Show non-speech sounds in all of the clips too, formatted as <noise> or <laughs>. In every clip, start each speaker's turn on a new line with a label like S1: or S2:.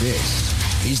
S1: This is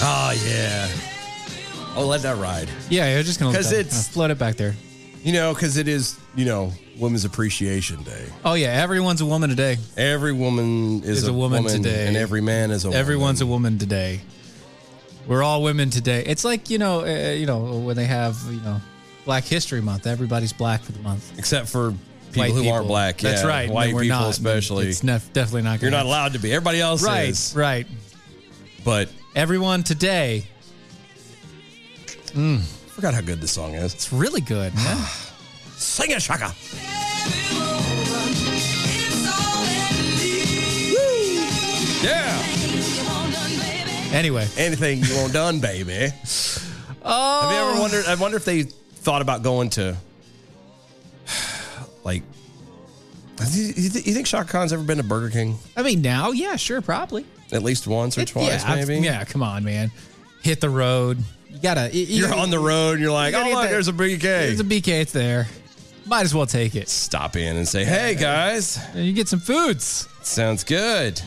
S2: Oh yeah. Oh, let that ride.
S3: Yeah, you're just gonna let
S2: 'Cause
S3: that-
S2: it's-
S3: uh, float it back there.
S2: You know, because it is, you know, Women's Appreciation Day.
S3: Oh yeah, everyone's a woman today.
S2: Every woman is, a, woman,
S3: today.
S2: and every man is a
S3: Everyone's
S2: woman.
S3: a woman today. We're all women today. It's like you know, uh, you know, when they have you know, Black History Month. Everybody's black for the month.
S2: except for people
S3: White
S2: who aren't black.
S3: That's
S2: yeah,
S3: right. and
S2: White
S3: we're
S2: people,
S3: not.
S2: especially.
S3: It's nef- definitely not.
S2: You're
S3: gonna
S2: not allowed to be. Everybody else
S3: Right.
S2: is.
S3: Right.
S2: But
S3: Everyone today.
S2: I forgot how good this song is.
S3: It's really good. man.
S2: Sing it, Shaka. Yeah.
S3: anyway,
S2: Anything you
S3: <laughs>
S2: want done, baby.
S3: oh,
S2: Have you ever wondered? I wonder if they thought about going to, <sighs> like, you, you thi- you think Shaka Khan's ever been to Burger King
S3: I mean, now, yeah, sure, probably.
S2: at least once or
S3: It-
S2: <sighs> twice,
S3: yeah, I've-
S2: maybe?
S3: Yeah, come on, man. Hit the road. You gotta. You,
S2: You're on the road and you're like,
S3: You
S2: oh,
S3: gotta get
S2: look,
S3: that-
S2: there's a Burger
S3: There's a
S2: King.
S3: BK. It's there. Might as well take it.
S2: Stop in and say, hey, guys,
S3: And you get some foods.
S2: sounds good.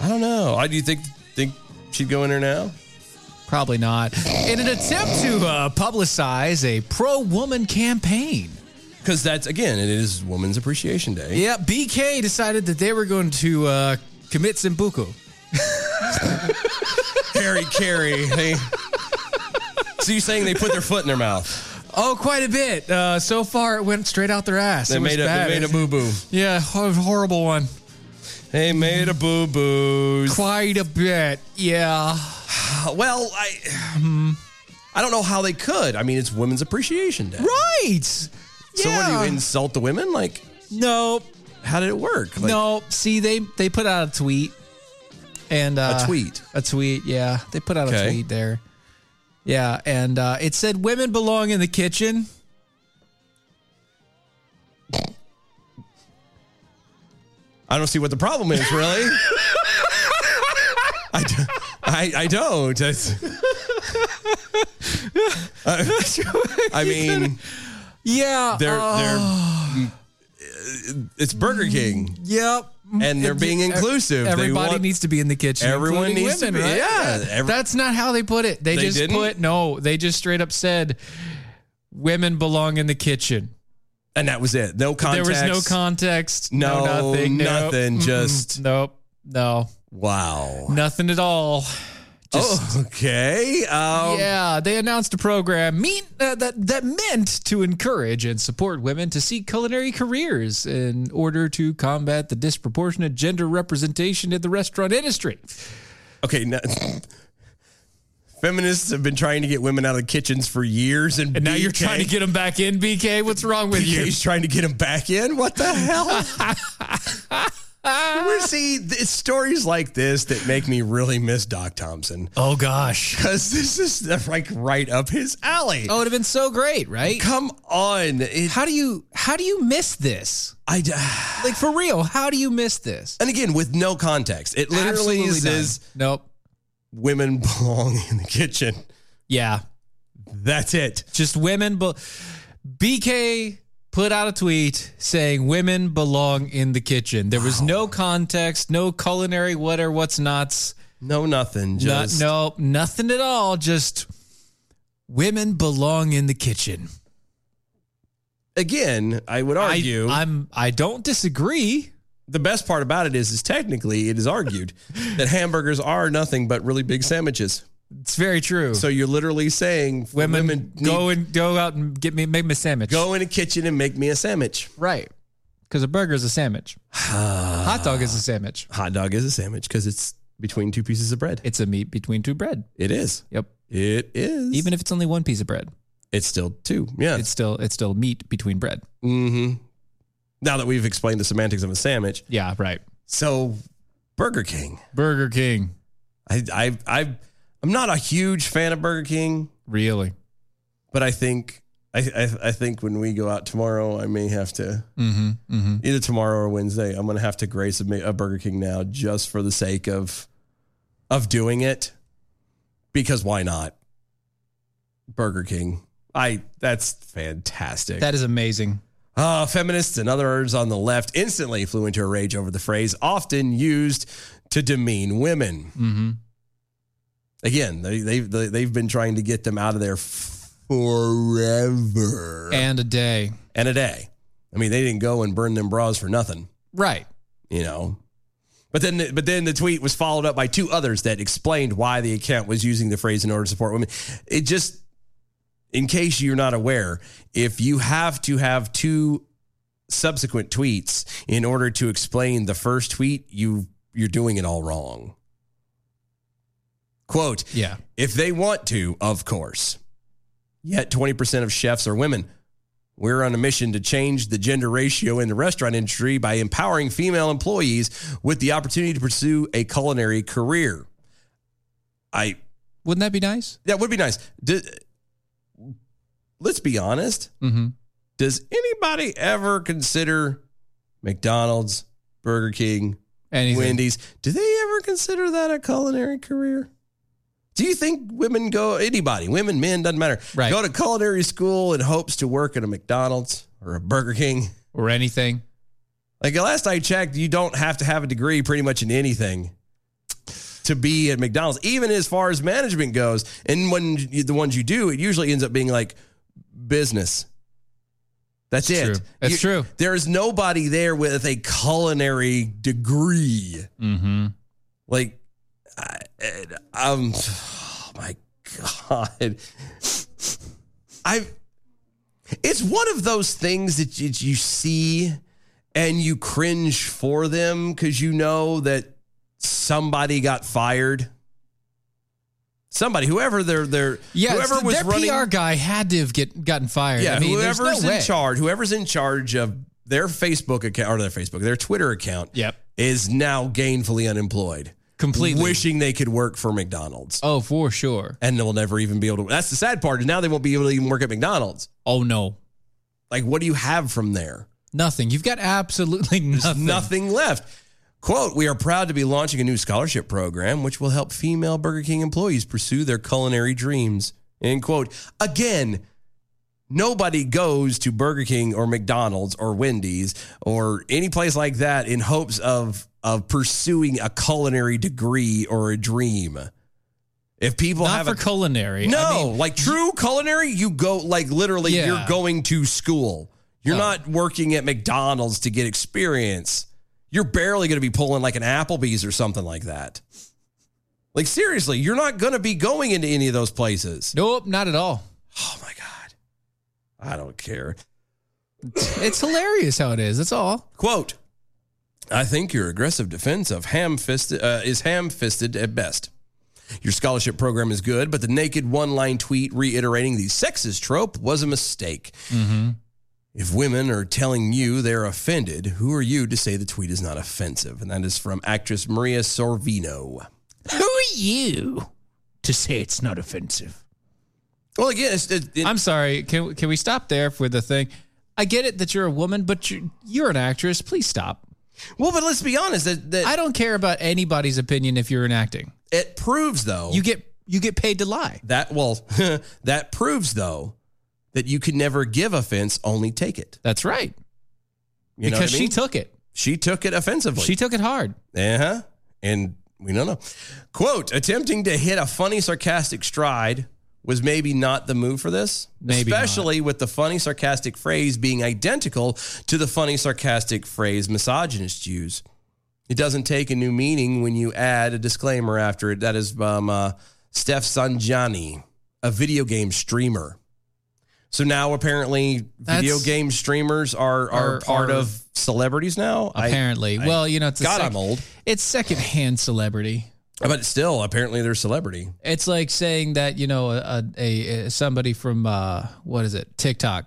S2: I don't know. I, do you think think she'd go in there now?
S3: Probably not. In an attempt to uh, publicize a pro woman campaign.
S2: Because that's, again, it is Women's
S3: <laughs>
S2: Appreciation Day.
S3: Yeah, BK decided that they were going to uh, commit Simbuku.
S2: Harry Carey. They, so you're saying they put their foot in their mouth?
S3: Oh, quite a bit. Uh, so far, it went straight out their ass.
S2: They
S3: it was
S2: made a
S3: bad.
S2: they made a boo boo.
S3: Yeah, hor- horrible one.
S2: They made a boo boo.
S3: Quite a bit. Yeah.
S2: <sighs> Well, I hmm, I don't know how they could. I mean, it's Women's Appreciation Day.
S3: Right.
S2: So what do
S3: Yeah.
S2: you insult the women? Like,
S3: No,
S2: how did it work? Like,
S3: no. See, they they put out a tweet, and uh,
S2: tweet?
S3: a tweet. Yeah, they put out
S2: Okay.
S3: a tweet there. Yeah, and uh, it said women belong in the kitchen.
S2: I don't see what the problem is,
S3: <laughs>
S2: really. I, do, I, I
S3: <laughs>
S2: don't. That's- I, I mean,
S3: Yeah.
S2: they're
S3: uh,
S2: they're it's Burger King,
S3: Yep.
S2: and they're being
S3: Ev-
S2: inclusive. They
S3: Everybody
S2: want-
S3: needs to be in the kitchen.
S2: Everyone
S3: including
S2: needs to
S3: women,
S2: be-
S3: right?
S2: yeah, every-
S3: That's not how they put it. They,
S2: They
S3: just
S2: didn't?
S3: put no. They just straight up said, "Women belong in the kitchen."
S2: and that was it. No context.
S3: There was no context. No,
S2: No,
S3: nothing. no,
S2: nothing,
S3: mm-mm,
S2: just-
S3: nope. No,
S2: Wow.
S3: nothing at all. Just
S2: oh, okay. Um,
S3: yeah, they announced a program mean, uh, that that meant to encourage and support women to seek culinary careers in order to combat the disproportionate gender representation in the restaurant industry.
S2: Okay. No, <laughs> feminists have been trying to get women out of kitchens for years, and,
S3: And now you're
S2: BK
S3: trying to get them back in, BK. What's wrong with you?
S2: BK's trying to get them back in. What the hell? We're seeing it's stories like this that make me really miss Doc Thompson
S3: Oh gosh.
S2: because this is like right up his alley.
S3: Oh, it'd have been so great, right?
S2: Come on, it,
S3: How do you how do you miss this?
S2: I d-
S3: Like for real, how do you miss this?
S2: and again with no context. It
S3: Absolutely
S2: literally is,
S3: none.
S2: is
S3: nope.
S2: women <laughs> belong in the kitchen.
S3: Yeah.
S2: That's it.
S3: Just women. Be- BK put out a tweet saying women belong in the kitchen. There was no context, no culinary what or what's nots.
S2: No, nothing.
S3: No-
S2: Just
S3: no, nothing at all. Just women belong in the kitchen.
S2: again, I would argue
S3: I, I'm. I don't disagree.
S2: the best part about it is, is technically it
S3: <laughs>
S2: is argued that hamburgers are nothing but really big sandwiches.
S3: It's very true.
S2: So you're literally saying
S3: women, go
S2: need-
S3: and go out and get me make me a sandwich.
S2: go in the kitchen and make me a sandwich.
S3: right, because a burger is a sandwich. <sighs> Hot dog is a sandwich.
S2: Hot dog is a sandwich because it's between two pieces of bread.
S3: It's a meat between two bread.
S2: It is.
S3: Yep.
S2: It is.
S3: Even if it's only one piece of bread,
S2: it's still two. Yeah.
S3: it's still it's still meat between bread.
S2: hmm Now that we've explained the semantics of a sandwich,
S3: Yeah, right.
S2: so Burger King.
S3: Burger King,
S2: I I I I'm not a huge fan of Burger King,
S3: really?
S2: but I think I I, I think when we go out tomorrow, I may have to
S3: Mm-hmm. Mm-hmm.
S2: either tomorrow or Wednesday. I'm gonna have to grace a, ma- a Burger King now just for the sake of of doing it, because why not? Burger King. I that's fantastic.
S3: That is amazing.
S2: Uh, feminists and others on the left instantly flew into a rage over the phrase, often used to demean women.
S3: Mm-hmm.
S2: Again, they, they've they, they've been trying to get them out of there forever and,
S3: And a day,
S2: a day. I mean, they didn't go and burn them bras for nothing,
S3: right?
S2: you know. But then, but then the tweet was followed up by two others that explained why the account was using the phrase in order to support women. It just, in case you're not aware, if you have to have two subsequent tweets in order to explain the first tweet, you you're doing it all wrong. Quote,
S3: Yeah.
S2: if they want to, of course. Yet 20% of chefs are women. We're on a mission to change the gender ratio in the restaurant industry by empowering female employees with the opportunity to pursue a culinary career. I
S3: Wouldn't that be nice?
S2: that would be nice. D- let's be honest.
S3: Mm-hmm.
S2: Does anybody ever consider McDonald's, Burger King,
S3: Anything.
S2: Wendy's. Do they ever consider that a culinary career? Do you think women go anybody, women, men, doesn't matter,
S3: Right.
S2: go to culinary school in hopes to work at a McDonald's or a Burger King?
S3: or anything.
S2: Like last I checked, you don't have to have a degree pretty much in anything to be at McDonald's, even as far as management goes. And when you, the ones you do, it usually ends up being like business. That's
S3: It's
S2: it.
S3: true. That's
S2: You-
S3: true.
S2: There is nobody there with a culinary degree.
S3: Mm-hmm.
S2: Like, I, and, um, oh my god, I. It's one of those things that you, you see and you cringe for them because you know that somebody got fired. Somebody, whoever their their
S3: Yeah, it's
S2: whoever
S3: the-
S2: was
S3: their
S2: running,
S3: PR guy had to have get gotten fired.
S2: yeah,
S3: I mean, there's
S2: whoever's
S3: no
S2: in
S3: way.
S2: charge, whoever's in charge of their Facebook account or their Facebook, their Twitter account,
S3: Yep,
S2: is now gainfully unemployed
S3: completely.
S2: wishing they could work for McDonald's.
S3: oh, for sure.
S2: And they'll never even be able to. That's the sad part is now they won't be able to even work at McDonald's.
S3: Oh no,
S2: Like, what do you have from there?
S3: nothing. You've got absolutely <laughs>
S2: Nothing,
S3: nothing.
S2: left. Quote, we are proud to be launching a new scholarship program which will help female Burger King employees pursue their culinary dreams. End quote. Again, nobody goes to Burger King or McDonald's or Wendy's or any place like that in hopes of of pursuing a culinary degree or a dream. If people
S3: Not
S2: have
S3: for
S2: a
S3: culinary.
S2: No,
S3: I mean,
S2: like true culinary, you go like literally
S3: Yeah. Oh.
S2: you're going to school. You're
S3: No.
S2: not working at McDonald's to get experience. You're barely going to be pulling like an Applebee's or something like that. Like seriously, you're not going to be going into any of those places.
S3: nope, not at all.
S2: Oh my god. I don't care.
S3: It's hilarious how it is. That's all.
S2: Quote I think your aggressive defense of ham fisted uh, is ham fisted at best. Your scholarship program is good, but the naked one line tweet reiterating the sexist trope was a mistake.
S3: mm-hmm.
S2: If women are telling you they're offended, who are you to say the tweet is not offensive? And that is from actress Maria Sorvino.
S3: Who are you to say it's not offensive?
S2: Well, again, it's, it, it-
S3: I'm sorry. Can can we stop there for the thing? I get it that you're a woman, but you're, you're an actress. Please stop.
S2: well, but let's be honest. That, that
S3: I don't care about anybody's opinion if you're in acting.
S2: It proves though
S3: You get you get paid to lie.
S2: that well <laughs> that proves though that you can never give offense, only take it.
S3: That's right.
S2: You know
S3: because
S2: what I
S3: she
S2: mean?
S3: took it.
S2: she took it offensively.
S3: She took it hard.
S2: Uh huh. And we don't know. Quote Attempting to hit a funny, sarcastic stride was maybe not the move for this,
S3: Maybe not.
S2: especially with the funny, sarcastic phrase being identical to the funny, sarcastic phrase misogynists use. It doesn't take a new meaning when you add a disclaimer after it. That is from uh, Steph Sanjani, a video game streamer. So now apparently, video
S3: That's-
S2: game streamers are are,
S3: Are-
S2: part
S3: are-
S2: of celebrities now. I-
S3: Apparently.
S2: I-
S3: well, you know, it's a
S2: God, I'm old.
S3: It's secondhand celebrity.
S2: But still, apparently they're celebrity.
S3: It's like saying that you know a, a, a somebody from uh, what is it TikTok,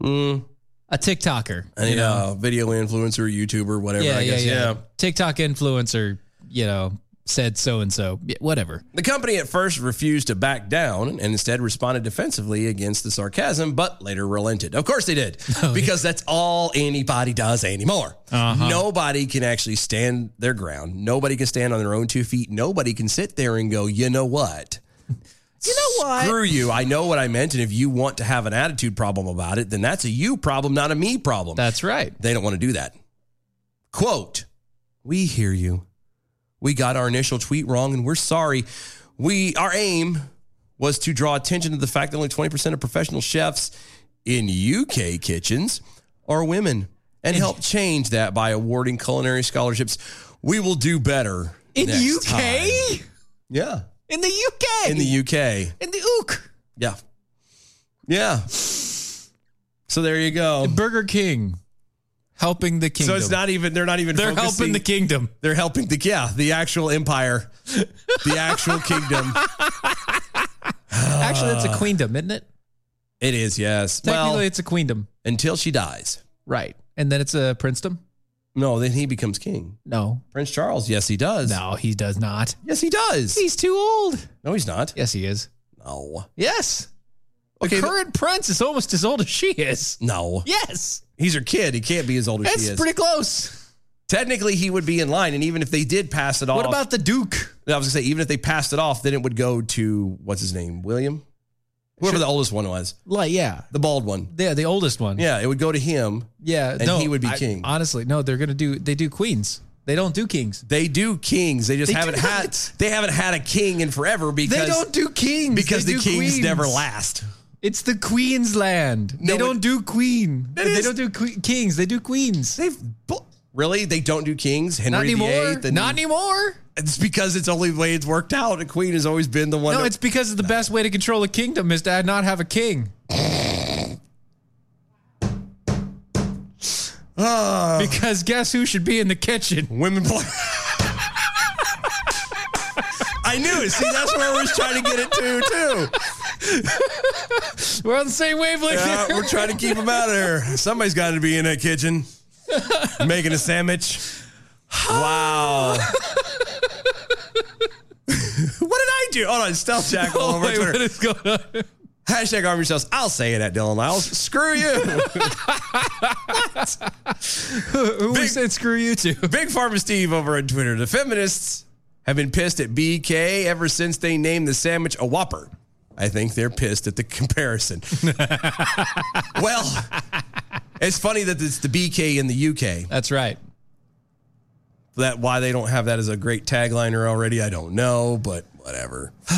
S2: Mm,
S3: a TikToker.
S2: I need a uh, video influencer, YouTuber, whatever.
S3: yeah,
S2: I
S3: yeah,
S2: guess.
S3: yeah,
S2: Yeah.
S3: TikTok influencer. You know, said so and so. Whatever.
S2: The company at first refused to back down and instead responded defensively against the sarcasm, but later relented. Of course they did, because that's all anybody does anymore. Nobody can actually stand their ground. Nobody can stand on their own two feet. Nobody can sit there and go, you know what?
S3: You know what?
S2: Screw you. I know what I meant. And if you want to have an attitude problem about it, then that's a you problem, not a me problem.
S3: That's right.
S2: They don't want to do that. Quote, we hear you. We got our initial tweet wrong and we're sorry. We our aim was to draw attention to the fact that only 20% of professional chefs in UK kitchens are women and help change that by awarding culinary scholarships. We will do better. next time. Yeah.
S3: in the UK,
S2: In the UK.
S3: in the UK,
S2: Yeah. Yeah. So there you go.
S3: Burger King, helping the kingdom.
S2: So it's not even they're not even
S3: They're helping
S2: focusing-
S3: the kingdom.
S2: They're helping the yeah, the actual empire, the actual kingdom.
S3: Actually, that's a queendom, isn't it?
S2: It is yes.
S3: Technically,
S2: Well,
S3: it's a queendom.
S2: until she dies.
S3: Right. And then it's a princedom?
S2: No, then he becomes king.
S3: No.
S2: Prince Charles. Yes, he does.
S3: No, he does not.
S2: Yes, he does.
S3: He's too old.
S2: no, he's not.
S3: Yes, he is.
S2: No.
S3: Yes.
S2: Okay. th-
S3: Current prince is almost as old as she is.
S2: no.
S3: Yes.
S2: He's her kid. He can't be as old as she
S3: That's
S2: is.
S3: pretty close.
S2: Technically, he would be in line. And even if they did pass it off,
S3: What about the Duke?
S2: I was gonna say, even if they passed it off, then it would go to what's his name, William, whoever the oldest one was,
S3: Like, yeah.
S2: the bald one.
S3: Yeah, the oldest one.
S2: Yeah, it would go to him.
S3: Yeah.
S2: And he would be king.
S3: Honestly, no, they're gonna do they do queens. They don't do kings.
S2: They do kings. They just
S3: They do
S2: haven't had
S3: not.
S2: they haven't had a king in forever because
S3: They don't do kings.
S2: because
S3: They
S2: the
S3: do
S2: kings
S3: queens.
S2: never last.
S3: It's the Queen's land.
S2: No,
S3: they don't
S2: it-
S3: do queen.
S2: That
S3: they
S2: is-
S3: don't do que- kings. They do queens.
S2: They've bu- really they don't do kings. Henry
S3: Not anymore.
S2: VIII. and-
S3: Not anymore.
S2: It's because it's only the way it's worked out. A queen has always been the one.
S3: No,
S2: to-
S3: it's because the best way to control a kingdom is to not have a king. <laughs>
S2: Ah,
S3: Because guess who should be in the kitchen?
S2: women. Play-
S3: <laughs>
S2: I knew it. See, that's where I was trying to get it to too.
S3: <laughs> We're on the same wavelength.
S2: Yeah, we're trying to keep them out of there. Somebody's got to be in that kitchen making a sandwich. Wow. <laughs> what did I do? Hold on, stealth jack all
S3: Oh,
S2: over
S3: wait, what
S2: Twitter.
S3: is going on?
S2: Hashtag arm yourselves. I'll say it at Dylan Lyles.
S3: <laughs>
S2: Screw you.
S3: Who
S2: Big-
S3: said screw you two?
S2: Big Pharma Steve over on Twitter. The feminists have been pissed at BK ever since they named the sandwich a Whopper. I think they're pissed at the comparison. well, it's funny that it's the BK in the UK.
S3: That's right.
S2: that why they don't have that as a great tagliner already, I don't know, but whatever.
S3: <laughs>
S2: <sighs>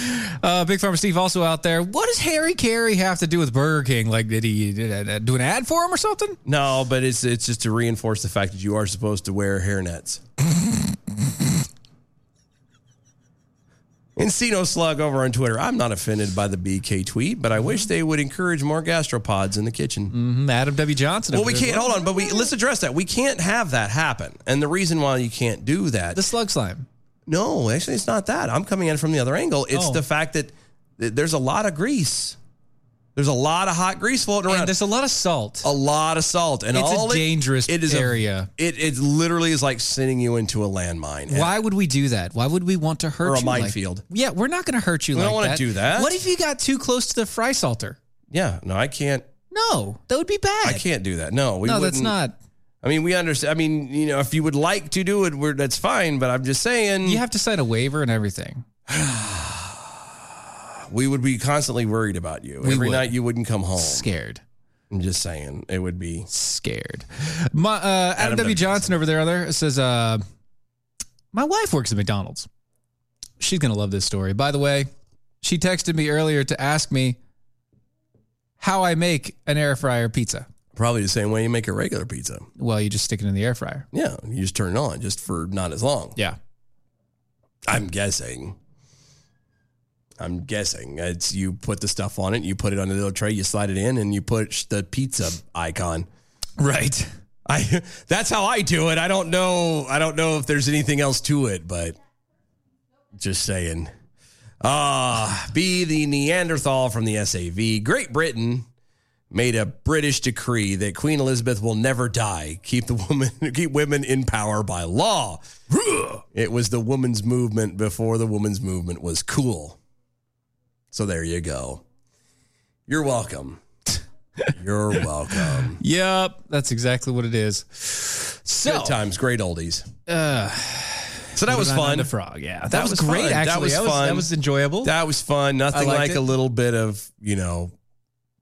S2: Oh.
S3: Uh, Big Farmer Steve also out there. What does Harry Carey have to do with Burger King? Like, did he did, uh, do an ad for him or something?
S2: No, but it's it's just to reinforce the fact that you are supposed to wear hairnets. <laughs> Encino Slug over on Twitter. I'm not offended by the BK tweet, but I wish they would encourage more gastropods in the kitchen.
S3: Mm, Adam W. Johnson.
S2: Well,
S3: over
S2: we
S3: there.
S2: can't hold on, but we let's address that. We can't have that happen. And the reason why you can't do that
S3: The slug slime.
S2: No, actually, it's not that. I'm coming at it from the other angle. It's
S3: Oh.
S2: the fact that th- there's a lot of grease. There's a lot of hot grease floating
S3: And
S2: around.
S3: there's a lot of salt.
S2: a lot of salt, and
S3: It's a
S2: all it-
S3: dangerous
S2: it is a-
S3: area.
S2: it it literally is like sending you into a landmine. And
S3: Why would we do that? Why would we want to hurt
S2: Or a
S3: you? like-
S2: minefield.
S3: yeah, we're not going to hurt you
S2: We
S3: like
S2: don't wanna
S3: that.
S2: do that.
S3: What if you got too close to the fry salter?
S2: Yeah, no, I can't.
S3: No, that would be bad.
S2: I can't do that. No, we
S3: no,
S2: wouldn't,
S3: that's not.
S2: I mean, we understand. I mean, you know, if you would like to do it, we're, that's fine. But I'm just saying,
S3: You have to sign a waiver and everything.
S2: <sighs> we would be constantly worried about you.
S3: We
S2: Every
S3: would.
S2: night you wouldn't come home.
S3: Scared.
S2: I'm just saying, it would be.
S3: Scared. My, uh, Adam, W.
S2: Adam W.
S3: Johnson over there other says, uh, My wife works at McDonald's. She's going to love this story. By the way, she texted me earlier to ask me how I make an air fryer pizza.
S2: Probably the same way you make a regular pizza.
S3: Well, you just stick it in the air fryer.
S2: Yeah, you just turn it on just for not as long.
S3: Yeah.
S2: I'm guessing. I'm guessing it's you put the stuff on it, you put it on a little tray, you slide it in, and you push the pizza icon.
S3: Right.
S2: <laughs> I that's how I do it. I don't know. I don't know if there's anything else to it, but just saying. Ah, be the Neanderthal from the SAV. Great Britain made a British decree that Queen Elizabeth will never die. Keep the woman <laughs> keep women in power by law. It was the women's movement before the women's movement was cool. So there you go.
S3: <laughs>
S2: You're welcome. You're welcome.
S3: Yep, that's exactly what it is. So,
S2: Good times, great oldies.
S3: uh,
S2: So that was
S3: Banana
S2: fun.
S3: The frog, yeah, that,
S2: That
S3: was,
S2: was
S3: great.
S2: fun. That
S3: Actually, that was
S2: was
S3: that was,
S2: fun.
S3: enjoyable.
S2: That was fun. Nothing
S3: liked
S2: like
S3: it.
S2: a little bit of you know,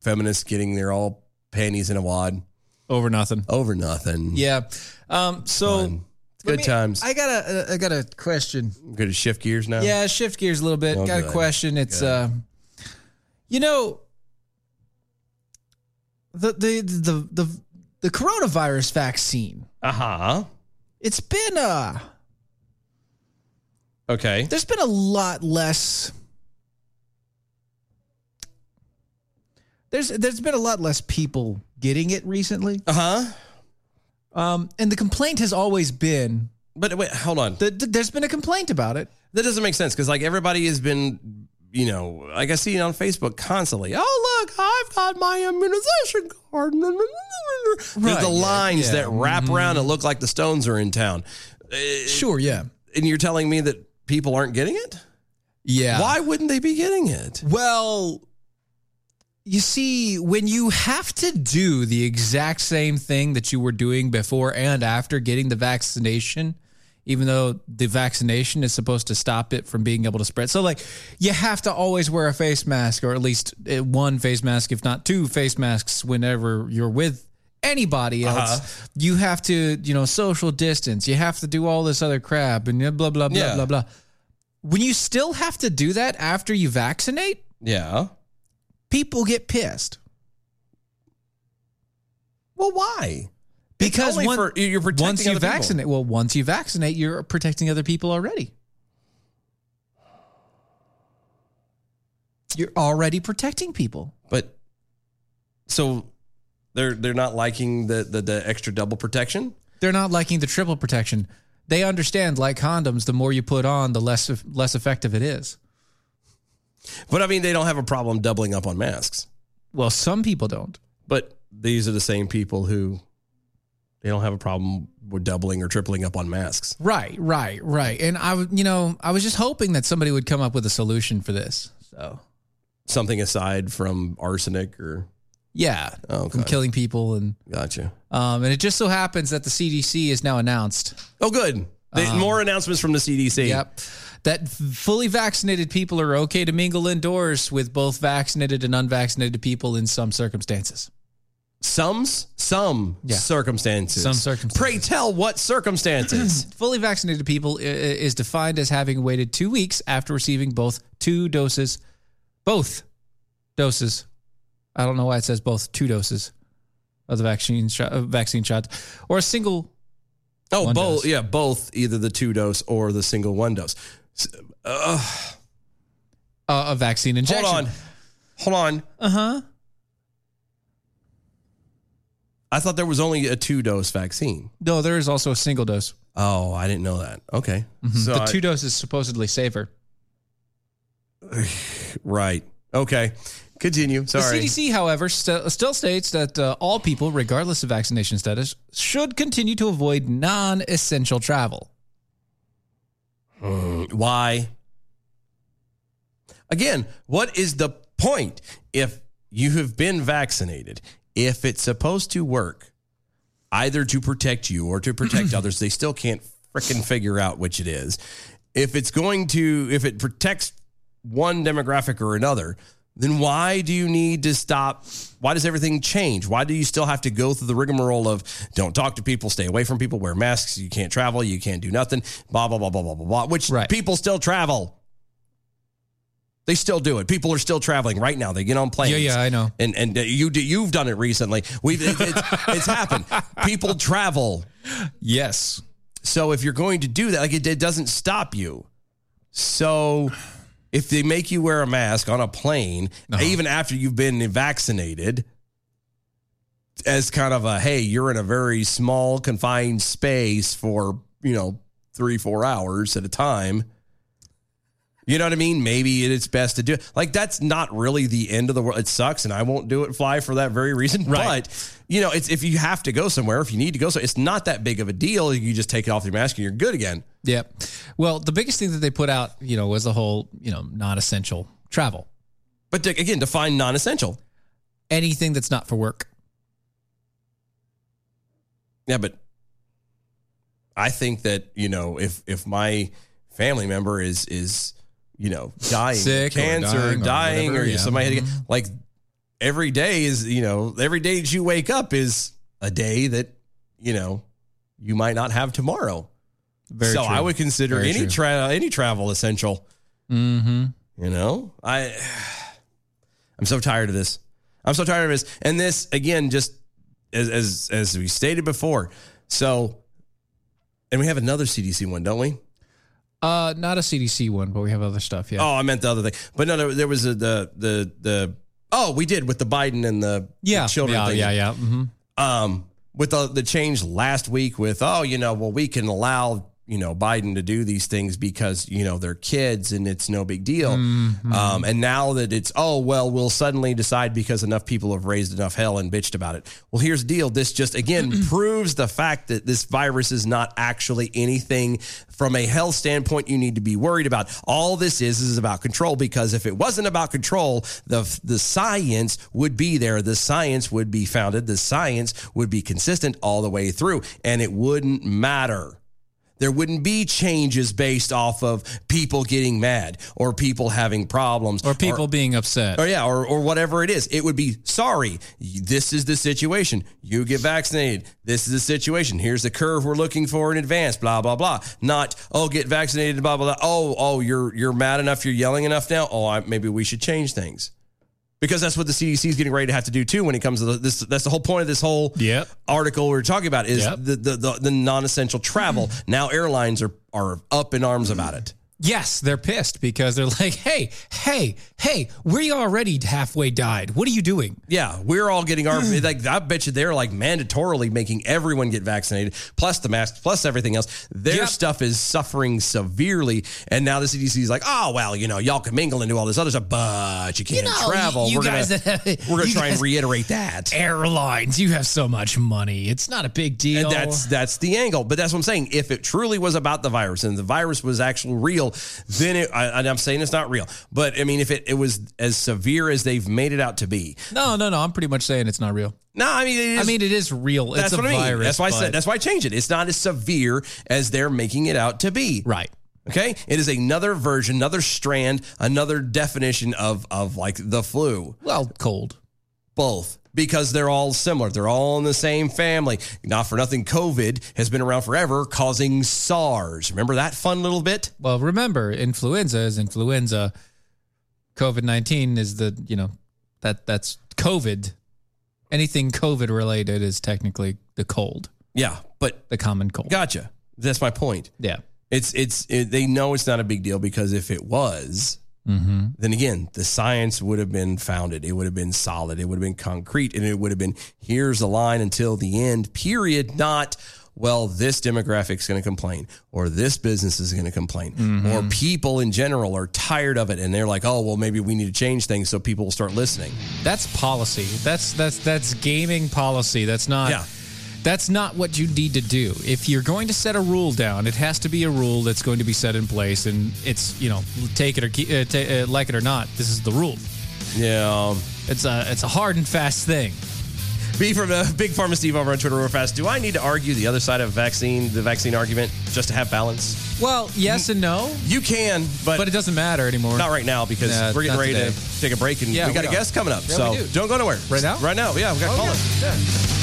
S2: feminists getting their all panties in a wad
S3: Over nothing.
S2: over nothing.
S3: Yeah. Um. So
S2: Fun.
S3: let
S2: good
S3: me-
S2: times.
S3: I got a I got a question.
S2: Good to shift gears now.
S3: Yeah, shift gears a little bit.
S2: Well,
S3: got a
S2: good.
S3: question. It's
S2: Good.
S3: uh, you know, the the the the the coronavirus vaccine.
S2: Uh
S4: Ah,
S2: huh.
S3: It's been uh,
S2: Okay.
S3: there's been a lot less there's there's been a lot less people getting it recently
S2: Uh huh.
S3: um and the complaint has always been
S2: But wait, hold on.
S3: that th- there's been a complaint about it
S2: That doesn't make sense because like everybody has been, you know, like I see it on Facebook constantly. Oh look, I've got my immunization card. There's
S3: Right, yeah,
S2: the lines
S3: yeah. Mm-hmm.
S2: that wrap around and look like the Stones are in town. Uh,
S3: sure yeah
S2: and you're telling me that people aren't getting it?
S3: yeah
S2: Why wouldn't they be getting it?
S3: well you see when you have to do the exact same thing that you were doing before and after getting the vaccination even though the vaccination is supposed to stop it from being able to spread. So, like, you have to always wear a face mask or at least eh, one face mask, if not two face masks, whenever you're with anybody
S2: Uh-huh.
S3: else. You have to, you know, social distance. You have to do all this other crap and blah, blah, blah,
S2: Yeah.
S3: blah, blah. When you still have to do that after you vaccinate,
S2: Yeah.
S3: people get pissed.
S2: Well, why?
S3: Because
S2: only
S3: one-
S2: for- you're protecting
S3: once you
S2: other people.
S3: vaccinate, well, once you vaccinate, you're protecting other people already. You're already protecting people.
S2: But so they're they're not liking the the, the extra double protection.
S3: They're not liking the triple protection. They understand, like condoms, the more you put on, the less less effective it is.
S2: But I mean, they don't have a problem doubling up on masks.
S3: Well, some people don't.
S2: But these are the same people who they don't have a problem with doubling or tripling up on masks.
S3: Right, right, right. And I, w- you know, I was just hoping that somebody would come up with a solution for this. So,
S2: Something aside from arsenic or
S3: yeah,
S2: Okay.
S3: from killing people, and
S2: gotcha.
S3: um, and it just so happens that the CDC is now announced Um,
S2: Oh, good. They, more announcements from the CDC.
S3: Yep. That fully vaccinated people are okay to mingle indoors with both vaccinated and unvaccinated people in some circumstances.
S2: Some s- some
S3: Yeah.
S2: circumstances.
S3: Some circumstances.
S2: Pray tell what circumstances.
S3: <clears throat> Fully vaccinated people i- i- is defined as having waited two weeks after receiving both two doses, both doses. I don't know why it says both two doses of the vaccine shot, uh, vaccine shot, or a single.
S2: oh,
S3: One
S2: both.
S3: dose.
S2: Yeah, both. Either the two dose or the single one dose. S- Uh,
S3: Uh, a vaccine injection.
S2: hold on. Hold on.
S3: Uh huh.
S2: I thought there was only a two dose vaccine.
S3: No, there is also a single dose.
S2: Oh, I didn't know that. Okay. So
S3: Mm-hmm. the
S2: I-
S3: two dose is supposedly safer.
S2: right. Okay. Continue. Sorry.
S3: The CDC, however, st- still states that uh, all people, regardless of vaccination status, should continue to avoid non essential travel.
S2: Mm, Why? Again, what is the point if you have been vaccinated? If it's supposed to work, either to protect you or to protect others. They still can't frickin' figure out which it is. If it's going to, if it protects one demographic or another, then why do you need to stop? Why does everything change? Why do you still have to go through the rigmarole of don't talk to people, stay away from people, wear masks, you can't travel, you can't do nothing, blah, blah, blah, blah, blah, blah, blah, which
S3: Right.
S2: people still travel. They still do it. People are still traveling right now. They get on planes.
S3: Yeah, yeah, I know.
S2: And and uh, you do- you've done it recently. We've it, it's, it's happened. People travel.
S3: Yes.
S2: So if you're going to do that, like it, it doesn't stop you. So if they make you wear a mask on a plane,
S3: Uh-huh.
S2: even after you've been vaccinated, as kind of a hey, you're in a very small confined space for you know three four hours at a time. You know what I mean? Maybe it's best to do like that's not really the end of the world. It sucks, and I won't do it fly for that very reason.
S3: Right.
S2: But you know, it's if you have to go somewhere, if you need to go, so it's not that big of a deal. You just take it off your mask and you're good again.
S3: Yep. Well, the biggest thing that they put out, you know, was the whole, you know, non essential travel.
S2: But to, again, define non-essential.
S3: Anything that's not for work.
S2: Yeah, but I think that you know if if my family member is is
S3: <laughs>
S2: you know dying of
S3: Sick or
S2: cancer
S3: dying
S2: dying
S3: or
S2: or, dying,
S3: whatever, yeah. mm-hmm.
S2: somebody had to get, like every day is you know every day that you wake up is a day that you know you might not have tomorrow.
S3: Very
S2: so
S3: true.
S2: I would consider
S3: Very
S2: any
S3: true.
S2: tra- any travel essential.
S3: Mm-hmm.
S2: You know, I <sighs> I'm so tired of this. I'm so tired of this. And this again, just as as as we stated before. So, and we have another CDC one, don't we?
S3: Uh, not a CDC one, but we have other stuff. Yeah.
S2: Oh, I meant the other thing. But no, no there was a, the the the oh, we did with the Biden and the
S3: yeah.
S2: the children.
S3: Yeah.
S2: thing.
S3: Yeah. Yeah. Mm-hmm.
S2: um, with the, the change last week with oh you know well we can allow you know biden to do these things because you know they're kids and it's no big deal
S3: Mm-hmm.
S2: um, and now that it's oh well we'll suddenly decide because enough people have raised enough hell and bitched about it well here's the deal this just again proves the fact that this virus is not actually anything from a health standpoint you need to be worried about all this is is about control because if it wasn't about control the the science would be there the science would be founded the science would be consistent all the way through and it wouldn't matter there wouldn't be changes based off of people getting mad or people having problems
S3: Or people being upset.
S2: Oh, or yeah, or, or whatever it is. It would be sorry. This is the situation. You get vaccinated. This is the situation. Here's the curve we're looking for in advance. Blah blah blah. Not oh get vaccinated. Blah blah. blah. Oh oh you're you're mad enough. You're yelling enough now. Oh I, maybe we should change things because that's what the CDC is getting ready to have to do too when it comes to the, this. That's the whole point of this whole
S3: Yep.
S2: article we're talking about is
S3: Yep.
S2: the, the the the
S3: <clears throat>
S2: non-essential travel. Now airlines are are up in arms about it.
S3: Yes, they're pissed because they're <laughs> like, hey, hey, hey, we already halfway died. What are you doing?
S2: Yeah, we're all getting our
S3: Mm.
S2: like. I bet you they're like mandatorily making everyone get vaccinated, plus the masks, plus everything else. Their
S3: Yep.
S2: stuff is suffering severely, and now the CDC is like, oh well, you know, y'all can mingle and do all this other stuff, but you can't
S3: know,
S2: travel.
S3: Oh, you- you
S2: we're
S3: guys-
S2: gonna
S3: <laughs>
S2: we're gonna
S3: you
S2: try and
S3: guys-
S2: reiterate that.
S3: Airlines, you have so much money. It's not a big deal.
S2: And that's that's the angle. But that's what I'm saying. If it truly was about the virus and the virus was actually real, then it, I, and I'm saying it's not real. But I mean, if it, it was as severe as they've made it out to be,
S3: no, no, no. I'm pretty much saying it's not real.
S2: no, I mean, it is,
S3: I mean, it is real. It's
S2: that's
S3: a
S2: what I mean.
S3: virus.
S2: that's why I
S3: but-
S2: said. That's why I changed it. It's not as severe as they're making it out to be.
S3: right.
S2: Okay. It is another version, another strand, another definition of of like the flu.
S3: Well, cold.
S2: Both because they're all similar. They're all in the same family. Not for nothing. COVID has been around forever, causing SARS. Remember that fun little bit?
S3: Well, remember, influenza is influenza. COVID nineteen is the you know that that's COVID. Anything COVID related is technically the cold,
S2: Yeah. But
S3: the common cold.
S2: gotcha. That's my point.
S3: Yeah.
S2: It's it's it, they know it's not a big deal because if it was,
S3: Mm-hmm.
S2: then again, the science would have been founded. It would have been solid. It would have been concrete. And it would have been here's the line until the end, period. Not, well, this demographic's going to complain or this business is going to complain or people in general are tired of it. And they're like, oh, well, maybe we need to change things so people will start listening.
S3: That's policy. That's that's that's gaming policy. That's not.
S2: Yeah.
S3: That's not what you need to do. If you're going to set a rule down, it has to be a rule that's going to be set in place, and it's you know take it or keep, uh, ta- uh, like it or not. This is the rule.
S2: Yeah.
S3: It's a it's a hard and fast thing.
S2: B from uh, Big Pharma Steve over on Twitter real fast. Do I need to argue the other side of vaccine, the vaccine argument, just to have balance?
S3: Well, yes and no,
S2: You can, but,
S3: but it doesn't matter anymore.
S2: not right now because
S3: Nah,
S2: we're getting
S3: not
S2: ready
S3: today.
S2: to take a break and
S3: Yeah,
S2: we got
S3: we
S2: a
S3: are.
S2: guest coming up.
S3: Yeah,
S2: so
S3: we do.
S2: not go nowhere.
S3: Right now?
S2: Right now. Yeah, we got a
S3: Oh,
S2: caller.
S3: yeah. Yeah.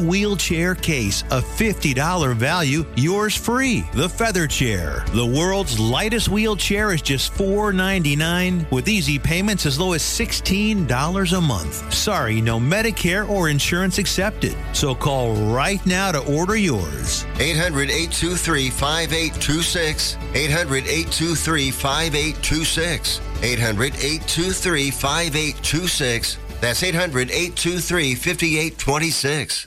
S5: wheelchair case, a $50 value, yours free. The Feather Chair. The world's lightest wheelchair is just $4.99 with easy payments as low as $16 a month. Sorry, no Medicare or insurance accepted. So call right now to order yours.
S6: 800 823 5826. 800 823 5826. 800 823 5826. That's 800 823 5826.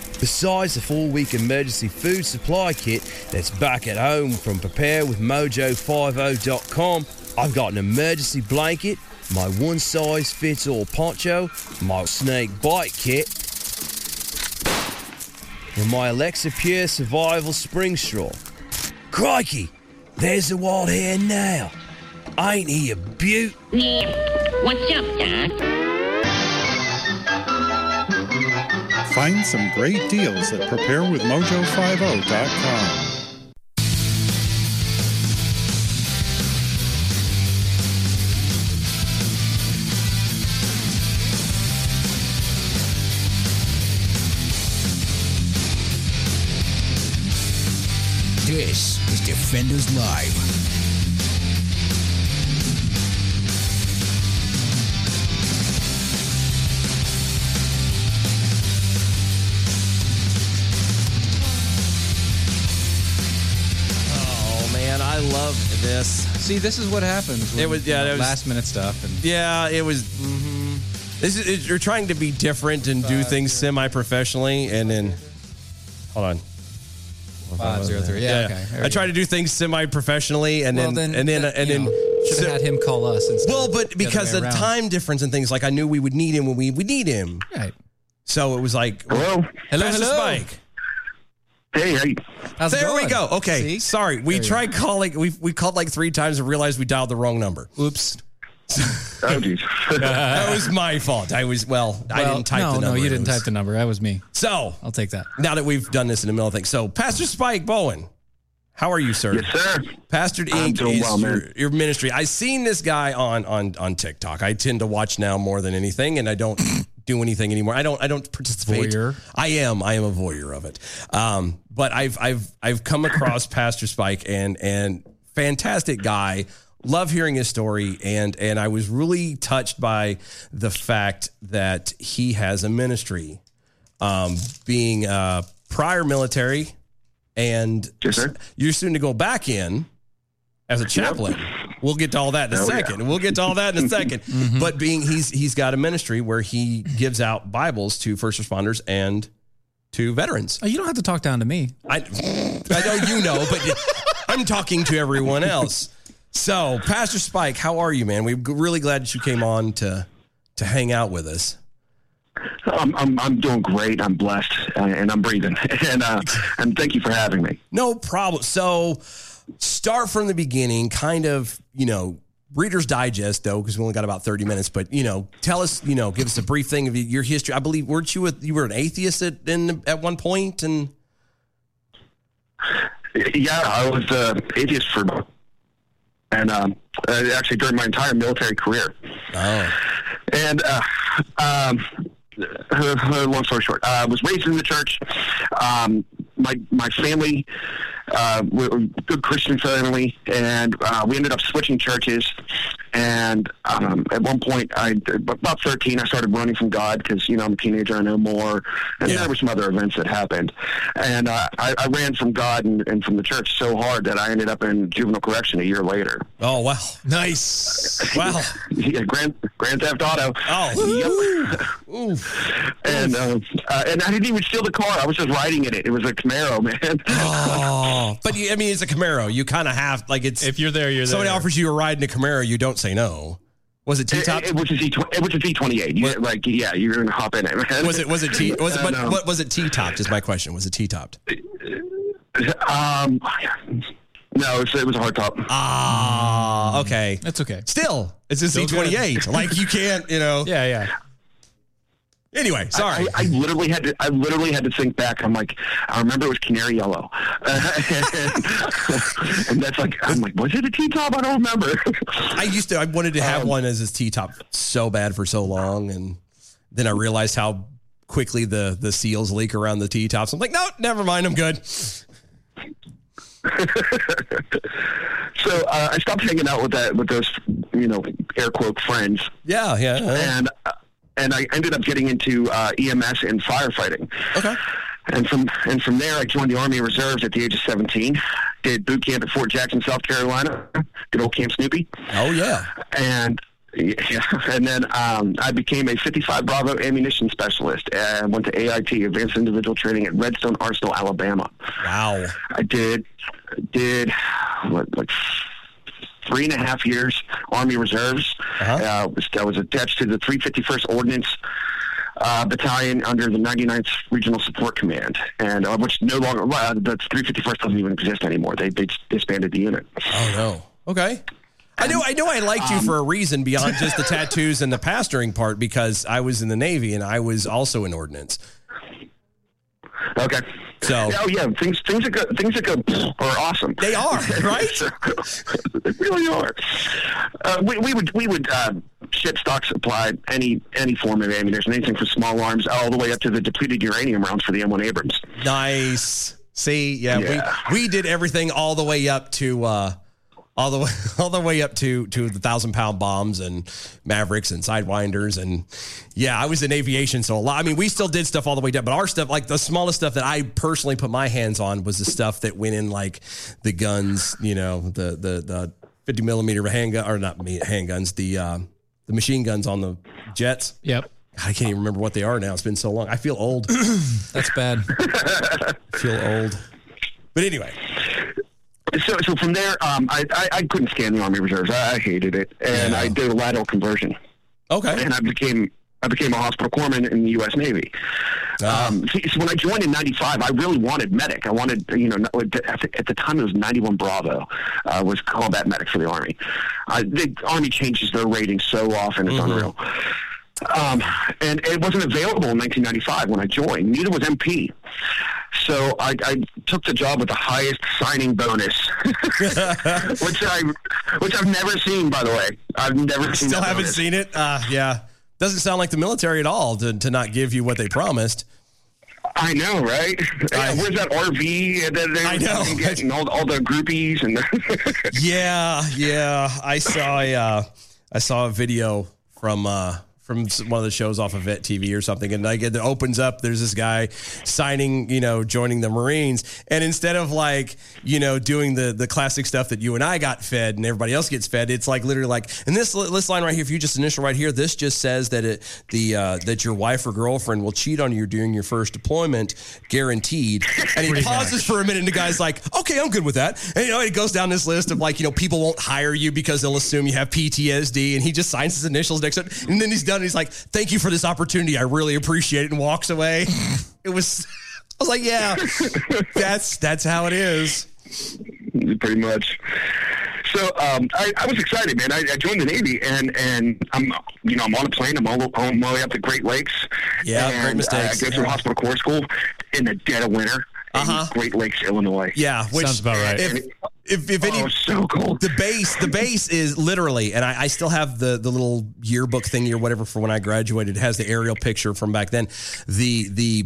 S4: Besides the four week emergency food supply kit that's back at home from preparewithmojo50.com, I've got an emergency blanket, my one size fits all poncho, my snake bite kit, and my Alexa Pure survival spring straw. Crikey, there's the wild hare now. Ain't he a beaut?
S7: Mm.
S8: What's up, Doc?
S9: Find some great deals at preparewithmojo50.com.
S1: This is Defenders Live.
S2: Oh, man. I love this.
S3: See, this is what happens. When,
S2: It was- yeah,
S3: you know,
S2: it was-
S3: last minute stuff. And
S2: Yeah, it was. mhm. This is it, you're trying to be different and do things semi-professionally, and then hold on.
S3: five zero three. Yeah, okay. there
S2: I
S3: we
S2: try
S3: go.
S2: to do things semi-professionally, and
S3: Well,
S2: then, and then
S3: that-
S2: and
S3: you
S2: then.
S3: know, should
S2: so-
S3: have had him call us instead.
S2: well,
S3: of
S2: but
S3: the
S2: because
S3: other
S2: the
S3: way around.
S2: time difference and things like I knew we would need him when we would need him,
S3: Right.
S2: so it was like
S7: Hello.
S3: Hello,
S2: Pass the
S3: hello.
S2: spike.
S7: Hey, hey.
S3: How's it
S2: There we
S3: going?
S2: go. Okay,
S3: See?
S2: sorry. We
S3: There you
S2: tried calling. We we called like three times and realized we dialed the wrong number.
S3: Oops.
S7: Oh, geez.
S2: <laughs> that was my fault. I was well. I
S3: Well,
S2: didn't type
S3: no,
S2: the number.
S3: No, you
S2: It
S3: didn't
S2: was-
S3: type the number. That was me.
S2: So
S3: I'll take that.
S2: now that we've done this in the middle of things. So, Pastor Spike Bowen, how are you, sir?
S7: yes, sir.
S2: Pastor
S7: I'm
S2: Inc.
S7: doing
S2: is
S7: well,
S2: your,
S7: man.
S2: your ministry. I seen this guy on on on TikTok. I tend to watch now more than anything, and I don't
S7: <laughs>
S2: do anything anymore. I don't I don't participate.
S3: Voyeur.
S2: I am I am a voyeur of it. Um, but I've I've I've
S7: <laughs>
S2: come across Pastor Spike and and fantastic guy. Love hearing his story, and and I was really touched by the fact that he has a ministry, um, being uh, prior military, and
S7: Yes, sir.
S2: you're soon to go back in as a chaplain. We'll get to all that in a
S7: Oh, yeah.
S2: second. We'll get to all
S7: <laughs>
S2: that in a 2nd
S3: Mm-hmm.
S2: But being he's he's got a ministry where he gives out Bibles to first responders and to veterans.
S3: Oh, you don't have to talk down to me.
S2: I, I know you know, but I'm talking to everyone else. So, Pastor Spike, how are you, man? We're g- really glad that you came on to to hang out with us.
S7: I'm, I'm, I'm doing great. I'm blessed, uh, and I'm breathing. <laughs> And uh, and thank you for having me.
S2: No problem. So start from the beginning, kind of, you know, Reader's Digest, though, because we only got about thirty minutes. But you know, tell us, you know, give us a brief thing of your history. I believe weren't you a, you were an atheist at in, at one point, and
S7: Yeah, I was uh, atheist for, and um, uh, actually during my entire military career.
S2: oh,
S7: And uh, um, uh, long story short, I was raised in the church. Um, my my family, uh, we were a good Christian family, and uh, we ended up switching churches. And um, at one point, I about thirteen, I started running from God because you know I'm a teenager, I know more, and
S2: Yeah.
S7: there were some other events that happened. And uh, I, I ran from God and, and from the church so hard that I ended up in juvenile correction a year later.
S2: oh wow,
S3: Nice.
S2: wow,
S7: <laughs> yeah, Grand Grand Theft Auto.
S2: oh,
S7: Yep. <laughs>
S2: Oof.
S7: and uh, uh, and I didn't even steal the car. I was just riding in it. It was a Camaro, <laughs> man.
S2: oh. But you, I mean, it's a Camaro. You kind of have like it's
S3: If you're there, you're
S2: somebody
S3: there.
S2: offers you a ride in a Camaro, you don't say no. Was it T
S7: It,
S2: top?
S7: it, it was a Z. tw- It was a Z twenty eight.
S2: What?
S7: Like yeah, you're gonna hop in it. <laughs> Man.
S2: Was it was it T was it
S7: Uh,
S2: but
S7: no.
S2: what was it T topped? Is my question. Was it
S7: <laughs>
S2: T topped?
S7: Um, no, it was, it was a hard top.
S2: Ah, okay.
S3: That's okay.
S2: Still, it's a
S3: Still
S2: C
S3: <laughs>
S2: twenty eight. Like you can't, you know.
S3: Yeah, yeah.
S2: Anyway, sorry.
S7: I, I literally had to. I literally had to think back. I'm like, I remember it was canary yellow, <laughs> and that's like, I'm like, was it a T top? I don't remember.
S2: I used to. I wanted to have one as his T top so bad for so long, and then I realized how quickly the the seals leak around the T tops. I'm like, no, never mind. I'm good.
S7: <laughs> so uh, I stopped hanging out with that with those, you know, air quote friends.
S2: Yeah, yeah.
S7: and uh, and I ended up getting into uh, EMS and firefighting.
S2: Okay.
S7: And from and from there, I joined the Army Reserves at the age of 17. Did boot camp at Fort Jackson, South Carolina. Good old Camp Snoopy.
S2: Oh yeah.
S7: And yeah, <laughs> and then um, I became a 55 Bravo ammunition specialist and went to AIT, Advanced Individual Training, at Redstone Arsenal, Alabama.
S2: Wow.
S7: I did did what, like three and a half years Army Reserves.
S2: Uh-huh.
S7: Uh, was, I was attached to the 351st Ordnance uh, Battalion under the 99th Regional Support Command, and uh, which no longer well, the 351st doesn't even exist anymore. They they disbanded the unit.
S2: Oh no. Okay. I know. I know. I liked you for a reason beyond just the tattoos and the pastoring part because I was in the Navy and I was also in ordnance.
S7: Okay.
S2: So-
S7: <laughs> oh yeah, things things that go things that go are awesome. <laughs>
S2: They are right.
S7: they really are. Uh, we, we would we would uh, shit stock supply any any form of ammunition, anything from small arms all the way up to the depleted uranium rounds for the M1 Abrams.
S2: Nice. See, yeah,
S7: Yeah.
S2: we we did everything all the way up to uh all the way <laughs> all the way up to to the thousand pound bombs and Mavericks and Sidewinders and yeah, I was in aviation, so a lot. I mean, we still did stuff all the way down, but our stuff, like the smallest stuff that I personally put my hands on, was the stuff that went in like the guns, you know, the the the fifty millimeter handgun or not me- handguns, the uh, the machine guns on the jets.
S3: Yep.
S2: God, I can't even remember what they are now. It's been so long. I feel old.
S3: <clears throat> That's bad.
S2: <laughs> feel old. But anyway,
S7: So so from there, um, I, I I couldn't stand the Army Reserves. I, I hated it, and
S2: Yeah.
S7: I did a lateral conversion,
S2: okay.
S7: and I became. I became a hospital corpsman in the U.S. Navy.
S2: Ah.
S7: Um, see, so when I joined in '95, I really wanted medic. I wanted, you know, at the, at the time it was 91 Bravo uh, was combat medic for the Army. Uh, the Army changes their ratings so often; it's
S2: Mm-hmm.
S7: unreal. Um, and it wasn't available in 1995 when I joined. Neither was MP. So I, I took the job with the highest signing bonus, <laughs> which I which I've never seen. By the way, I've never seen.
S2: Still
S7: that
S2: haven't
S7: bonus.
S2: seen it. Uh, yeah. Doesn't sound like the military at all to, to not give you what they promised.
S7: I know, right?
S2: I-
S7: Yeah, where's that RV? And then
S2: I know. <laughs>
S7: Getting all, all the groupies and
S2: Yeah, yeah. I saw a, uh, I saw a video from uh, from s- one of the shows off of Vet TV or something, and like it opens up. There's this guy signing, you know, joining the Marines, and instead of like you know doing the the classic stuff that you and I got fed and everybody else gets fed, it's like literally like and this li- this line right here. If you just initial right here, this just says that it the uh, that your wife or girlfriend will cheat on you during your first deployment, guaranteed. And he pauses for a minute, and the guy's like, "Okay, I'm good with that." And you know, it goes down this list of like, you know, people won't hire you because they'll assume you have PTSD, and he just signs his initials next to it, and then he's done. And he's like, "Thank you for this opportunity. I really appreciate it," and walks away. <laughs> It was, I was like,
S7: <laughs>
S2: "Yeah, that's that's how it is."
S7: pretty much. So um, I, I was excited, man. I, I joined the Navy, and and I'm you know I'm on a plane. I'm all, all my way up to Great Lakes.
S2: Yeah,
S7: and uh,
S2: great mistakes.
S7: I, I go through
S2: Yeah.
S7: hospital corps school in the dead of winter
S2: Uh-huh.
S7: in Great Lakes, Illinois.
S2: Yeah, which
S10: Sounds about right.
S2: If, if, if any,
S7: Oh, so cold.
S2: the base, the base is literally, and I, I still have the the little yearbook thingy or whatever for when I graduated. It has the aerial picture from back then. The the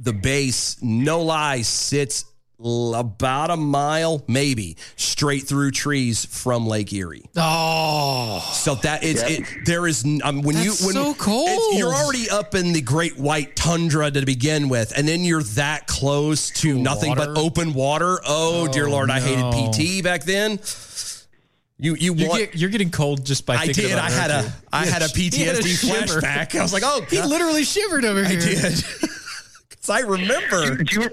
S2: the base, no lie, sits l- about a mile, maybe straight through trees from Lake Erie.
S3: Oh,
S2: So that it's it, there is n- um, when
S3: That's
S2: you when
S3: so
S2: it's-
S3: cold.
S2: you're already up in the great white tundra to begin with, and then you're that close to nothing
S3: water.
S2: but open water. Oh, dear
S3: Oh,
S2: lord, I
S3: no.
S2: hated PT back then. You you
S3: you
S2: want?
S3: get, you're getting cold just by.
S2: I
S3: thinking
S2: did.
S3: About
S2: I
S3: it,
S2: had
S3: aren't
S2: a
S3: you?
S2: I
S3: He
S2: had a
S3: he had a
S2: PTSD
S3: shiver.
S2: flashback. I was like, oh,
S3: He
S2: God,
S3: literally shivered over
S2: I
S3: here.
S2: did. <laughs> 'Cause I remember.
S7: Do you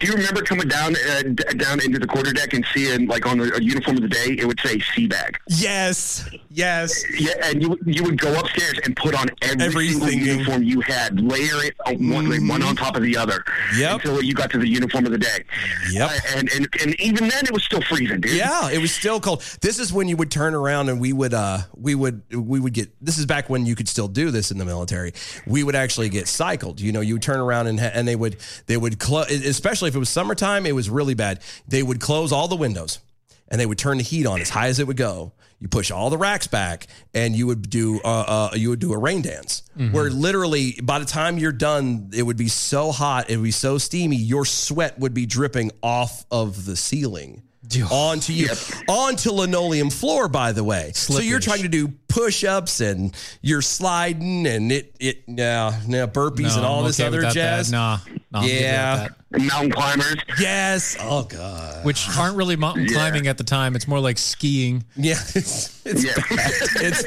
S7: do you remember coming down uh, d- down into the quarter deck and seeing like on the uh, uniform of the day it would say sea bag.
S2: "Oh, Yes, yes.
S7: Yeah, and you would- you would go upstairs and put on every single
S2: Everything. Mm-hmm.
S7: uniform you had, layer it on one like, one on top of the other,
S2: Yep.
S7: until you got to the uniform of the day.
S2: Yep.
S7: Uh, and, and and even then it was still freezing, dude.
S2: Yeah, it was still cold. This is when you would turn around and we would uh we would we would get this is back when you could still do this in the military. We would actually get cycled. You know, you would turn around and ha- and they would they would close especially if it was summertime, it was really bad. They would close all the windows and they would turn the heat on as high as it would go. You push all the racks back, and you would do uh, uh, you would do a rain dance, where literally by the time you're done, it would be so hot, it would be so steamy, your sweat would be dripping off of the ceiling onto you, onto linoleum floor. By the way, so you're
S3: Slippage.
S2: trying to do push ups, and you're sliding, and it it now now burpees
S3: No,
S2: and all
S3: I'm
S2: this
S3: okay
S2: other
S3: without that.
S2: jazz.
S3: Nah, nah I'm good
S2: Yeah.
S3: without that.
S7: Mountain climbers.
S2: Yes. Oh god.
S3: which aren't really mountain climbing at the time. It's more like skiing.
S2: Yeah. <laughs> It's, it's
S7: Yeah.
S2: bad. It's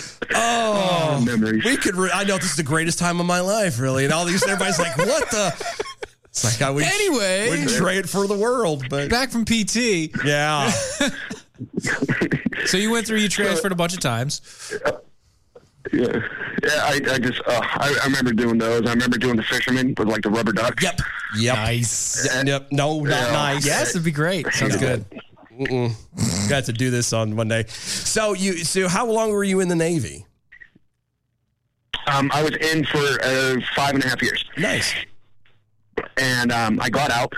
S3: <laughs>
S2: Oh,
S7: memories.
S2: we could. Re- I know this is the greatest time of my life, really, and all these. Everybody's like, "What the?" It's like I would
S3: Anyway.
S2: would trade it for the world, but
S3: Back from PT,
S2: yeah,
S3: <laughs> so you went through, you transferred a bunch of times.
S7: Yeah, yeah. I, I just uh, I, I remember doing those. I remember doing the fisherman with like the rubber duck.
S2: yep, yep,
S3: Nice.
S2: yep, yep. No, not
S7: Yeah.
S2: nice.
S3: Yes, it'd be great. Sounds good.
S2: got to do this on one day. So you, so how long were you in the Navy?
S7: Um, I was in for uh, five and a half years.
S2: Nice.
S7: and um, I got out.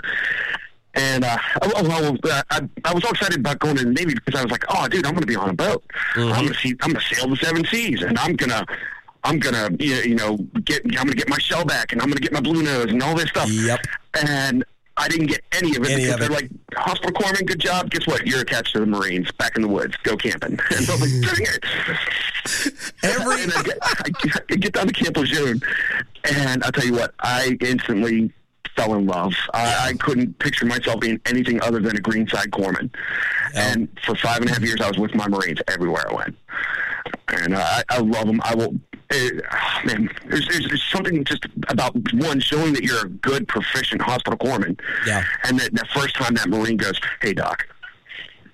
S7: And uh, I, I, I, I was all excited about going to the Navy because I was like, "Oh, dude, I'm going to be on a boat.
S2: Mm-hmm.
S7: I'm going to see. I'm going to sail the seven seas, and I'm gonna, I'm gonna, you you know, get. I'm going to get my shell back, and I'm going to get my blue nose, and all this stuff."
S2: Yep.
S7: And I didn't get any of it
S2: Any
S7: because
S2: of
S7: they're
S2: it.
S7: like, "Hospital corpsman, good job. Guess what? You're attached to the Marines. Back in the woods, go camping." <laughs> And I was like, "Dang
S2: <laughs>
S7: it!" <laughs>
S2: Every
S7: and I get, I get- I get down to Camp Lejeune, and I'll tell you what, I instantly fell in love. I, I couldn't picture myself being anything other than a greenside corpsman. And for five and a half years, I was with my Marines everywhere I went. And uh, I, I love them. I will. It, ah, man, there's, there's, there's something just about one showing that you're a good, proficient hospital corpsman.
S2: Yeah.
S7: And that, that first time that Marine goes, "Hey, doc,"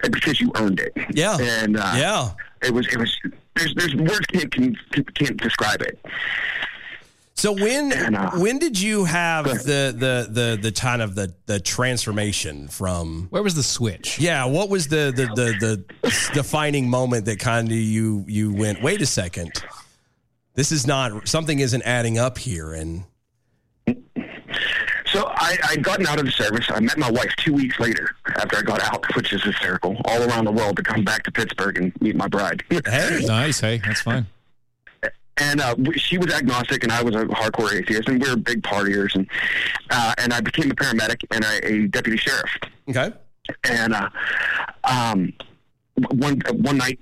S7: because you earned it.
S2: yeah,
S7: And uh,
S2: yeah.
S7: it was it was there's there's words can't can, can't describe it.
S2: So when
S7: <clears throat> And, uh,
S2: when did you have the the the the kind of the the transformation from
S3: Where was the switch?
S2: Yeah, what was the the the, the defining moment that kind of you you went? Wait a second, this is not something isn't adding up here, and
S7: So I I'd gotten out of the service. I met my wife two weeks later after I got out, which is hysterical. All around the world to come back to Pittsburgh and meet my bride.
S2: hey,
S3: Nice. Hey, that's fine.
S7: and uh, we- she was agnostic and I was a hardcore atheist, and we were big partiers. And uh, and I became a paramedic and a, a deputy sheriff.
S2: okay,
S7: and uh, um, one one night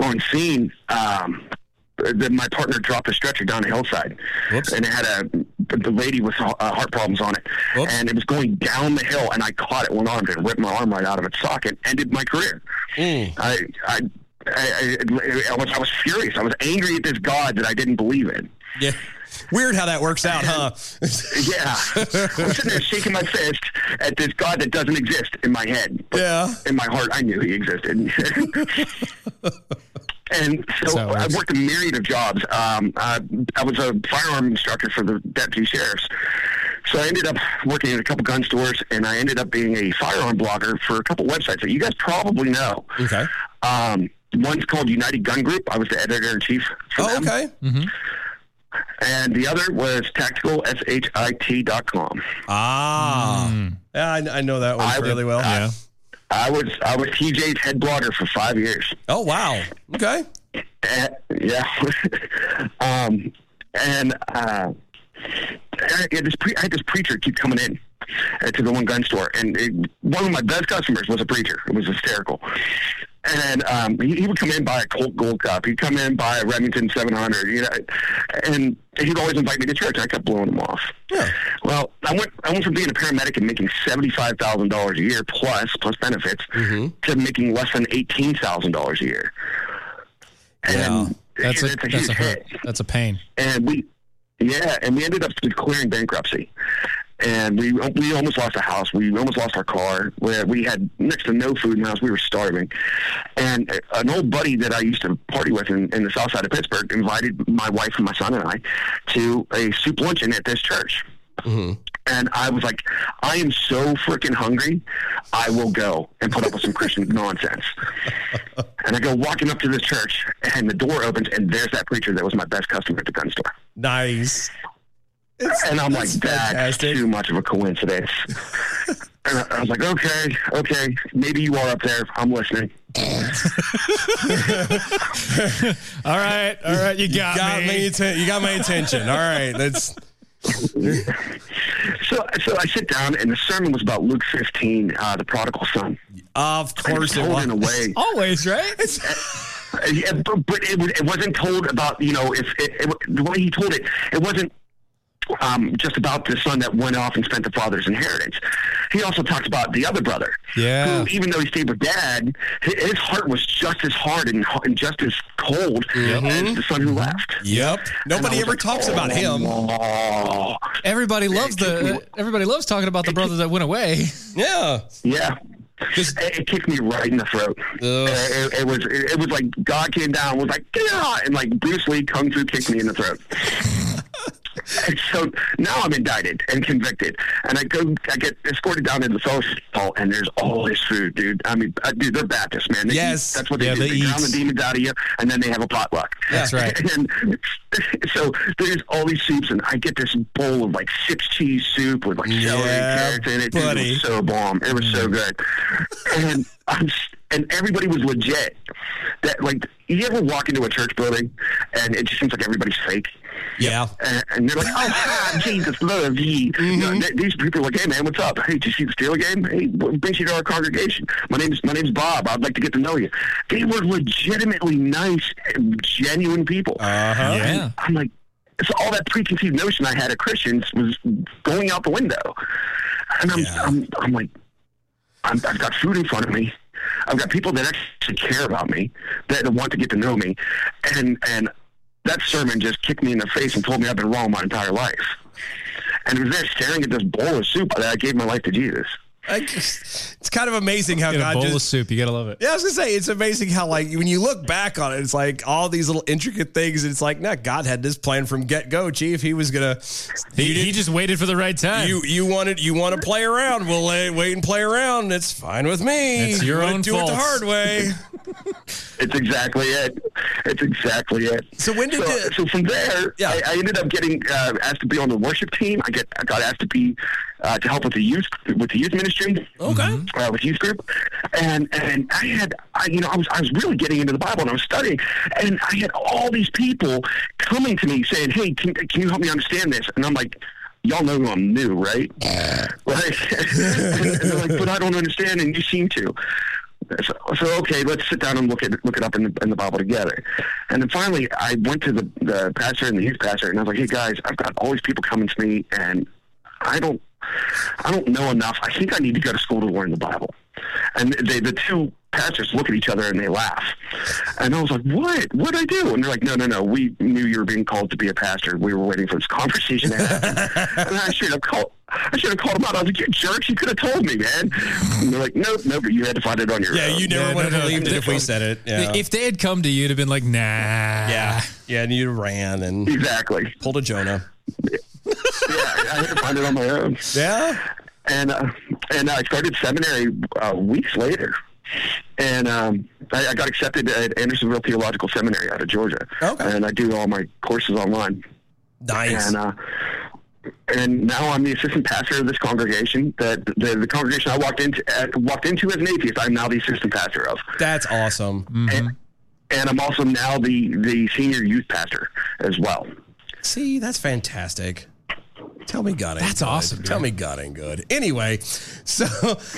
S7: on scene, um, the, my partner dropped a stretcher down the hillside,
S2: Whoops.
S7: and it had a the lady with uh, heart problems on it,
S2: Whoops.
S7: and it was going down the hill, and I caught it one armed and ripped my arm right out of its socket, ended my career.
S2: Mm.
S7: I I. I, I, I, was, I was furious. I was angry at this God that I didn't believe
S2: <laughs>
S7: in.
S2: yeah, weird how that works out, huh?
S7: <laughs> Yeah. I'm sitting there shaking my fist at this God that doesn't exist in my head. But
S2: Yeah.
S7: In my heart, I knew he existed. and so
S3: how it
S7: I
S3: works.
S7: worked a myriad of jobs. Um, I, I was a firearm instructor for the deputy sheriffs. So I ended up working at a couple gun stores, and I ended up being a firearm blogger for a couple websites that you guys probably know.
S2: Okay.
S7: Um, one's called United Gun Group. I was the editor in chief.
S2: Oh, okay.
S7: And the other was tacticalshit.com.
S2: Ah,
S3: Hmm.
S2: Yeah, I, I know that one
S7: I would-
S2: fairly well.
S7: I- I was I was TJ's head blogger for five years.
S2: oh wow. Okay.
S7: Uh, yeah. <laughs> um, and uh, I had this pre- I had this preacher keep coming in uh, to the one gun store, and it, one of my best customers was a preacher. It was hysterical. And um, he, he would come in by a Colt Gold Cup. He'd come in by a Remington 700. You know, and he'd always invite me to church. I kept blowing him off.
S2: Yeah.
S7: Well, I went I went from being a paramedic and making seventy five thousand dollars a year plus plus benefits to making less than eighteen thousand dollars a year.
S2: Yeah.
S7: And
S3: That's a
S7: it's a
S3: that's
S7: huge
S3: a hurt.
S7: hit.
S3: That's a pain.
S7: And we yeah, and we ended up declaring bankruptcy. And we we almost lost a house. We almost lost our car. We we had next to no food in the house. We were starving. And an old buddy that I used to party with in, in the south side of Pittsburgh invited my wife and my son and I to a soup luncheon at this church Mm-hmm. and I was like, I am so freaking hungry. I will go and put up with some Christian nonsense. And I go walking up to this church, and the door opens, and there's that preacher that was my best customer at the gun store.
S2: Nice.
S7: and I'm like, that's
S2: that's fantastic.
S7: too much of a coincidence. and I, I was like, okay, okay, maybe you are up there. I'm listening.
S3: All right, all right, you got,
S2: Got
S3: me.
S2: my atten- you got my attention. All right. That's
S7: <laughs> So, so I sit down, and the sermon was about Luke 15, uh, the prodigal son.
S2: of
S7: And it's
S2: course it
S7: told
S2: was.
S7: in a way.
S3: Always right.
S7: <laughs> Uh, yeah, but, but it, was- it wasn't told about you know if it, it, the way he told it, it wasn't um, just about the son that went off and spent the father's inheritance. He also talked about the other brother,
S3: Yeah.
S7: who even though he stayed with dad, hi- his heart was just as hard and, and just as cold as the son who left.
S2: Mm-hmm. Yep. Nobody ever talks about him.
S7: Oh,
S3: Everybody loves the. uh, Everybody loves talking about the brother that went away.
S2: Yeah.
S7: yeah.
S2: Just-
S7: It, it kicked me right in the throat.
S2: Ugh.
S7: It, it- it was it, it was like God came down and was like get out and like Bruce Lee kung fu kicked me in the
S2: <laughs>
S7: throat. and so now I'm indicted and convicted, and I go I get escorted down into the fellowship hall, and there's all this food, dude. I mean, uh, dude, they're Baptist, man. They eat-
S2: Yes.
S7: that's what they
S3: Yeah,
S7: do.
S3: they
S7: They, drown
S3: eat.
S7: the demons out of you, and then they have a potluck.
S3: That's right.
S7: <laughs> And <laughs> so there's all these soups, and I get this bowl of like six cheese soup with like celery
S2: Yeah,
S7: and carrots in it. Dude,
S2: buddy. Mm.
S7: it was so bomb. It was so good. And I'm, s- and everybody was legit. That like you ever walk into a church building and it just seems like everybody's fake.
S2: Yeah. Mm-hmm.
S7: And, and they're like, "Oh, ah, Jesus loves ye." No, th- these people are like, "Hey, man, what's up? Hey, did you see the Steeler game? Hey, what brings you to our congregation? My name's my name's Bob. I'd like to get to know you." They were legitimately nice, and genuine people.
S2: Uh-huh.
S3: Yeah.
S7: I'm like, so all that preconceived notion I had of Christians was going out the window. And I'm,
S2: Yeah.
S7: I'm, I'm like, I'm, I've got food in front of me. I've got people that actually care about me, that want to get to know me. And, and that sermon just kicked me in the face and told me I've been wrong my entire life. And it was there staring at this bowl of soup that I gave my life to Jesus.
S2: I just- it's kind of amazing how
S3: Get a
S2: God
S3: bowl
S2: just
S3: of soup. You gotta love it.
S2: Yeah, I was gonna say it's amazing how like when you look back on it, it's like all these little intricate things. And it's like, nah, God had this plan from get go, Chief. He was gonna,
S3: He, he just waited for the right time.
S2: you you wanted you want to play around. We'll let, wait and play around. It's fine with me.
S3: It's your
S2: You wanna
S3: own
S2: do it
S3: fault.
S2: the hard way.
S7: It's exactly it. It's exactly it.
S2: So when did
S7: so,
S2: the-
S7: so from there?
S2: Yeah.
S7: I, I ended up getting uh, asked to be on the worship team. I get I got asked to be uh, to help with the youth with the youth ministry.
S2: Okay.
S7: Uh, with youth group, and and I had I, you know I was I was really getting into the Bible and I was studying, and I had all these people coming to me saying, "Hey, can, can you help me understand this?" And I'm like. Y'all know I'm new,
S2: <laughs>
S7: right? Like, <laughs> and they're like, but I don't understand, and you seem to. So, so okay, let's sit down and look it look it up in the, in the Bible together. And then finally, I went to the, the pastor and the youth pastor, and I was like, "Hey guys, I've got all these people coming to me, and I don't I don't know enough. I think I need to go to school to learn the Bible." And they, the two pastors look at each other and they laugh. And I was like, "What? What would I do?" And they're like, "No, no, no. We knew you were being called to be a pastor. We were waiting for this conversation to
S2: <laughs>
S7: happen." and I should have called. I should have called them out. I was like, "You jerks! You could have told me, man." And they're like, "Nope, nope. You had to find it on your
S2: Yeah,
S7: own."
S2: you never
S3: Yeah,
S2: would have
S3: no, no,
S2: believed it if we
S3: different.
S2: said it. Yeah.
S3: <laughs> If they had come to you, to have been like, nah.
S2: yeah, yeah, and you ran and
S7: Exactly.
S2: pulled a Jonah.
S7: yeah, I had to find it on my own.
S2: Yeah.
S7: And uh, and I started seminary uh, weeks later, and um, I, I got accepted at Andersonville Theological Seminary out of Georgia.
S2: Okay.
S7: And I do all my courses online.
S2: Nice.
S7: And uh, and now I'm the assistant pastor of this congregation. That the, the congregation I walked into uh, walked into as an atheist, I'm now the assistant pastor of.
S2: That's awesome.
S3: Mm-hmm.
S7: And, and I'm also now the the senior youth pastor as well.
S2: See, that's fantastic. Tell me God ain't
S3: That's
S2: good.
S3: awesome, dude.
S2: Tell me God ain't good. Anyway, so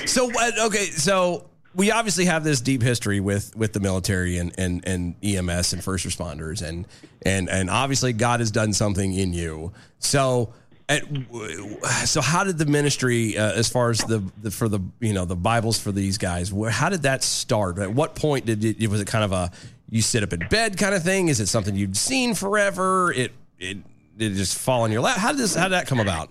S2: so what okay, so we obviously have this deep history with with the military and and and EMS and first responders and and and obviously God has done something in you. So at, so how did the ministry uh, as far as the, the for the you know the bibles for these guys where, how did that start at what point did it was it kind of a you sit up in bed kind of thing is it something you'd seen forever it it did it just fall in your lap how did this how did that come about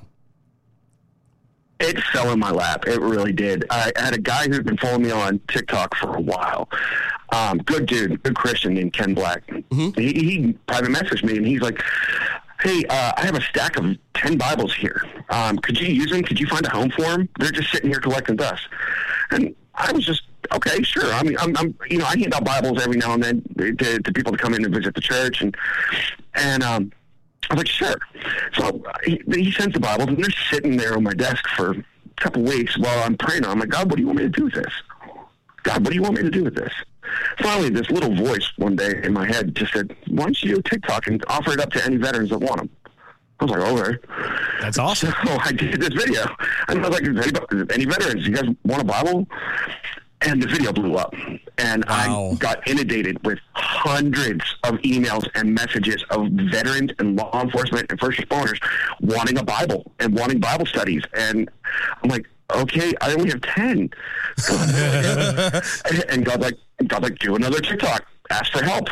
S7: It fell in my lap. It really did. I had a guy who'd been following me on TikTok for a while. Um, good dude, good Christian named Ken Black. He, he private messaged me and he's like, "Hey, uh, I have a stack of ten Bibles here. Um, could you use them? Could you find a home for them? They're just sitting here collecting dust." And I was just okay, sure. I mean, I'm, I'm you know, I hand out Bibles every now and then to, to people to come in and visit the church, and and um, I was like, sure. So he, he sends the Bibles, and they're sitting there on my desk for a couple weeks while I'm praying. I'm like, God, what do you want me to do with this? God, what do you want me to do with this? Finally, this little voice one day in my head just said, why don't you do a TikTok and offer it up to any veterans that want them? I was like, okay.
S3: That's awesome.
S7: <laughs> So I did this video. And I was like, "Does anybody, any veterans, you guys want a Bible? And the video blew up. And
S2: Wow.
S7: I got inundated with hundreds of emails and messages of veterans and law enforcement and first responders wanting a Bible and wanting Bible studies. And I'm like, okay, I only have
S2: <laughs>
S7: 10. and God like, God like, do another TikTok. Ask for help.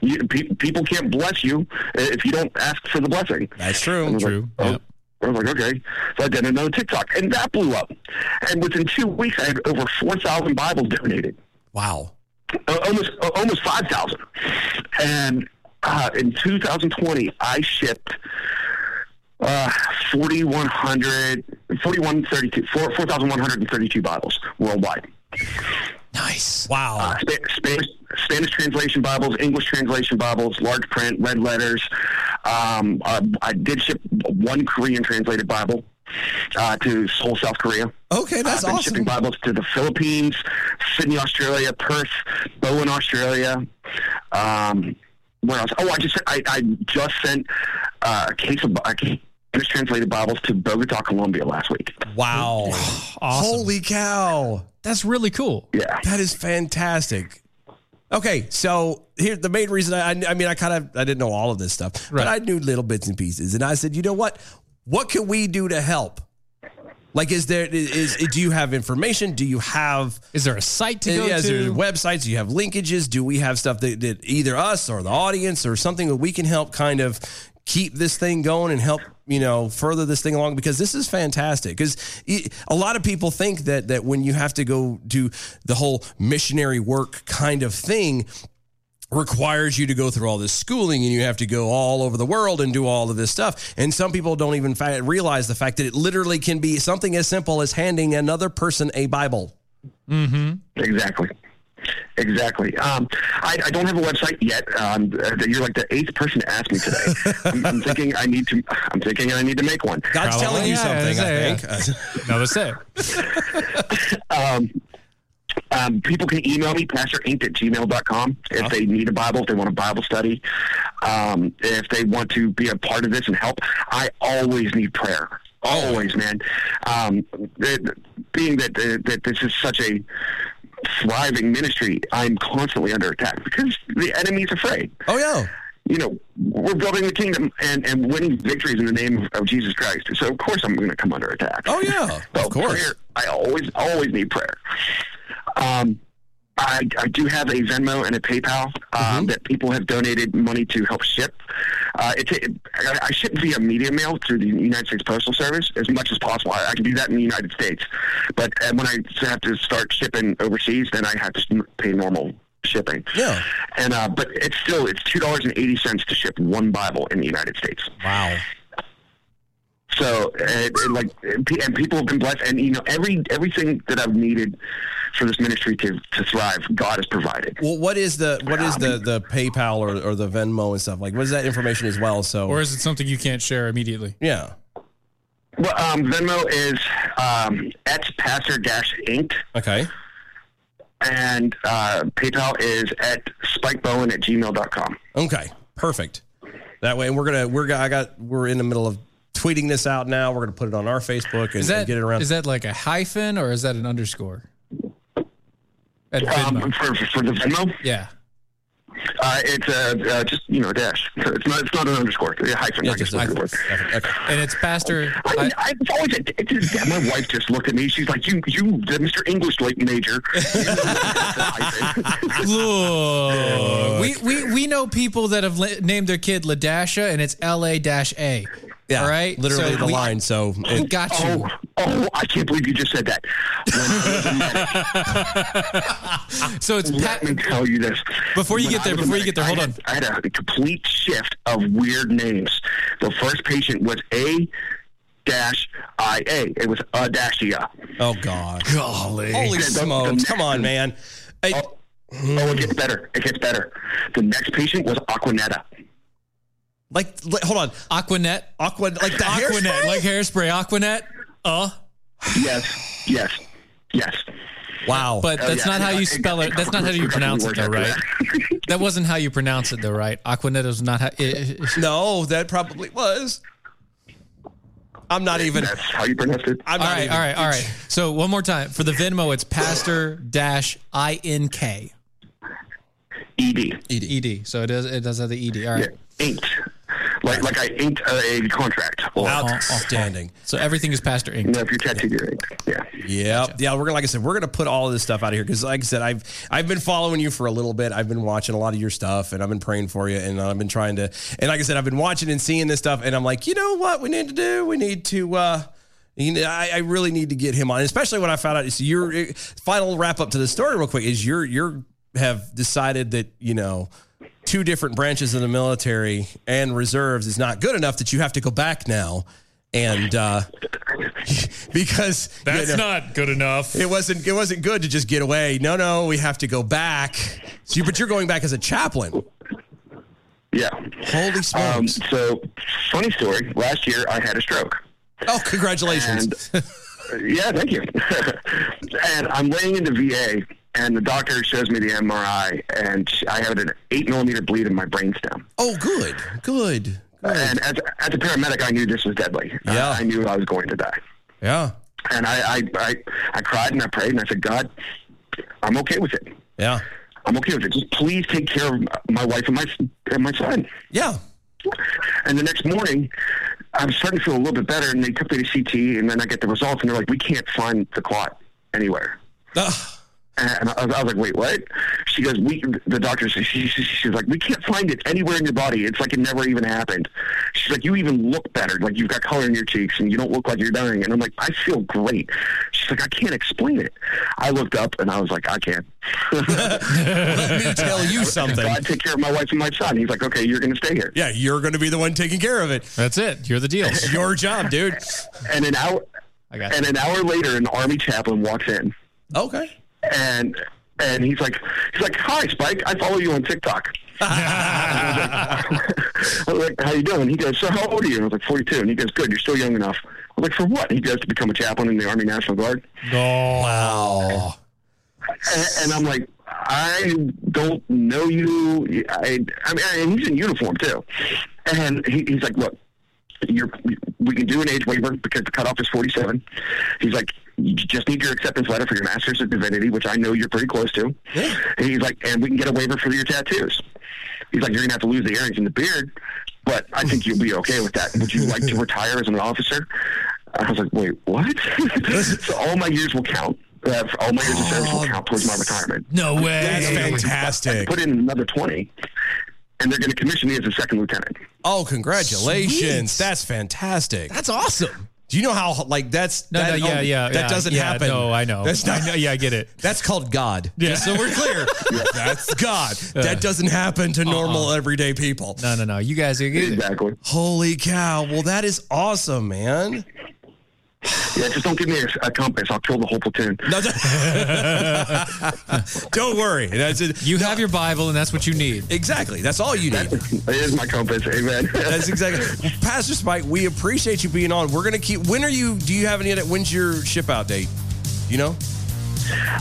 S7: You, pe- people can't bless you if you don't ask for the blessing.
S2: that's true
S7: And I was
S3: True.
S7: Like, oh.
S3: Yep.
S7: I was like, okay. So I did another TikTok, and that blew up. And within two weeks, I had over four thousand Bibles donated,
S2: wow
S7: uh, almost uh, almost five thousand. And uh, in 2020, I shipped uh, 4,100, 4,132 4, 4,132 Bibles worldwide.
S3: Nice.
S2: wow
S7: Uh, Spa- Spanish, Spanish translation Bibles, English translation Bibles, large print, red letters. Um, uh, I did ship one Korean translated Bible uh, to Seoul, South Korea. Uh,
S2: okay that's
S7: I've been shipping
S2: awesome
S7: Bibles to the Philippines, Sydney, Australia, Perth, Bowen, Australia. Um, where else? Oh, I just I, I just sent uh, a case of a case of translated Bibles to Bogota, Colombia last week.
S2: wow
S3: <sighs> Awesome.
S2: holy cow
S3: That's really cool.
S7: Yeah.
S2: That is fantastic. Okay, so here the main reason I, I mean I kind of I didn't know all of this stuff, but
S3: Right.
S2: I knew little bits and pieces, and I said, you know what? What can we do to help? Like, is there is, is do you have information? Do you have
S3: Is there a site to go
S2: yeah, is there
S3: to?
S2: websites? Do you have linkages? Do we have stuff that, that either us or the audience or something that we can help kind of keep this thing going and help you know further this thing along because this is fantastic because a lot of people think that that when you have to go do the whole missionary work kind of thing requires you to go through all this schooling and you have to go all over the world and do all of this stuff. And some people don't even fa- realize the fact that it literally can be something as simple as handing another person a Bible.
S3: Mm-hmm.
S7: Exactly. Exactly. Um, I, I don't have a website yet. Um, uh, you're like the eighth person to ask me
S3: <laughs>
S7: today. I'm, I'm thinking I need to. I'm thinking I need to make one.
S2: God's
S3: Probably.
S2: telling you
S3: Yeah,
S2: something, I
S3: yeah, <laughs>
S2: think.
S3: No, that's it.
S7: <laughs> Um, people can email me, pastorinc at gmail.com, if they need a Bible, if they want a Bible study, um, if they want to be a part of this and help. I always need prayer. Always, man. Um, it, being that, that this is such a thriving ministry, I'm constantly under attack because the enemy's afraid
S2: Oh, yeah.
S7: you know, we're building the kingdom and, and winning victories in the name of, of Jesus Christ. So of course I'm going to come under attack.
S2: Oh, yeah.
S7: So
S2: Of course.
S7: prayer- I always always need prayer. Um, I, I do have a Venmo and a PayPal um, that people have donated money to help ship. Uh, it, it, I I ship via media mail through the United States Postal Service as much as possible. I, I can do that in the United States, but uh, when I have to start shipping overseas, then I have to pay normal shipping.
S2: Yeah.
S7: And uh, but it's still it's two dollars and eighty cents to ship one Bible in the United States.
S2: Wow.
S7: So, and, and like, and pe- and people have been blessed, and you know, every everything that I've needed for this ministry to to thrive, God has provided.
S2: Well, what is the what is the the PayPal or, or the Venmo and stuff like? What is that information as well? So
S3: Or is it something you can't share immediately?
S2: Oh. yeah,
S7: Well, um, Venmo is um, at Pastor Dash Inc.
S2: okay,
S7: and uh, PayPal is at spikebowen at gmail.com.
S2: okay, perfect. That way, and we're gonna we're gonna, I got we're in the middle of tweeting this out now. We're gonna put it on our Facebook and,
S3: Is
S2: and
S3: that
S2: get it around.
S3: is that like a hyphen or is that an underscore? At
S7: Um,
S3: Venmo.
S7: for, for the Venmo,
S3: yeah.
S7: uh, it's uh, uh, just you know dash. So it's not it's not an underscore. A hyphen.
S2: yeah,
S7: I guess
S2: just
S7: would be the word.
S2: okay. okay.
S3: And it's Pastor
S7: I,
S3: I,
S7: I, it's always a, it's just, yeah, my wife just looked at me. She's like, "You, you, the Mr. English late
S3: <laughs>
S7: major."
S3: Look, we, <laughs> we we know people that have la- named their kid Ladasha, and it's L A dash A.
S2: Yeah,
S3: all right.
S2: literally
S3: So
S2: the
S3: we- <laughs>
S2: line. So
S3: We
S2: it,
S3: got you.
S7: oh, oh, I can't believe you just said that.
S3: So it's
S7: Let
S3: Pat.
S7: me tell you this.
S3: Before you
S7: When
S3: get
S7: I
S3: there,
S7: was
S3: before
S7: in
S3: you get there,
S7: I
S3: hold
S7: had-
S3: on.
S7: I had a complete shift of weird names. The first patient was A dash I A. It was a dash ia.
S2: oh god, golly, holy
S7: Yeah, the- the
S2: smokes!
S7: next-
S2: Come on, man. Hey,
S7: Oh, oh, it gets better. It gets better. The next patient was Aquanetta.
S2: like, like, hold on,
S3: Aquanet.
S2: Aqua, like the
S3: Aquanet,
S2: hairspray?
S3: like hairspray. Aquanet. Uh,
S7: Yes, yes, yes.
S2: wow,
S3: but
S7: Oh,
S3: that's
S7: yeah.
S3: not how
S7: Yeah,
S3: you
S7: it-
S3: spell
S7: it-
S3: it. That's not how you
S7: it
S3: pronounce it,
S7: works
S3: though,
S7: after
S3: right?
S7: that.
S3: That wasn't how you pronounce it, though, right? Aquanet is not how. It,
S2: no, that probably was. I'm not even.
S7: That's how you pronounce it.
S2: I'm
S3: all
S2: not
S3: right,
S2: even.
S3: all right, all right. So one more time for the Venmo, it's Pastor dash I N K
S7: Ed.
S3: E D. So it does it does have the E D. All
S7: Yeah,
S3: right.
S7: inked. Like like I inked a, a contract. Well,
S2: Outstanding.
S3: So everything is Pastor Inc.
S7: you know, if you're tattooed, you're inked. Yeah.
S2: Yeah, yeah. We're gonna, like I said, we're gonna put all of this stuff out of here because, like I said, I've I've been following you for a little bit. I've been watching a lot of your stuff, and I've been praying for you, and I've been trying to, and like I said, I've been watching and seeing this stuff, and I'm like, you know what, we need to do, we need to. uh you know, I, I really need to get him on, especially when I found out. So your final wrap up to the story, real quick, is you're you're have decided that you know two different branches of the military and reserves is not good enough that you have to go back now, and uh, because you know-
S3: not good enough.
S2: it wasn't it wasn't good to just get away. No, no, we have to go back. So you, but you're going back as a chaplain.
S7: Yeah.
S2: Holy
S7: Um,
S2: smokes!
S7: so, funny story. Last year, I had a stroke.
S2: oh, congratulations!
S7: And uh, yeah, thank you. <laughs> and I'm laying in the VA, and the doctor shows me the MRI, and sh- I had an eight millimeter bleed in my brainstem.
S2: oh, good, good, good.
S7: And as, as a paramedic, I knew this was deadly. I-
S2: Yeah.
S7: I knew I was going to die.
S2: Yeah,
S7: And I, I, I, I cried and I prayed and I said, God, I'm okay with it.
S2: yeah,
S7: I'm okay with it. Just please take care of my wife and my and my son.
S2: yeah.
S7: And the next morning, I'm starting to feel a little bit better, and they took me to CT, and then I get the results, and they're like, "We can't find the clot anywhere."
S2: Ugh.
S7: And I, was- I was like, "Wait, what?" She goes, "We." The doctor says, she, she, "She's like, we can't find it anywhere in your body. It's like it never even happened." She's like, "You even look better. Like you've got color in your cheeks, and you don't look like you're dying." And I'm like, "I feel great." She's like, "I can't explain it." I looked up, and I was like, "I <laughs>
S2: <laughs>
S7: can."
S2: Let me tell
S3: <laughs>
S2: you something.
S7: God take care of my wife and my son. He's like, "Okay, you're going to stay here."
S2: Yeah, you're going to be the one taking care of it.
S3: That's it. You're the deal.
S2: It's your job, dude.
S7: And an hour,
S3: I got
S7: and an hour later, an army chaplain walks in,
S2: Okay.
S7: and and he's like, he's like, "Hi, Spike. I follow you on TikTok." <laughs> I was like, "How you doing?" He goes, "So how old are you?" I was like, "42." And he goes, "Good. You're still young enough." I was like, "For what?" He goes, "To become a chaplain in the Army National Guard."
S2: Wow.
S7: And, and I'm like, "I don't know you." I, I mean, and he's in uniform too. And he, he's like, "Look, you're, we can do an age waiver because the cutoff is 47. He's like, you just need your acceptance letter for your master's of divinity, which I know you're pretty close to. And he's like, and we can get a waiver for your tattoos. He's like, you're gonna have to lose the earrings and the beard, but I think you'll be okay with that. Would you like to retire as an officer? I was like, wait, what? <laughs> so all my years will count. Uh, all my years of service will count towards my retirement.
S3: No way.
S2: That's fantastic.
S7: Put in another 20, and they're gonna commission me as a second lieutenant.
S2: Oh, congratulations.
S3: Sweet.
S2: That's fantastic.
S3: That's awesome.
S2: Do you know how like that's
S3: No,
S2: that,
S3: no, yeah,
S2: oh,
S3: yeah,
S2: that
S3: yeah,
S2: doesn't
S3: yeah,
S2: happen.
S3: No, I know.
S2: That's not.
S3: I know, yeah, I get it.
S2: That's called God.
S3: Yeah.
S2: Just so we're
S3: <laughs>
S2: clear, that's God. That doesn't happen to normal
S3: Uh-uh.
S2: everyday people.
S3: No, no, no. You guys are good.
S7: Exactly.
S2: Holy cow! Well, that is awesome, man.
S7: Yeah, just don't give me a, a compass. I'll kill the whole platoon.
S2: No, <laughs> don't worry. That's it.
S3: You have your Bible, and that's what you need.
S2: Exactly. That's all Oh, you need.
S7: It is my compass. Amen. <laughs>
S2: That's exactly. Well, Pastor Spike, we appreciate you being on. We're gonna keep. When are you? Do you have any? other- When's your ship out date? You know.
S7: <laughs>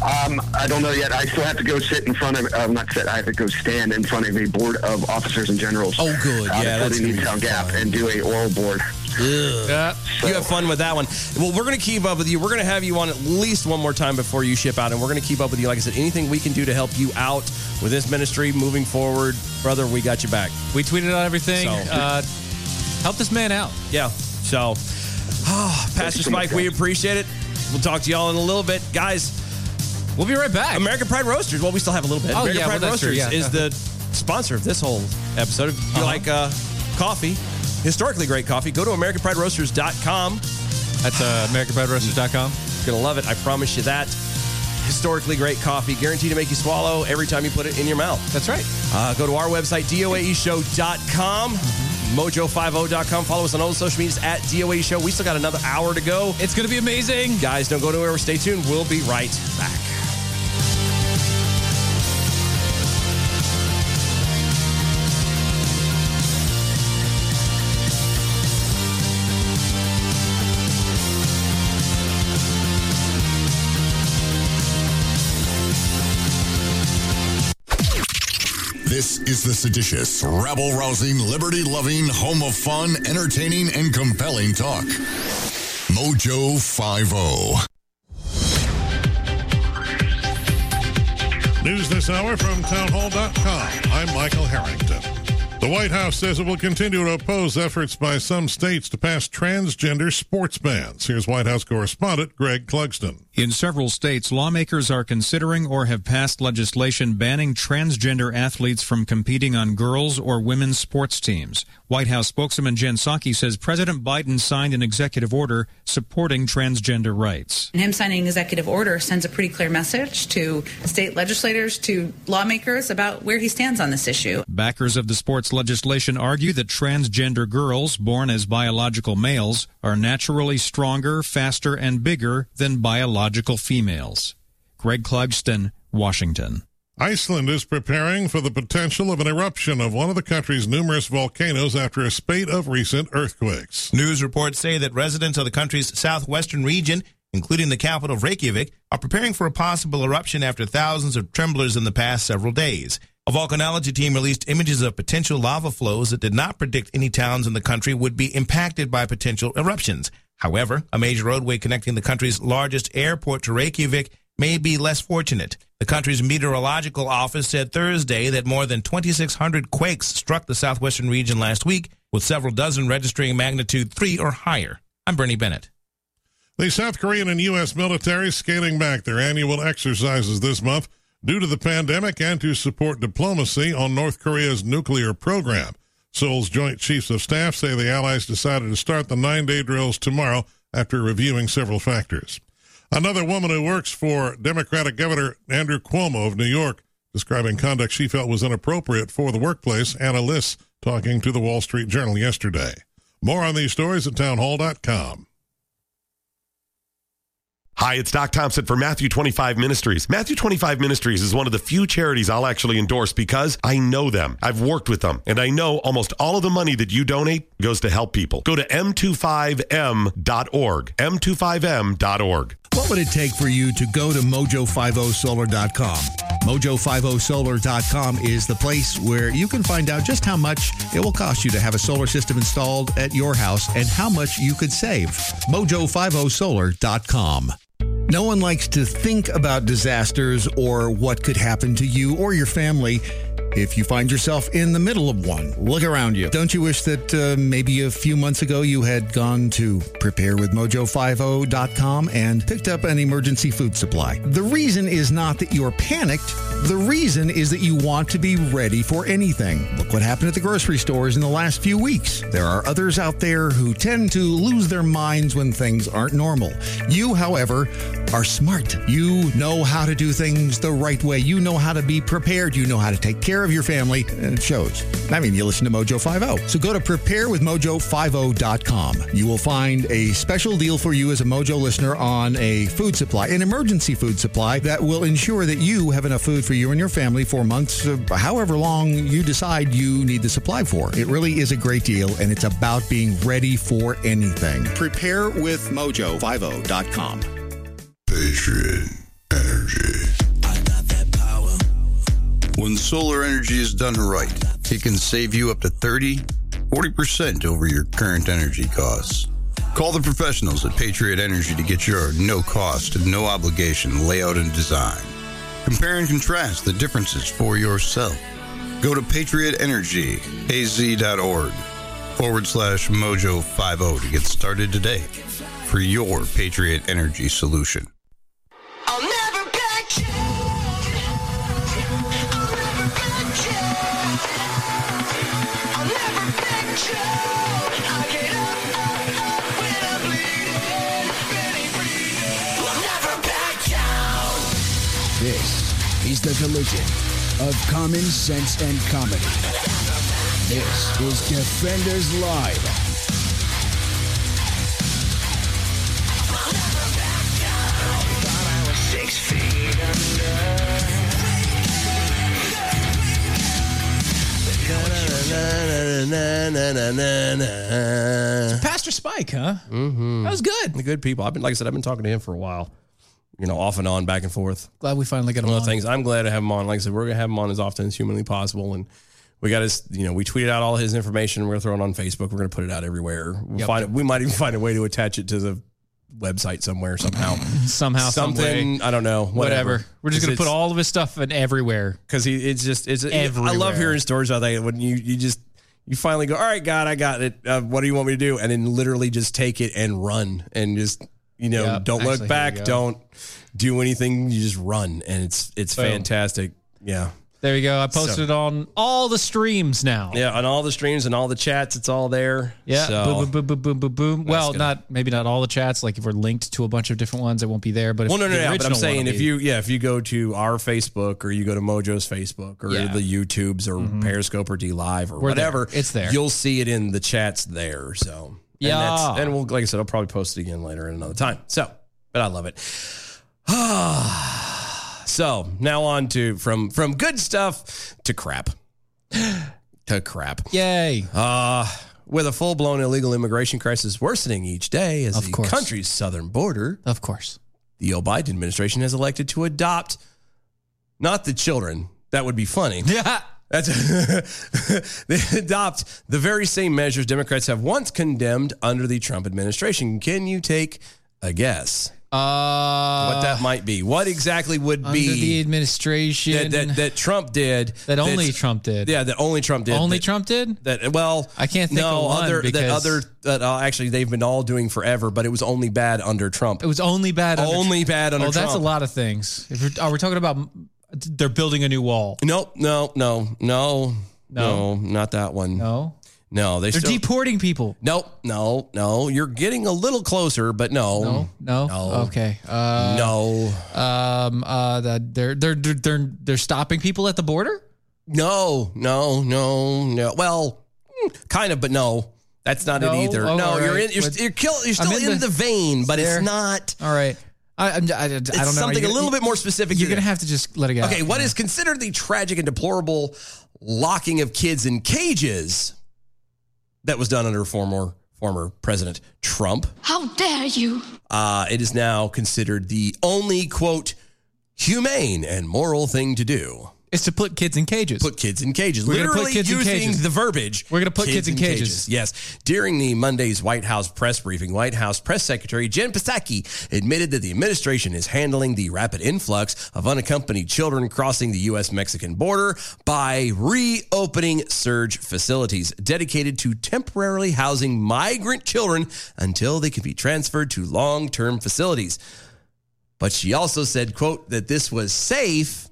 S7: Um, I don't know yet. I still have to go sit in front of, uh, not sit, I have to go stand in front of a board of officers and generals. Uh,
S2: Oh, good.
S7: that's
S2: Yeah, that's
S7: the
S2: gonna be
S7: Newtown Gap
S2: fun.
S7: and do a oral board.
S3: Uh,
S2: You have fun with that one. Well, we're going to keep up with you. We're going to have you on at least one more time before you ship out, and we're going to keep up with you. Like I said, anything we can do to help you out with this ministry moving forward, brother, we got you back.
S3: we tweeted on everything.
S2: So-
S3: Uh, help this man out.
S2: Yeah. So, ah, Pastor Spike, we appreciate it. We'll talk to y'all in a little bit, guys.
S3: We'll be right back.
S2: American Pride Roasters. Well, we still have a little bit.
S3: Oh,
S2: American
S3: yeah,
S2: Pride
S3: well, that's true,
S2: Roasters
S3: yeah. Uh-huh.
S2: is the sponsor of this whole episode. If you like uh, coffee, historically great coffee, go to AmericanPrideRoasters.com.
S3: That's uh, AmericanBreadRoasters.com.
S2: You're gonna love it. I promise you that. Historically great coffee, guaranteed to make you swallow every time you put it in your mouth.
S3: That's right.
S2: Uh, go to our website, doaeshow.com, mojo50.com. Follow us on all the social medias at DOAE E Show. We still got another hour to go.
S3: It's going to be amazing.
S2: Guys, don't go nowhere. Stay tuned. We'll be right back.
S10: This is the seditious, rabble rousing, liberty loving, home of fun, entertaining, and compelling talk. Mojo oh. 50.
S11: News this hour from townhall.com. I'm Michael Harrington. The White House says it will continue to oppose efforts by some states to pass transgender sports bans. Here's White House correspondent Greg Clugston.
S12: In several states, lawmakers are considering or have passed legislation banning transgender athletes from competing on girls' or women's sports teams. White House spokesman Jen Psaki says President Biden signed an executive order supporting transgender rights.
S13: And him signing an executive order sends a pretty clear message to state legislators, to lawmakers about where he stands on this issue.
S12: Backers of the sports legislation argue that transgender girls, born as biological males, are naturally stronger, faster, and bigger than biological females. Greg Clugston, Washington.
S11: Iceland is preparing for the potential of an eruption of one of the country's numerous volcanoes after a spate of recent earthquakes.
S14: News reports say that residents of the country's southwestern region, including the capital of Reykjavik, are preparing for a possible eruption after thousands of tremblers in the past several days. A volcanology team released images of potential lava flows that did not predict any towns in the country would be impacted by potential eruptions. However, a major roadway connecting the country's largest airport to Reykjavik may be less fortunate. The country's meteorological office said Thursday that more than 2,600 quakes struck the southwestern region last week, with several dozen registering magnitude 3 or higher. I'm Bernie Bennett.
S11: The South Korean and U.S. military scaling back their annual exercises this month due to the pandemic and to support diplomacy on North Korea's nuclear program. Seoul's Joint Chiefs of Staff say the allies decided to start the nine day drills tomorrow after reviewing several factors. Another woman who works for Democratic Governor Andrew Cuomo of New York, describing conduct she felt was inappropriate for the workplace, Anna Liss, talking to the Wall Street Journal yesterday. More on these stories at townhall.com.
S15: Hi, it's Doc Thompson for Matthew 25 Ministries. Matthew 25 Ministries is one of the few charities I'll actually endorse because I know them. I've worked with them, and I know almost all of the money that you donate goes to help people. Go to m25m.org. m25m.org.
S16: What would it take for you to go to mojo50solar.com? Mojo50solar.com is the place where you can find out just how much it will cost you to have a solar system installed at your house and how much you could save. Mojo50solar.com. No one likes to think about disasters or what could happen to you or your family. If you find yourself in the middle of one, look around you. Don't you wish that uh, maybe a few months ago you had gone to preparewithmojo50.com and picked up an emergency food supply? The reason is not that you're panicked. The reason is that you want to be ready for anything. Look what happened at the grocery stores in the last few weeks. There are others out there who tend to lose their minds when things aren't normal. You, however, are smart. You know how to do things the right way. You know how to be prepared. You know how to take care of your family, and it shows. I mean, you listen to Mojo 50. So go to preparewithmojo50.com. You will find a special deal for you as a Mojo listener on a food supply, an emergency food supply that will ensure that you have enough food for you and your family for months, uh, however long you decide you need the supply for. It really is a great deal, and it's about being ready for anything. Preparewithmojo50.com.
S17: Patriot Energy. When solar energy is done right, it can save you up to 30, 40% over your current energy costs. Call the professionals at Patriot Energy to get your no cost and no obligation layout and design. Compare and contrast the differences for yourself. Go to patriotenergyaz.org forward slash mojo50 to get started today for your Patriot Energy solution.
S1: This is the collision of common sense and comedy. This is Defenders Live.
S3: Pastor Spike, huh?
S2: Mm-hmm.
S3: That was good.
S2: Good people. I've been, like I said, I've been talking to him for a while. You know, off and on, back and forth.
S3: Glad we finally got him
S2: One
S3: on.
S2: of the things I'm glad to have him on. Like I said, we're gonna have him on as often as humanly possible, and we got his. You know, we tweeted out all his information. We're gonna throw it on Facebook. We're gonna put it out everywhere. We'll
S3: Yep.
S2: find it. We might even find a way to attach it to the website somewhere somehow.
S3: <laughs> Somehow, some
S2: something.
S3: way.
S2: I don't know. Whatever.
S3: Whatever. We're just gonna put
S2: It's-
S3: all of his stuff in everywhere.
S2: because he it's just it's I
S3: Everywhere.
S2: love hearing stories about that when you you just you finally go all right God I got it uh, what do you want me to do and then literally just take it and run and just you know
S3: Yep.
S2: don't
S3: Actually,
S2: look
S3: here we go.
S2: back don't do anything you just run and it's it's
S3: Boom.
S2: fantastic yeah
S3: There you go. I posted
S2: So-
S3: it on all the streams now.
S2: yeah on all the streams and all the chats it's all there
S3: Yeah.
S2: So-
S3: Boom, boom, boom, boom, boom, boom, boom. Well,
S2: good.
S3: not maybe not all the chats. Like if we're linked to a bunch of different ones, it won't be there. But if
S2: well, no,
S3: the
S2: no, no. But
S3: original
S2: I'm
S3: one
S2: saying
S3: will
S2: if
S3: be-
S2: you, yeah, if you go to our Facebook or you go to Mojo's Facebook or
S3: Yeah. Mm-hmm.
S2: the YouTubes or Periscope or D Live or
S3: We're there.
S2: whatever,
S3: It's there.
S2: You'll see it in the chats there. So
S3: Yeah.
S2: and, that's, and we'll like I said, I'll probably post it again later at another time. So, but I love it. <sighs> so now on to from from good stuff to crap <laughs> to crap.
S3: Yay.
S2: Uh, with a full blown illegal immigration crisis worsening each day as
S3: Of
S2: the
S3: course.
S2: country's southern border,
S3: of course,
S2: the Joe Biden administration has elected to adopt not the children. That would be funny.
S3: <laughs> Yeah.
S2: That's <laughs> they adopt the very same measures Democrats have once condemned under the Trump administration. Can you take a guess
S3: uh,
S2: what that might be? What exactly would
S3: under the
S2: be
S3: administration
S2: that, that that Trump did
S3: that only
S2: that's-
S3: Trump did.
S2: Yeah, that only Trump did.
S3: Only
S2: that,
S3: Trump did.
S2: That well,
S3: I can't think
S2: no
S3: of one
S2: other that
S3: because-
S2: other that uh, actually they've been all doing forever, but it was only bad under Trump.
S3: It was only bad. Under
S2: Only bad under
S3: Oh, that's a
S2: Trump.
S3: lot of things. If we're, are we talking about they're building a new wall?
S2: Nope, no, no, no,
S3: No.
S2: no, not that one.
S3: No,
S2: no, they
S3: they're
S2: still,
S3: deporting people.
S2: Nope, no, no. You're getting a little closer, but no,
S3: No, no,
S2: no.
S3: okay, uh,
S2: no,
S3: Um, uh, that they're they're they're they're they're stopping people at the border.
S2: no, no, no, no. Well, mm, kind of, but no. That's not
S3: No?
S2: it either.
S3: Oh,
S2: no,
S3: all
S2: you're
S3: right.
S2: in, you're,
S3: But
S2: you're, kill, you're
S3: I'm
S2: still
S3: in
S2: in,
S3: the-
S2: the, vein, but
S3: there.
S2: it's not.
S3: All right. I, I'm, I, I don't know.
S2: It's something
S3: You're-
S2: a little bit more specific.
S3: You're
S2: than
S3: gonna
S2: that.
S3: have to just let it go.
S2: Okay, what is considered the tragic and deplorable locking of kids in cages that was done under former former President Trump?
S5: How dare you?
S2: Uh, it is now considered the only quote humane and moral thing to do.
S3: It's to put kids in cages.
S2: Put kids in cages.
S3: We're
S2: Literally
S3: gonna put kids in
S2: using
S3: cages.
S2: the verbiage.
S3: We're gonna put kids in cages.
S2: Yes. During the Monday's White House press briefing, White House Press Secretary Jen Psaki admitted that the administration is handling the rapid influx of unaccompanied children crossing the U.S.-Mexican border by reopening surge facilities dedicated to temporarily housing migrant children until they can be transferred to long-term facilities. But she also said, "quote that this was safe."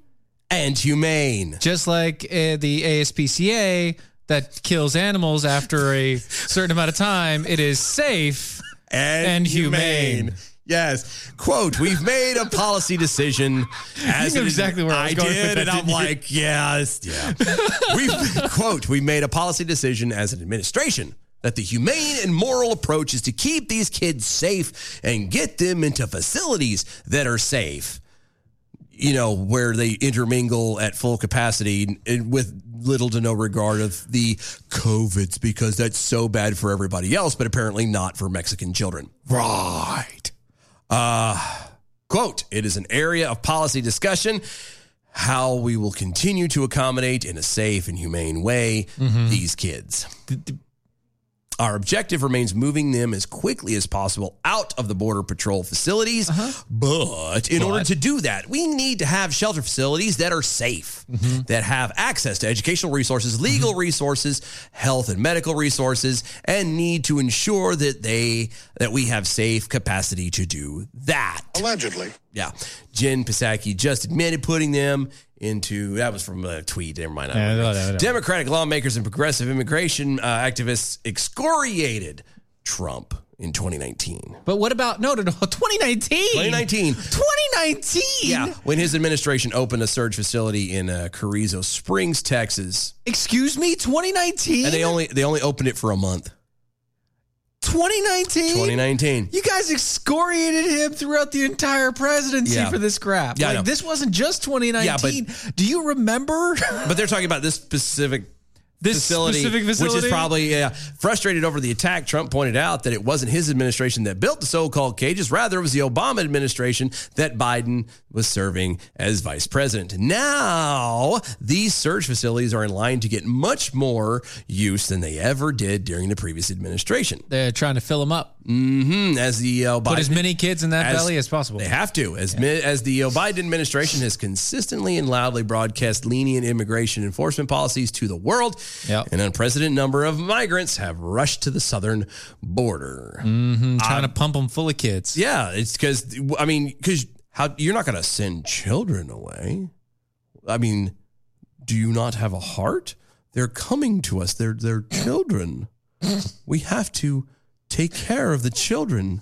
S2: and humane.
S3: Just like uh, the ASPCA that kills animals after a certain amount of time, it is safe
S2: and,
S3: humane.
S2: Yes. Quote, we've made a policy decision. As
S3: You knew
S2: an-
S3: exactly where I was
S2: I
S3: going with
S2: did,
S3: that,
S2: and I'm
S3: didn't you?
S2: like, yes, yeah. we've, <laughs> quote, we made a policy decision as an administration that the humane and moral approach is to keep these kids safe and get them into facilities that are safe. You know, where they intermingle at full capacity and with little to no regard of the COVIDs because that's so bad for everybody else, but apparently not for Mexican children. Right. Uh, quote, it is an
S3: <laughs>
S2: area of policy discussion how we will continue to accommodate in a safe and humane way these kids. Our objective remains moving them as quickly as possible out of the Border Patrol facilities. But in order to do that, we need to have shelter facilities that are safe, that have access to educational resources, legal resources, health and medical resources, and need to ensure that they that we have safe capacity to do that.
S9: Allegedly.
S2: Yeah. Jen Psaki just admitted putting them into that was from a tweet. Never mind. I don't
S3: Yeah,
S2: remember.
S3: no, no, no.
S2: Democratic lawmakers and progressive immigration uh, activists excoriated Trump in 2019.
S3: But what about no, no, no, 2019,
S2: 2019.
S3: 2019.
S2: Yeah, when his administration opened a surge facility in uh, Carrizo Springs, Texas,
S3: Excuse me, 2019.
S2: and they only they only opened it for a month.
S3: 2019.
S2: 2019.
S3: You guys excoriated him throughout the entire presidency
S2: Yeah.
S3: for this crap.
S2: Yeah, I
S3: like
S2: know.
S3: this wasn't just 2019.
S2: Yeah,
S3: Do you remember?
S2: But they're talking about this specific
S3: This specific
S2: which
S3: facility?
S2: is probably yeah, frustrated over the attack. Trump pointed out that it wasn't his administration that built the so-called cages; rather, it was the Obama administration that Biden was serving as vice president. Now, these surge facilities are in line to get much more use than they ever did during the previous administration.
S3: <laughs> They're trying to fill him up.
S2: Mm-hmm. As the uh,
S3: Put as
S2: Biden-
S3: many kids in that
S2: as-
S3: belly as possible.
S2: They have to, as mi- as the Biden administration has consistently and loudly broadcast lenient immigration enforcement policies to the world. An unprecedented number of migrants have rushed to the southern border. Uh,
S3: hmm trying to pump them full of kids.
S2: Yeah, it's because I mean, because how you're not going to send children away. I mean, do you not have a heart? They're coming to us. They're they're children. we have to take care of the children.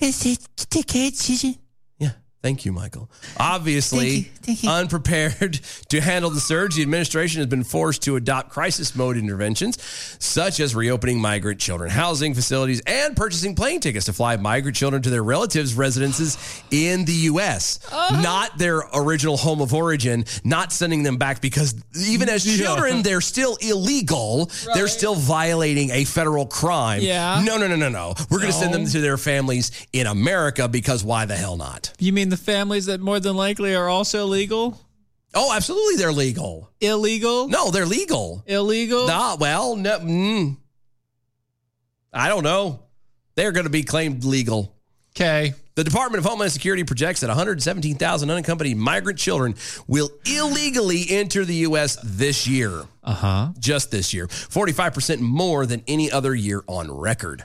S2: Is it the kids? Thank you, Michael. Obviously, unprepared to handle the surge, the administration has been forced to adopt crisis mode interventions, such as reopening migrant children housing facilities and purchasing plane tickets to fly migrant children to their relatives' residences in the U.S.,
S3: Oh.
S2: not their original home of origin, not sending them back because even as
S3: Yeah.
S2: children, they're still illegal. They're still violating a federal crime.
S3: Yeah.
S2: No, no, no, no, no. We're going to send them
S3: No.
S2: to their families in America because why the hell not?
S3: You mean the families that more than likely are also legal?
S2: Oh, absolutely, they're legal.
S3: Illegal?
S2: No, they're legal.
S3: Illegal?
S2: Nah, well, no, mm, I don't know. They're going to be claimed legal.
S3: Okay.
S2: The Department of Homeland Security projects that 117,000 unaccompanied migrant children will illegally enter the U.S. this year.
S3: Uh huh.
S2: Just this year. 45% more than any other year on record.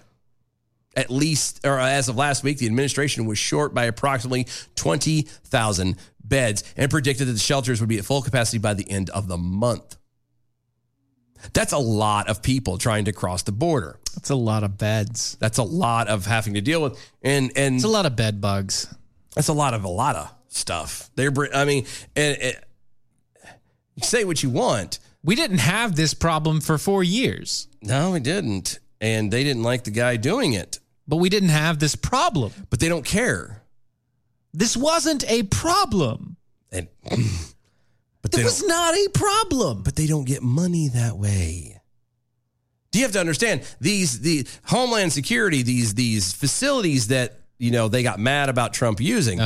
S2: At least, or as of last week, the administration was short by approximately 20,000 beds and predicted that the shelters would be at full capacity by the end of the month. That's a lot of people trying to cross the border.
S3: That's a lot of beds.
S2: That's a lot of having to deal with, and and it's a
S3: lot of bed bugs.
S2: That's a lot of a lot of stuff. They're, br- I mean, and, and you say what you want.
S3: We didn't have this problem for four years.
S2: No, we didn't, and they didn't like the guy doing it.
S3: But we didn't have this problem.
S2: But they don't care.
S3: This wasn't a problem.
S2: And <clears throat>
S3: but
S2: they
S3: it was
S2: don't-
S3: not a problem.
S2: But they don't get money that way. Do you have to understand these the Homeland Security these these facilities that you know they got mad about Trump using?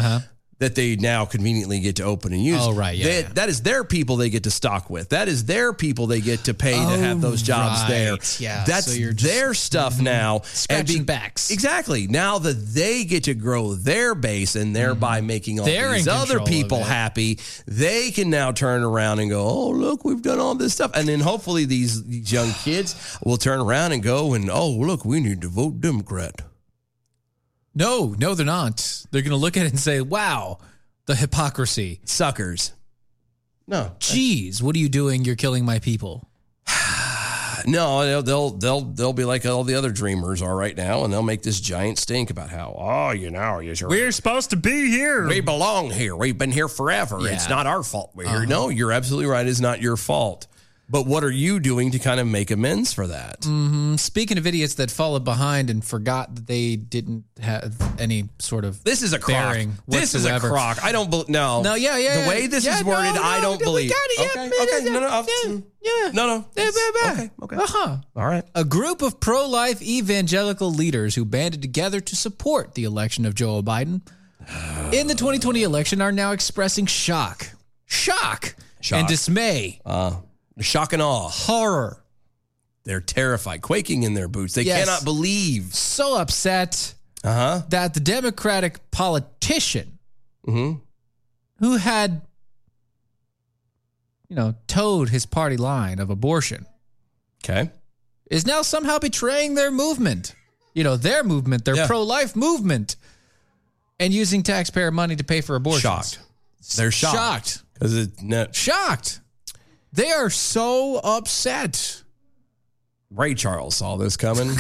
S2: that they now conveniently get to open and use.
S3: Uh-huh. Oh, right, yeah,
S2: That- That is their people they get to stock with. That is their people they get to pay to have those jobs there.
S3: Oh, right, yeah.
S2: That's
S3: So you're just-
S2: their stuff now.
S3: Mm-hmm. Scratching backs.
S2: Exactly. Now that they get to grow their base and thereby making all
S3: Mm-hmm. They're in
S2: these other
S3: control of
S2: people
S3: it.
S2: happy, they can now turn around and go, oh, look, we've done all this stuff. And then hopefully these,
S3: <sighs>
S2: these young kids will turn around and go and, oh, look, we need to vote Democrat.
S3: No, no, they're not. They're going to look at it and say, wow, the hypocrisy.
S2: Suckers. No.
S3: Jeez, what are you doing? You're killing my people.
S2: No, they'll, they'll they'll they'll be like all the other dreamers are right now, and they'll make this giant stink about how oh you know you sure
S5: We're supposed to be here.
S2: we belong here. We've been here forever.
S5: Yeah.
S2: It's not our fault we're
S3: Uh-huh.
S2: here. No, you're absolutely right. It's not your fault. But what are you doing to kind of make amends for that?
S3: hmm Speaking of idiots that followed behind and forgot that they didn't have any sort of
S2: This is a crock.
S3: bearing
S2: This is a
S3: whatsoever.
S2: crock. I don't believe. No.
S3: No, yeah, yeah,
S2: Um, The
S3: yeah.
S2: way this
S3: Yeah,
S2: is worded,
S3: no,
S2: I
S3: no,
S2: don't
S3: we
S2: believe.
S3: got it, yeah,
S2: okay.
S3: man,
S2: okay. No. No. I've- Mm.
S3: Yeah.
S2: No. No.
S3: Okay. Okay. Uh huh.
S2: All right.
S3: A group of pro life evangelical leaders who banded together to support the election of Joe Biden in the 2020 election are now expressing shock, shock,
S2: Shock.
S3: and dismay,
S2: Uh, shock and awe.
S3: horror.
S2: They're terrified, quaking in their boots. They
S3: Yes.
S2: cannot believe.
S3: So upset
S2: Uh huh.
S3: that the Democratic politician
S2: hmm
S3: who had, you know, towed his party line of abortion
S2: Okay.
S3: is now somehow betraying their movement. You know, their movement, their
S2: Yeah.
S3: pro life movement, and using taxpayer money to pay for abortions.
S2: Shocked. They're shocked.
S3: Shocked.
S2: Because it's not
S3: Shocked. They are so upset.
S2: Ray Charles saw this
S3: <laughs>
S2: coming,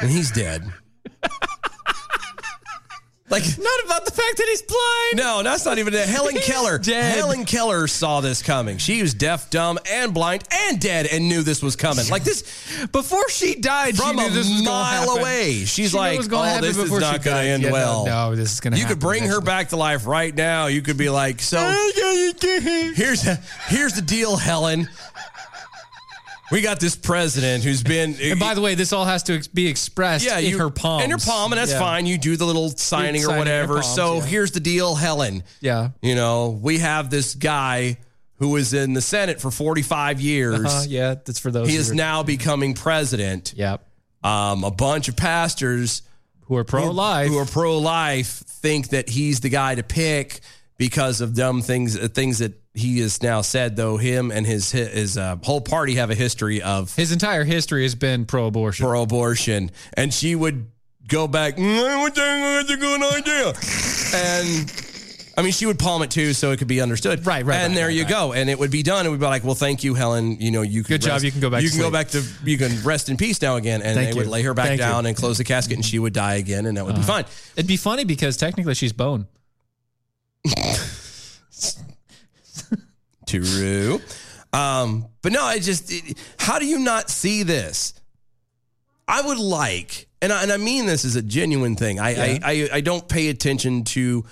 S2: and he's dead. Like
S3: not about the fact that he's blind.
S2: No, that's not even it. Helen
S3: He's
S2: Keller.
S3: dead.
S2: Helen Keller saw this coming. She was deaf, dumb, and blind, and dead, and knew this was coming. Like this
S3: Before she died, she
S2: from
S3: knew
S2: a
S3: this was gonna
S2: mile
S3: happen.
S2: away. She's
S3: She knew it
S2: like,
S3: was gonna
S2: "Oh,
S3: happen
S2: this is
S3: before she
S2: not going to
S3: died."
S2: end
S3: Yeah, no,
S2: well."
S3: no, this is gonna
S2: You could
S3: happen
S2: bring her
S3: eventually.
S2: back to life right now. You could be like, "So here's here's the deal, Helen. We got this president who's been
S3: And by the way, this all has to ex- be expressed in
S2: you-
S3: her palm.
S2: In your palm, and that's fine. You do the little
S3: signing
S2: signing or
S3: in your
S2: whatever.
S3: palms,
S2: so
S3: yeah.
S2: here's the deal, Helen.
S3: Yeah.
S2: You know, we have this guy who was in the Senate for 45 years.
S3: Uh-huh, yeah, that's for those.
S2: He
S3: who
S2: is
S3: are-
S2: now becoming president.
S3: Yep.
S2: Um, a bunch of pastors
S3: who are pro-life.
S2: who, are pro-life think that he's the guy to pick because of dumb things uh, things that he has now said. Though him and his his uh, whole party have a history of
S3: His entire history has been pro-abortion.
S2: pro-abortion, and she would go back. "Mm, I think That's a good idea, and. I mean, she would palm it too, so it could be understood. Right,
S3: right,
S2: And
S3: right,
S2: there
S3: right,
S2: you
S3: right.
S2: go, and it would be done. And we'd be like, "Well, thank you, Helen. You know, you can
S3: Good job.
S2: rest-
S3: You can go back
S2: You
S3: to
S2: can go
S3: sleep."
S2: back to you can rest in peace now again." And
S3: Thank
S2: they would
S3: you.
S2: lay her back
S3: Thank you.
S2: down and close the casket, and she would die again, and that would be fine.
S3: Uh-huh. It'd be funny because technically she's bone.
S2: True. Um, but no, I just, it- how do you not see this? I would like, and I, and I mean this as a genuine thing. I,
S3: Yeah.
S2: I, I, I don't pay attention to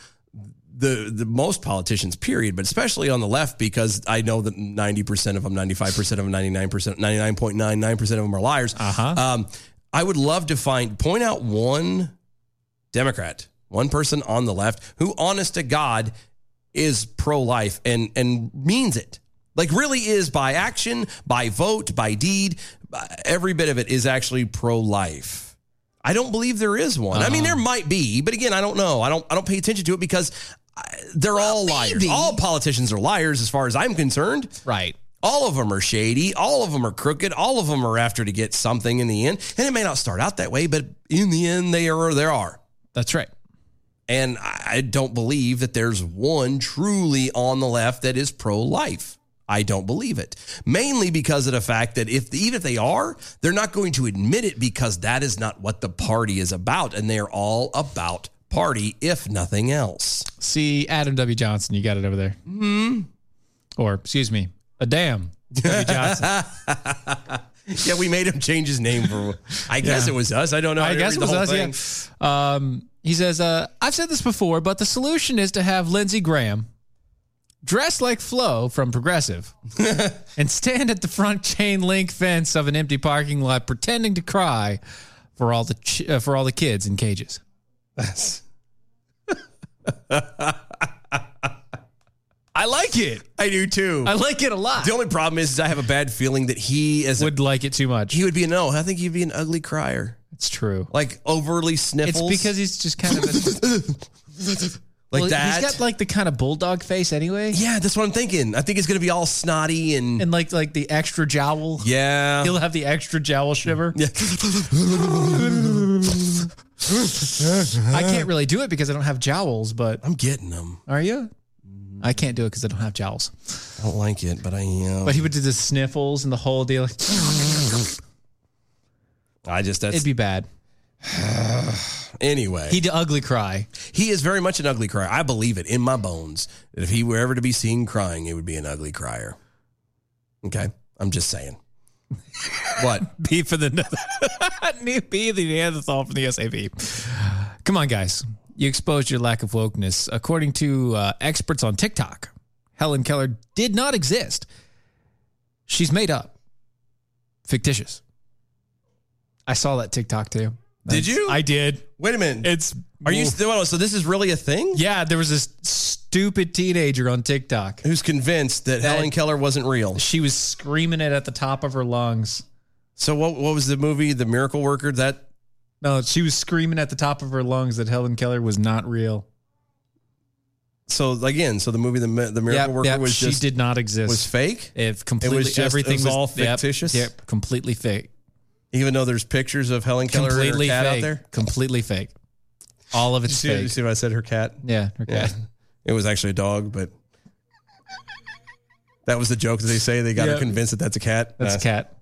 S2: the the most politicians, period, but especially on the left because I know that ninety percent of them, ninety five percent of them, ninety nine percent, ninety nine point nine nine percent of them are liars. Uh-huh. Um, I would love to find point out one Democrat, one person on the left who, honest to God, is pro life and and means it. Like really is by action, by vote, by deed, by- every bit of it is actually pro life. I don't believe there is one. I mean, there might be, but again, I don't know. I don't. I don't pay attention to it because I- they're all liars. All politicians are liars, as far as I'm concerned.
S3: Right.
S2: All of them are shady. All of them are crooked. All of them are after to get something in the end. And it may not start out that way, but in the end, they are. There are.
S3: That's right.
S2: And I I don't believe that there's one truly on the left that is pro life. I don't believe it. Mainly because of the fact that if even if they are, they're not going to admit it because that is not what the party is about. And they're all about party, if nothing else.
S3: See Adam W. Johnson, you got it over there. Hmm. Or excuse me, a damn
S2: <laughs>
S3: W. Johnson.
S2: yeah, we made him change his name for I guess
S3: Yeah.
S2: it was us. I don't know.
S3: I
S2: to
S3: guess
S2: read
S3: it
S2: the
S3: was
S2: whole
S3: us.
S2: thing.
S3: Yeah. Um, he says, uh, "I've said this before, but the solution is to have Lindsey Graham dress like Flo from
S2: <laughs>
S3: Progressive and stand at the front chain link fence of an empty parking lot, pretending to cry for all the ch- uh, for all the kids in cages."
S2: That's
S3: I like it.
S2: I do too.
S3: I like it a lot.
S2: The only problem is, is I have a bad feeling that he as
S3: would like it too much.
S2: He would be a no. I think he'd be an ugly crier.
S3: It's true.
S2: Like overly sniffles.
S3: It's because he's just kind of a,
S2: <laughs> Like
S3: Well,
S2: that.
S3: He's got like the kind of bulldog face anyway.
S2: yeah, that's what I'm thinking. I think it's gonna be all snotty and
S3: and like like the extra jowl.
S2: yeah.
S3: He'll have the extra jowl shiver.
S2: Yeah.
S3: I can't really do it because I don't have jowls, but
S2: I'm getting them.
S3: Are you? I can't do it because I don't have jowls.
S2: I don't like it, but I am.
S3: But he would do the sniffles and the whole deal.
S2: I just that's
S3: It'd be bad.
S2: <sighs> anyway.
S3: He'd ugly cry.
S2: He is very much an ugly crier. I believe it in my bones that if he were ever to be seen crying, it would be an ugly crier. Okay, I'm just saying.
S3: <laughs>
S2: what?
S3: B for the <laughs> new B the Neanderthal from the SAP. Come on, guys. You exposed your lack of wokeness. According to uh, experts on TikTok, Helen Keller did not exist. She's made up, fictitious. I saw that TikTok too.
S2: <laughs> Did you?
S3: I did.
S2: Wait a minute.
S3: It's
S2: Are you still? oh, So this is really a thing?
S3: Yeah, there was this stupid teenager on TikTok
S2: who's convinced that, Helen Keller wasn't real.
S3: She was screaming it at the top of her lungs.
S2: So what? What was the movie? The Miracle Worker. That
S3: No, she was screaming at the top of her lungs that Helen Keller was not real.
S2: so again. So the movie, the Mi- the Miracle
S3: Yep,
S2: Worker
S3: yep,
S2: was
S3: she
S2: just
S3: did not exist.
S2: was fake.
S3: If completely
S2: just- it
S3: everything's
S2: was
S3: all yep,
S2: fictitious.
S3: Yep, completely fake.
S2: Even though there's pictures of Helen Keller and her
S3: completely
S2: cat
S3: fake.
S2: out there.
S3: Completely fake. All of
S2: Did you
S3: it's
S2: see, did you
S3: fake.
S2: see what I said? Her cat.
S3: Yeah, her cat.
S2: It was actually a dog, but that was the joke that they say. They got
S3: Yep.
S2: her convinced that that's a cat.
S3: That's a
S2: Uh,
S3: cat.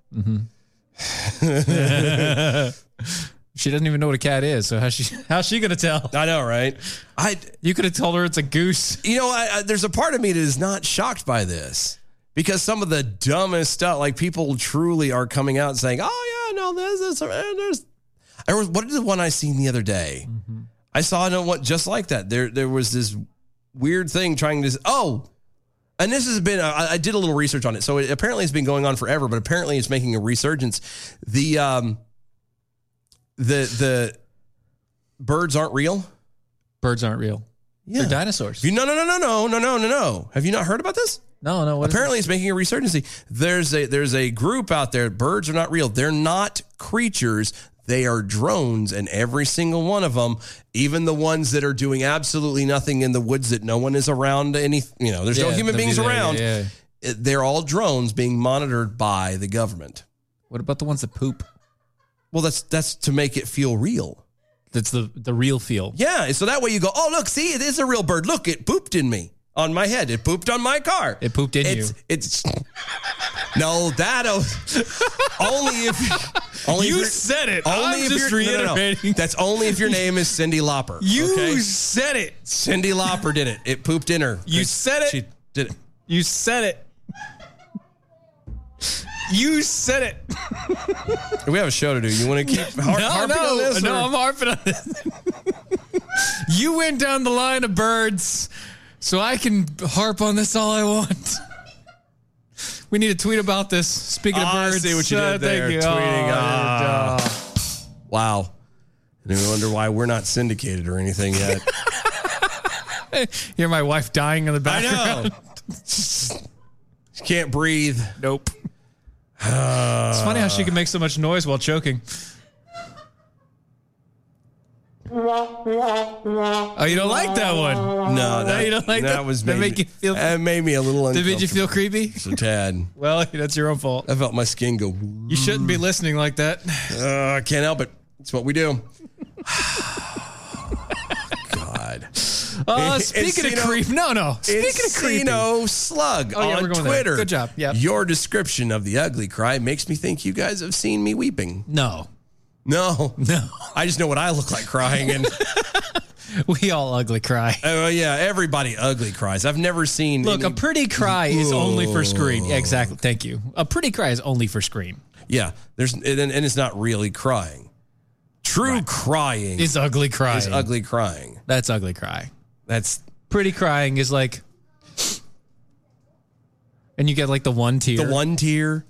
S3: Mhm. <laughs> she doesn't even know what a cat is, so how's she how's she gonna tell?
S2: I know, right? I
S3: you could have told her it's a goose.
S2: you know, I, I, there's a part of me that is not shocked by this because some of the dumbest stuff, like people truly are coming out and saying, "Oh yeah, no, this is there's." There was what is the one I seen the other day?
S3: Mm-hmm.
S2: I saw another one just like that. There, there was this weird thing trying to. Oh, and this has been. I, I did a little research on it, so it, apparently it's been going on forever, but apparently it's making a resurgence. The um, the the birds aren't real.
S3: Birds aren't real.
S2: Yeah.
S3: They're dinosaurs.
S2: You, no, no, no, no, no, no, no, no, no. Have you not heard about this?
S3: No, no. What is
S2: Apparently, it's making a resurgency. There's a there's a group out there. Birds are not real. They're not creatures. They are drones, and every single one of them, even the ones that are doing absolutely nothing in the woods that no one is around. Any, you know, there's no
S3: Yeah, they'll
S2: human
S3: be
S2: beings
S3: there,
S2: around.
S3: yeah, yeah.
S2: Uh, They're all drones being monitored by the government.
S3: What about the ones that poop?
S2: Well, that's that's to make it feel real.
S3: That's the the real feel.
S2: Yeah, so that way you go, oh look, see, it is a real bird. Look, it pooped in me on my head. It pooped on my car.
S3: It pooped in
S2: it's,
S3: you.
S2: It's no, that only if only if
S3: You
S2: you're-
S3: said it. I'm just
S2: you're- no, no, no.
S3: reiterating.
S2: That's only if your name is Cindy Lauper.
S3: <laughs> You
S2: okay?
S3: said it.
S2: Cindy Lauper did it. It pooped in her.
S3: You said it.
S2: She did it.
S3: You said it. You said it.
S2: We have a show to do. You want to keep har-
S3: <laughs> no,
S2: harping
S3: no,
S2: on this?
S3: no.
S2: or-
S3: I'm harping on this. <laughs> you went down the line of birds, so I can harp on this all I want. We need to tweet about this. Speaking of
S2: Ah, I
S3: birds,
S2: see what you
S3: Uh,
S2: did there.
S3: Thank you.
S2: Tweeting.
S3: Oh,
S2: Ah. Wow. And we wonder why we're not syndicated or anything yet.
S3: <laughs> Hear my wife dying in the
S2: I
S3: background.
S2: know. <laughs> She can't breathe.
S3: Nope. It's funny how she can make so much noise while choking. <laughs> Oh, you don't like that one?
S2: No, that,
S3: you don't like
S2: that,
S3: that?
S2: was
S3: That
S2: made
S3: make
S2: me-
S3: you feel-
S2: that made me a little
S3: Did
S2: uncomfortable.
S3: it you feel creepy?
S2: Just a tad?
S3: <laughs> Well, that's your own fault.
S2: I felt my skin go.
S3: You shouldn't be listening like that.
S2: Uh, I can't help it. It's what we do. God.
S3: Uh,
S2: <laughs> And-
S3: speaking
S2: and
S3: of
S2: Cino-
S3: creep, no, no. Speaking of creepy,
S2: Encino Slug
S3: Oh, yeah,
S2: on
S3: we're going there.
S2: Twitter.
S3: Good job. Yep.
S2: Your description of the ugly cry makes me think you guys have seen me weeping.
S3: no,
S2: No,
S3: no.
S2: <laughs> I just know what I look like crying,
S3: <laughs>
S2: and
S3: We all ugly cry.
S2: oh yeah, everybody ugly cries. I've never seen.
S3: Look, a
S2: any-
S3: pretty cry is only for screen. Yeah, exactly. Thank you. A pretty cry is only for screen.
S2: yeah, there's and, and it's not really crying. True crying
S3: Is ugly crying.
S2: is ugly crying.
S3: That's ugly cry.
S2: That's
S3: Pretty crying is like, and you get like the one tear.
S2: the one tear.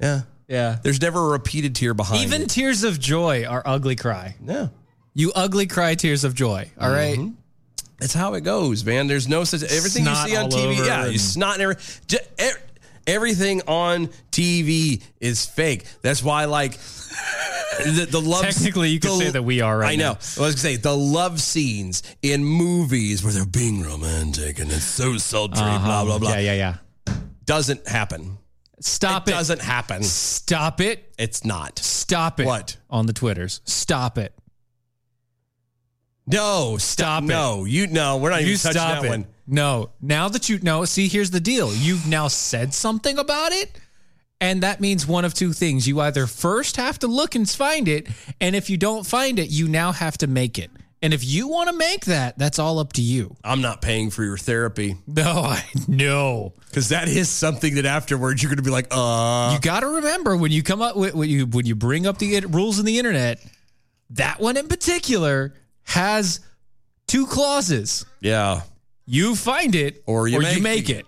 S2: Yeah.
S3: Yeah.
S2: There's never a repeated tear behind.
S3: Even
S2: it.
S3: tears of joy are ugly cry.
S2: no.
S3: You ugly cry tears of joy. All right.
S2: Mm-hmm. That's how it goes, man. There's no such everything
S3: Snot
S2: you see on
S3: all
S2: TV.
S3: over
S2: Yeah, you
S3: and-
S2: snot and every, ju- e- everything on TV is fake. That's why, like the, the
S3: <laughs>
S2: love.
S3: Technically, you could say that we are right
S2: I know.
S3: now.
S2: Well, I was gonna say the love scenes in movies where they're being romantic and it's so sultry, blah
S3: Uh-huh.
S2: blah blah.
S3: Yeah, yeah,
S2: yeah. Doesn't happen.
S3: Stop it.
S2: Doesn't happen.
S3: Stop it.
S2: It's not.
S3: Stop it.
S2: What?
S3: On the Twitters. Stop it.
S2: No, stop.
S3: it.
S2: No, you no. We're not
S3: you
S2: even touching
S3: stop
S2: that
S3: it.
S2: one.
S3: No. Now that you know, see, here's the deal. You've now said something about it. And that means one of two things. You either first have to look and find it. And if you don't find it, you now have to make it. And if you want to make that, that's all up to you.
S2: I'm not paying for your therapy.
S3: No, I know.
S2: Because that is something that afterwards you're going to be like, uh.
S3: You got to remember when you come up with when you when you bring up the in- rules in the internet, that one in particular has two clauses.
S2: Yeah.
S3: You find it
S2: Or you make
S3: it.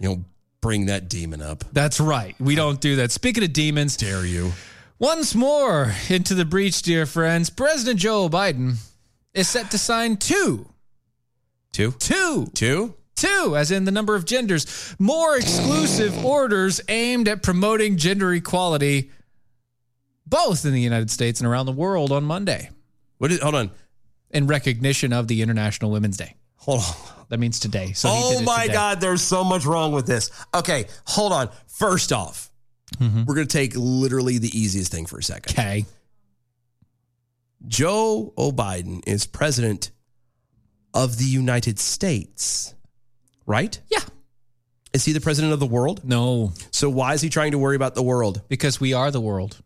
S2: You know, bring that demon up.
S3: That's right. We don't do that. Speaking of demons,
S2: dare you.
S3: Once more into the breach, dear friends. President Joe Biden is set to sign two
S2: Two?
S3: Two.
S2: Two?
S3: Two, as in the number of genders, more exclusive orders aimed at promoting gender equality, both in the United States and around the world on Monday.
S2: What is, hold on.
S3: In recognition of the International Women's Day.
S2: Hold on.
S3: That means today. So he did
S2: oh
S3: it
S2: my
S3: today.
S2: God, there's so much wrong with this. Okay, hold on. First off, we're going to take literally the easiest thing for a second.
S3: Mm-hmm. Okay.
S2: Joe O'Biden is president of the United States, right?
S3: Yeah.
S2: Is he the president of the world?
S3: No.
S2: So why is he trying to worry about the world?
S3: Because we are the world.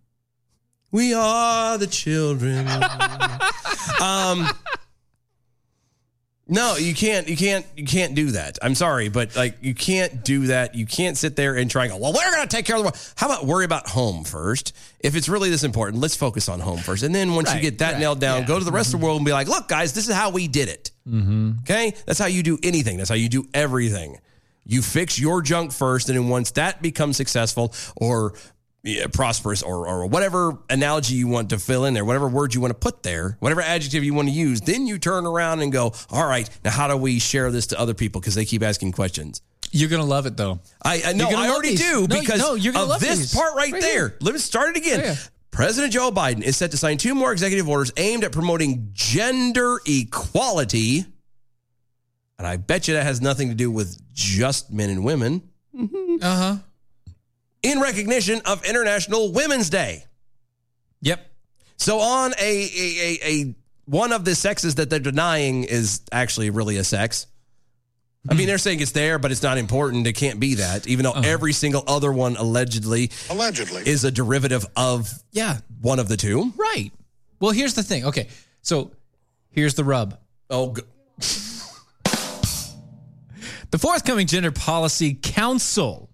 S2: We are
S3: <laughs>
S2: the children. um No, you can't you can't you can't do that. I'm sorry, but like you can't do that. You can't sit there and try and go, well, we're gonna take care of the world. How about worry about home first? If it's really this important, let's focus on home first. And then once you
S3: Right,
S2: get that
S3: right,
S2: nailed down,
S3: yeah.
S2: go to the rest of the world and be like, look, guys, this is how we did it.
S3: Mm-hmm.
S2: Okay? That's how you do anything. That's how you do everything. You fix your junk first, and then once that becomes successful or yeah, prosperous or, or whatever analogy you want to fill in there, whatever word you want to put there, whatever adjective you want to use, then you turn around and go, all right, now how do we share this to other people? Because they keep asking questions.
S3: You're gonna love it though.
S2: I, I no,
S3: You're gonna
S2: I
S3: love
S2: already
S3: these.
S2: do
S3: No,
S2: because
S3: no, you're gonna
S2: of
S3: love
S2: this
S3: these.
S2: part right,
S3: Right
S2: there.
S3: here.
S2: Let me start it again.
S3: Yeah, yeah.
S2: President Joe Biden is set to sign two more executive orders aimed at promoting gender equality. And I bet you that has nothing to do with just men and women
S3: Uh huh.
S2: in recognition of International Women's Day.
S3: Yep.
S2: So on a a, a, a one of the sexes that they're denying is actually really a sex. I mean, they're saying it's there, but it's not important. It can't be that, even though every single other one allegedly
S9: Allegedly.
S2: is a derivative of
S3: Yeah.
S2: one of the two.
S3: Right. Well, here's the thing. Okay. So here's the rub.
S2: Oh, g-
S3: The forthcoming Gender Policy Council.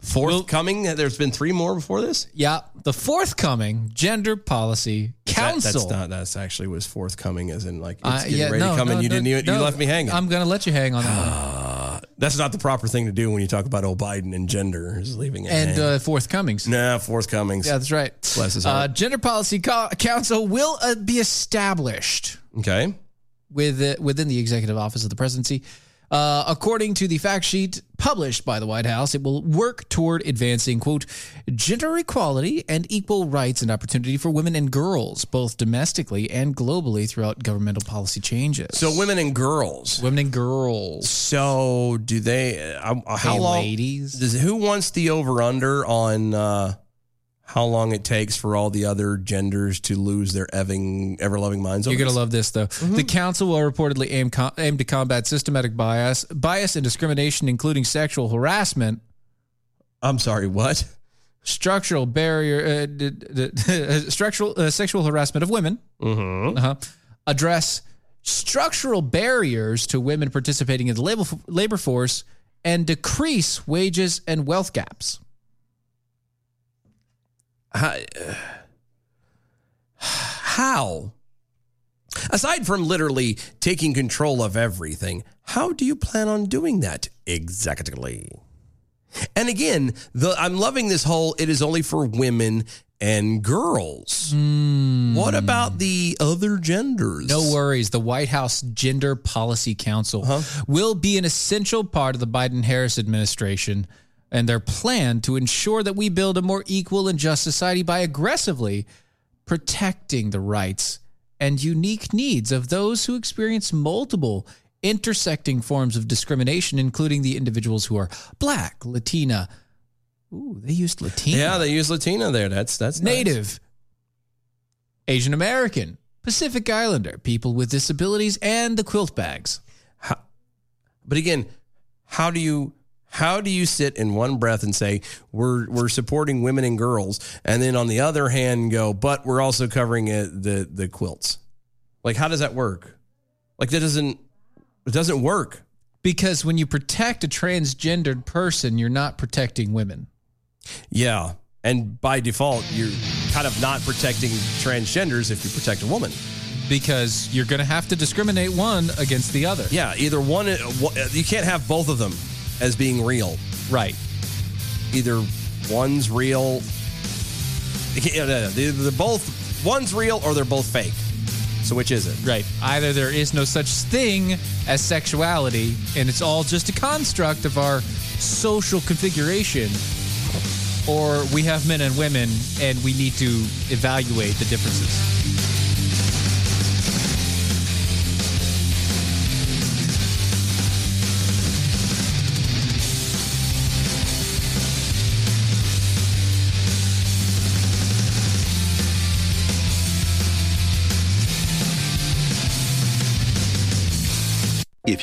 S2: forthcoming. There's been three more before this.
S3: Yeah. The forthcoming Gender Policy
S2: That-
S3: Council.
S2: that's not. That's actually was forthcoming, as in like it's
S3: Uh,
S2: getting ready to come, and you didn't. even you
S3: no,
S2: left me hanging.
S3: I'm going to let you hang on that one.
S2: Ah, that's not the proper thing to do when you talk about oh Biden and gender is leaving it.
S3: And
S2: hanging.
S3: uh, forthcomings.
S2: nah, forthcoming.
S3: Yeah, that's right.
S2: Bless his
S3: Uh,
S2: heart.
S3: Gender Policy Co- Council will uh, be established
S2: okay.
S3: with uh, within the executive office of the presidency. Uh, according to the fact sheet published by the White House, it will work toward advancing, quote, gender equality and equal rights and opportunity for women and girls, both domestically and globally throughout governmental policy changes.
S2: So women and girls.
S3: women and girls.
S2: So do they? Uh, uh, how
S3: Hey,
S2: long?
S3: ladies.
S2: Does, who wants the over under on uh, how long it takes for all the other genders to lose their eving, ever loving minds?
S3: You're
S2: over
S3: going to
S2: this? Mm-hmm.
S3: love this, though. The council will reportedly aim, co- aim to combat systematic bias, bias and discrimination, including sexual harassment,
S2: I'm sorry. What?
S3: structural barrier, uh, d- d- d- <laughs> structural uh, sexual harassment of women,
S2: Mm-hmm.
S3: uh-huh, address structural barriers to women participating in the labor, labor force, and decrease wages and wealth gaps.
S2: How, <sighs> how? Aside from literally taking control of everything, how do you plan on doing that exactly? And again, the, I'm loving this whole it is only for women and girls.
S3: Hmm.
S2: What about the other genders?
S3: No worries. The White House Gender Policy Council will be an essential part of the Biden Harris administration and their plan to ensure that we build a more equal and just society by aggressively protecting the rights and unique needs of those who experience multiple intersecting forms of discrimination, including the individuals who are black, Latina. Ooh, they used Latina.
S2: Yeah, they use Latina there. That's that's nice.
S3: Native, Asian American, Pacific Islander, people with disabilities, and the quilt bags.
S2: But again, how do you how do you sit in one breath and say we're we're supporting women and girls, and then on the other hand go, but we're also covering uh the the quilts? Like, how does that work? Like that doesn't it doesn't work.
S3: Because when you protect a transgendered person, you're not protecting women.
S2: Yeah, and by default, you're kind of not protecting transgenders if you protect a woman.
S3: Because you're going to have to discriminate one against the other.
S2: Yeah, either one, uh, you can't have both of them as being real.
S3: Right.
S2: Either one's real, yeah, no, no, they're they're both, one's real or they're both fake. So which is it?
S3: Right. Either there is no such thing as sexuality, and it's all just a construct of our social configuration, or we have men and women, and we need to evaluate the differences.
S5: If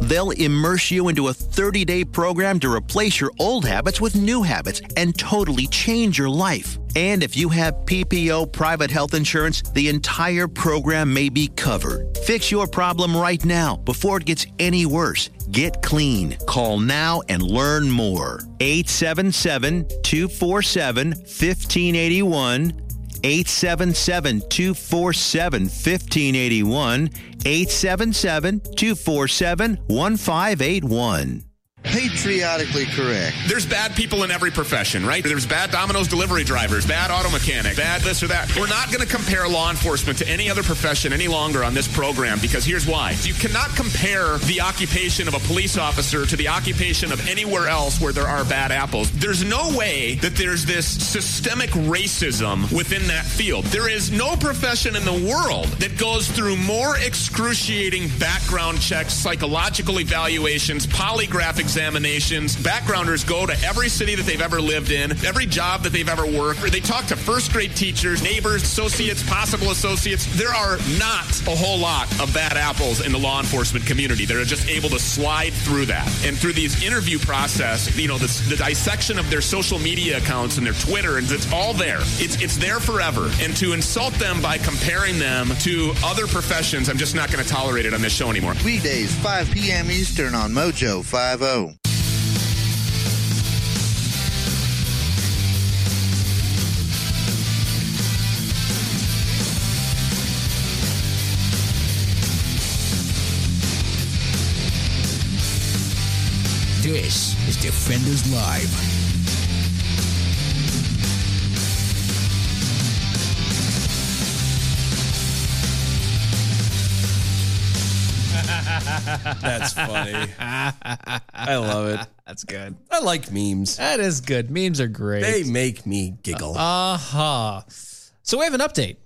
S5: They'll immerse you into a 30 day program to replace your old habits with new habits and totally change your life. And if you have PPO private health insurance, the entire program may be covered. Fix your problem right now before it gets any worse. Get clean. Call now and learn more. 877 247 1581. 877 247 1581. 877 247 1581.
S18: Patriotically correct. There's bad people in every profession, right? There's bad Domino's delivery drivers, bad auto mechanic, bad this or that. We're not going to compare law enforcement to any other profession any longer on this program because here's why. You cannot compare the occupation of a police officer to the occupation of anywhere else where there are bad apples. There's no way that there's this systemic racism within that field. There is no profession in the world that goes through more excruciating background checks, psychological evaluations, polygraph examinations. Backgrounders go to every city that they've ever lived in, every job that they've ever worked. They talk to first grade teachers, neighbors, associates, possible associates. There are not a whole lot of bad apples in the law enforcement community that are just able to slide through that. And through these interview process, you know, this, the dissection of their social media accounts and their Twitter, and it's all there. It's, it's there forever. And to insult them by comparing them to other professions, I'm just not going to tolerate it on this show anymore.
S19: Weekdays, 5 p.m. Eastern on Mojo oh. 50.
S1: This is Defenders Live.
S2: <laughs> That's funny. I love it.
S3: <laughs> That's good.
S2: I like memes.
S3: That is good. Memes are great.
S2: They make me giggle.
S3: Uh huh. So we have an update.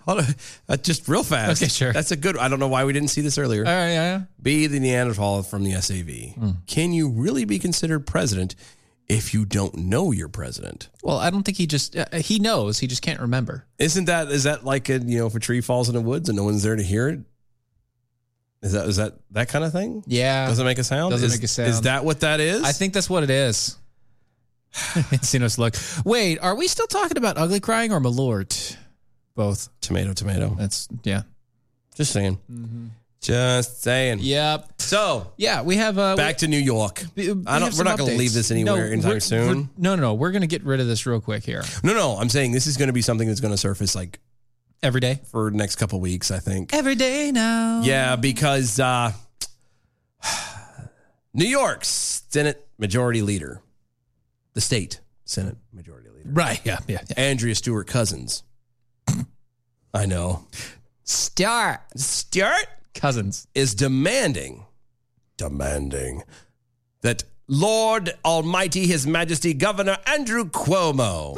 S2: <laughs> Hold on. Uh, just real fast.
S3: Okay, sure.
S2: That's a good. I don't know why we didn't see this earlier.
S3: All right, yeah, Hmm. yeah.
S2: Be the Neanderthal from the SAV. Can you really be considered president if you don't know you're president?
S3: Well, I don't think he just uh, he knows. He just can't remember.
S2: Isn't that is that like a you know if a tree falls in the woods and no one's there to hear it? Is that is that that kind of thing?
S3: Yeah.
S2: Does it make a sound?
S3: Doesn't
S2: is,
S3: make a sound.
S2: Is that what that is?
S3: I think that's what it is. Encino's look. Wait, are we still talking about ugly crying or Malort? Both.
S2: Tomato, tomato.
S3: That's yeah.
S2: Just saying. Just saying.
S3: Yep.
S2: So
S3: yeah, we have uh,
S2: back to New York.
S3: we- we
S2: I
S3: have
S2: don't, we're
S3: some
S2: not going to
S3: updates.
S2: leave this
S3: No,
S2: anywhere
S3: we're-
S2: anytime
S3: we're-
S2: soon.
S3: No, no, no. We're going to get rid of this real quick here.
S2: No, no. I'm saying this is going to be something that's going to surface like
S3: every day
S2: for next couple weeks. I think.
S3: Every day now.
S2: Yeah, because uh, <sighs> New York's Senate Majority Leader, the state Senate Majority Leader,
S3: right? Yeah, yeah.
S2: Andrea Stewart Cousins. I know.
S3: Start.
S2: Stewart
S3: Cousins
S2: is demanding, demanding that Lord Almighty, His Majesty Governor Andrew Cuomo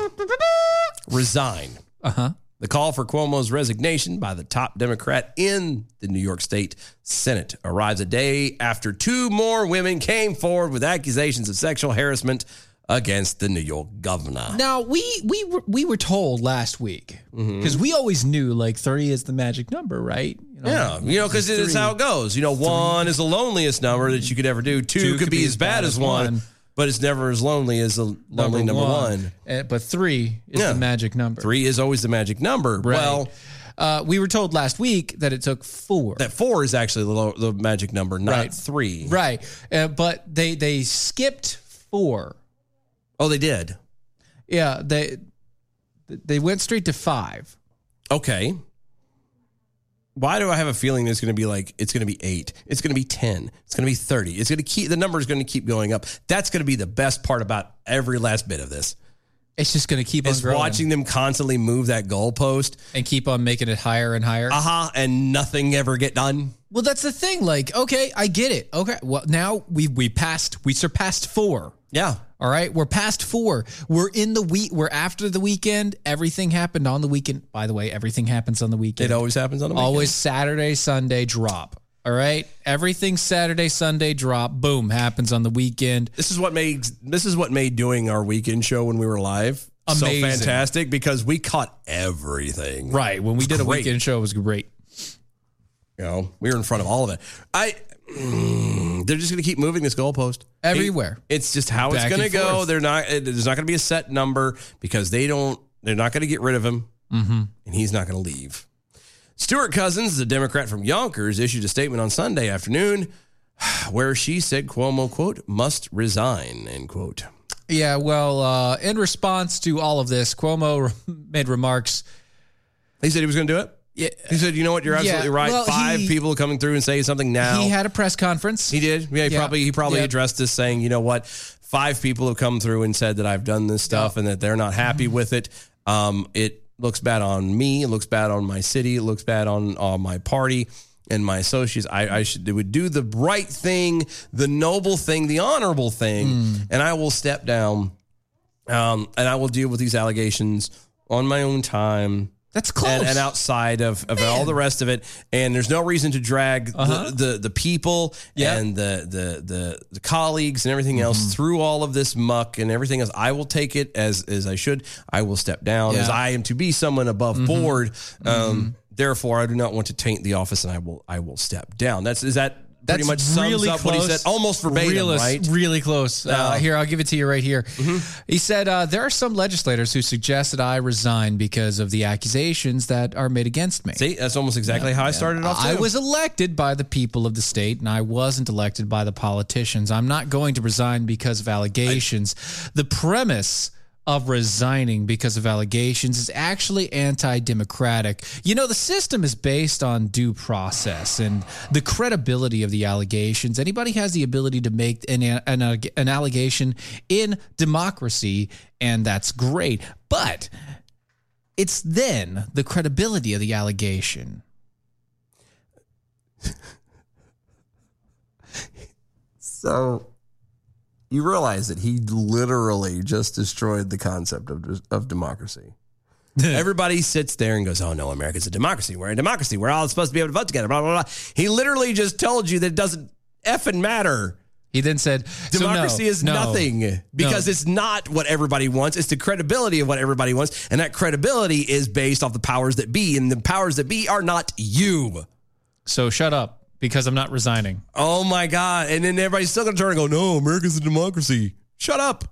S2: resign.
S3: Uh huh.
S2: The call for Cuomo's resignation by the top Democrat in the New York State Senate arrives a day after two more women came forward with accusations of sexual harassment against the New York governor.
S3: Now we we were, we were told last week
S2: Mm-hmm.
S3: because we always knew like thirty is the magic number, right? You know,
S2: Yeah, you know, because it's
S3: three.
S2: how it goes. You know, one is the loneliest number that you could ever do. Two, could, be, as bad as one, but it's never as lonely as the lonely number, one.
S3: Eh, but three is
S2: Yeah.
S3: the magic number.
S2: Three is always the magic number.
S3: Right.
S2: Well,
S3: uh, we were told last week that it took four.
S2: That four is actually the, low, the magic number, not
S3: Right.
S2: three.
S3: Right, uh, but they they skipped four.
S2: Oh, they did.
S3: Yeah, they they went straight to five.
S2: Okay. Why do I have a feeling there's going to be like it's going to be eight, it's going to be ten, it's going to be thirty, it's going to keep the number is going to keep going up. That's going to be the best part about every last bit of this.
S3: It's just going to keep on
S2: Is
S3: growing.
S2: watching them constantly move that goalpost
S3: and keep on making it higher and higher.
S2: Uh huh. And nothing ever get done.
S3: Well, that's the thing. Like, okay, I get it. Okay, well, now we we passed, we surpassed four.
S2: Yeah.
S3: All right, we're past four. We're in the week. We're after the weekend. Everything happened on the weekend. By the way, everything happens on the weekend.
S2: It always happens on the weekend.
S3: Always Saturday, Sunday drop. All right, everything Saturday, Sunday drop. Boom, happens on the weekend.
S2: This is what made this is what made doing our weekend show when we were live
S3: Amazing.
S2: so fantastic because we caught everything.
S3: Right when we did a
S2: Great.
S3: weekend show, it was great.
S2: You know, we were in front of all of it. I mm, they're just going to keep moving this goalpost
S3: Everywhere.
S2: It- it's just how
S3: Back
S2: it's going to
S3: and
S2: go.
S3: forth.
S2: They're not. it- There's not going to be a set number because they don't. They're not going to get rid of him,
S3: Mm-hmm.
S2: and he's not going to leave. Stuart Cousins, the Democrat from Yonkers, issued a statement on Sunday afternoon <sighs> where she said Cuomo quote must resign end quote.
S3: Yeah, well, uh, in response to all of this, Cuomo <laughs> made remarks.
S2: He said he was going to do it.
S3: Yeah,
S2: He said, "You know what? You're
S3: Yeah,
S2: absolutely right.
S3: well,
S2: Five
S3: he-
S2: people coming through and saying something now.
S3: he had a press conference.
S2: He did. Yeah, he
S3: Yeah.
S2: probably he probably
S3: Yeah.
S2: addressed this saying, you know what, five people have come through and said that I've done this stuff and that they're not happy
S3: Mm-hmm.
S2: with it. Um, it looks bad on me. It looks bad on my city. It looks bad on on my party and my associates. I, I should would do the right thing, the noble thing, the honorable thing,
S3: Mm.
S2: and I will step down. Um, and I will deal with these allegations on my own time.
S3: That's close.
S2: And, and outside of, of all the rest of it. And there's no reason to drag
S3: Uh-huh.
S2: the, the, the people
S3: Yeah. Mm-hmm.
S2: and the, the, the, the colleagues and everything else through all of this muck and everything else. I will take it as, as I should. I will step down as
S3: Yeah. Mm-hmm.
S2: I am to be someone above board. Um, Therefore, I do not want to taint the office, and I will I will step down. That's is that pretty much sums up what he said, almost verbatim,
S3: Realis-
S2: right?
S3: Really close. Uh,
S2: Yeah. Mm-hmm.
S3: here, I'll give it to you right here. He said, uh, There are some legislators who suggest that I resign because of the accusations that are made against me.
S2: See, that's almost exactly how I started off.
S3: I
S2: too.
S3: was elected by the people of the state, and I wasn't elected by the politicians. I'm not going to resign because of allegations. the premise of resigning because of allegations is actually anti-democratic. You know, the system is based on due process and the credibility of the allegations. Anybody has the ability to make an an, an allegation in democracy, and that's great. But it's then the credibility of the allegation
S2: So you realize that he literally just destroyed the concept of, of democracy. Everybody sits there and goes, Oh, no, America's a democracy. We're a democracy. We're all supposed to be able to vote together. Blah, blah, blah. He literally just told you that it doesn't effing matter.
S3: He then said, "So no,
S2: Democracy is
S3: no,
S2: nothing because
S3: no."
S2: it's not what everybody wants. It's the credibility of what everybody wants. And that credibility is based off the powers that be. And the powers that be are not you.
S3: So shut up because I'm not resigning.
S2: Oh my God. And then everybody's still going to turn and go, no, America's a democracy. Shut up.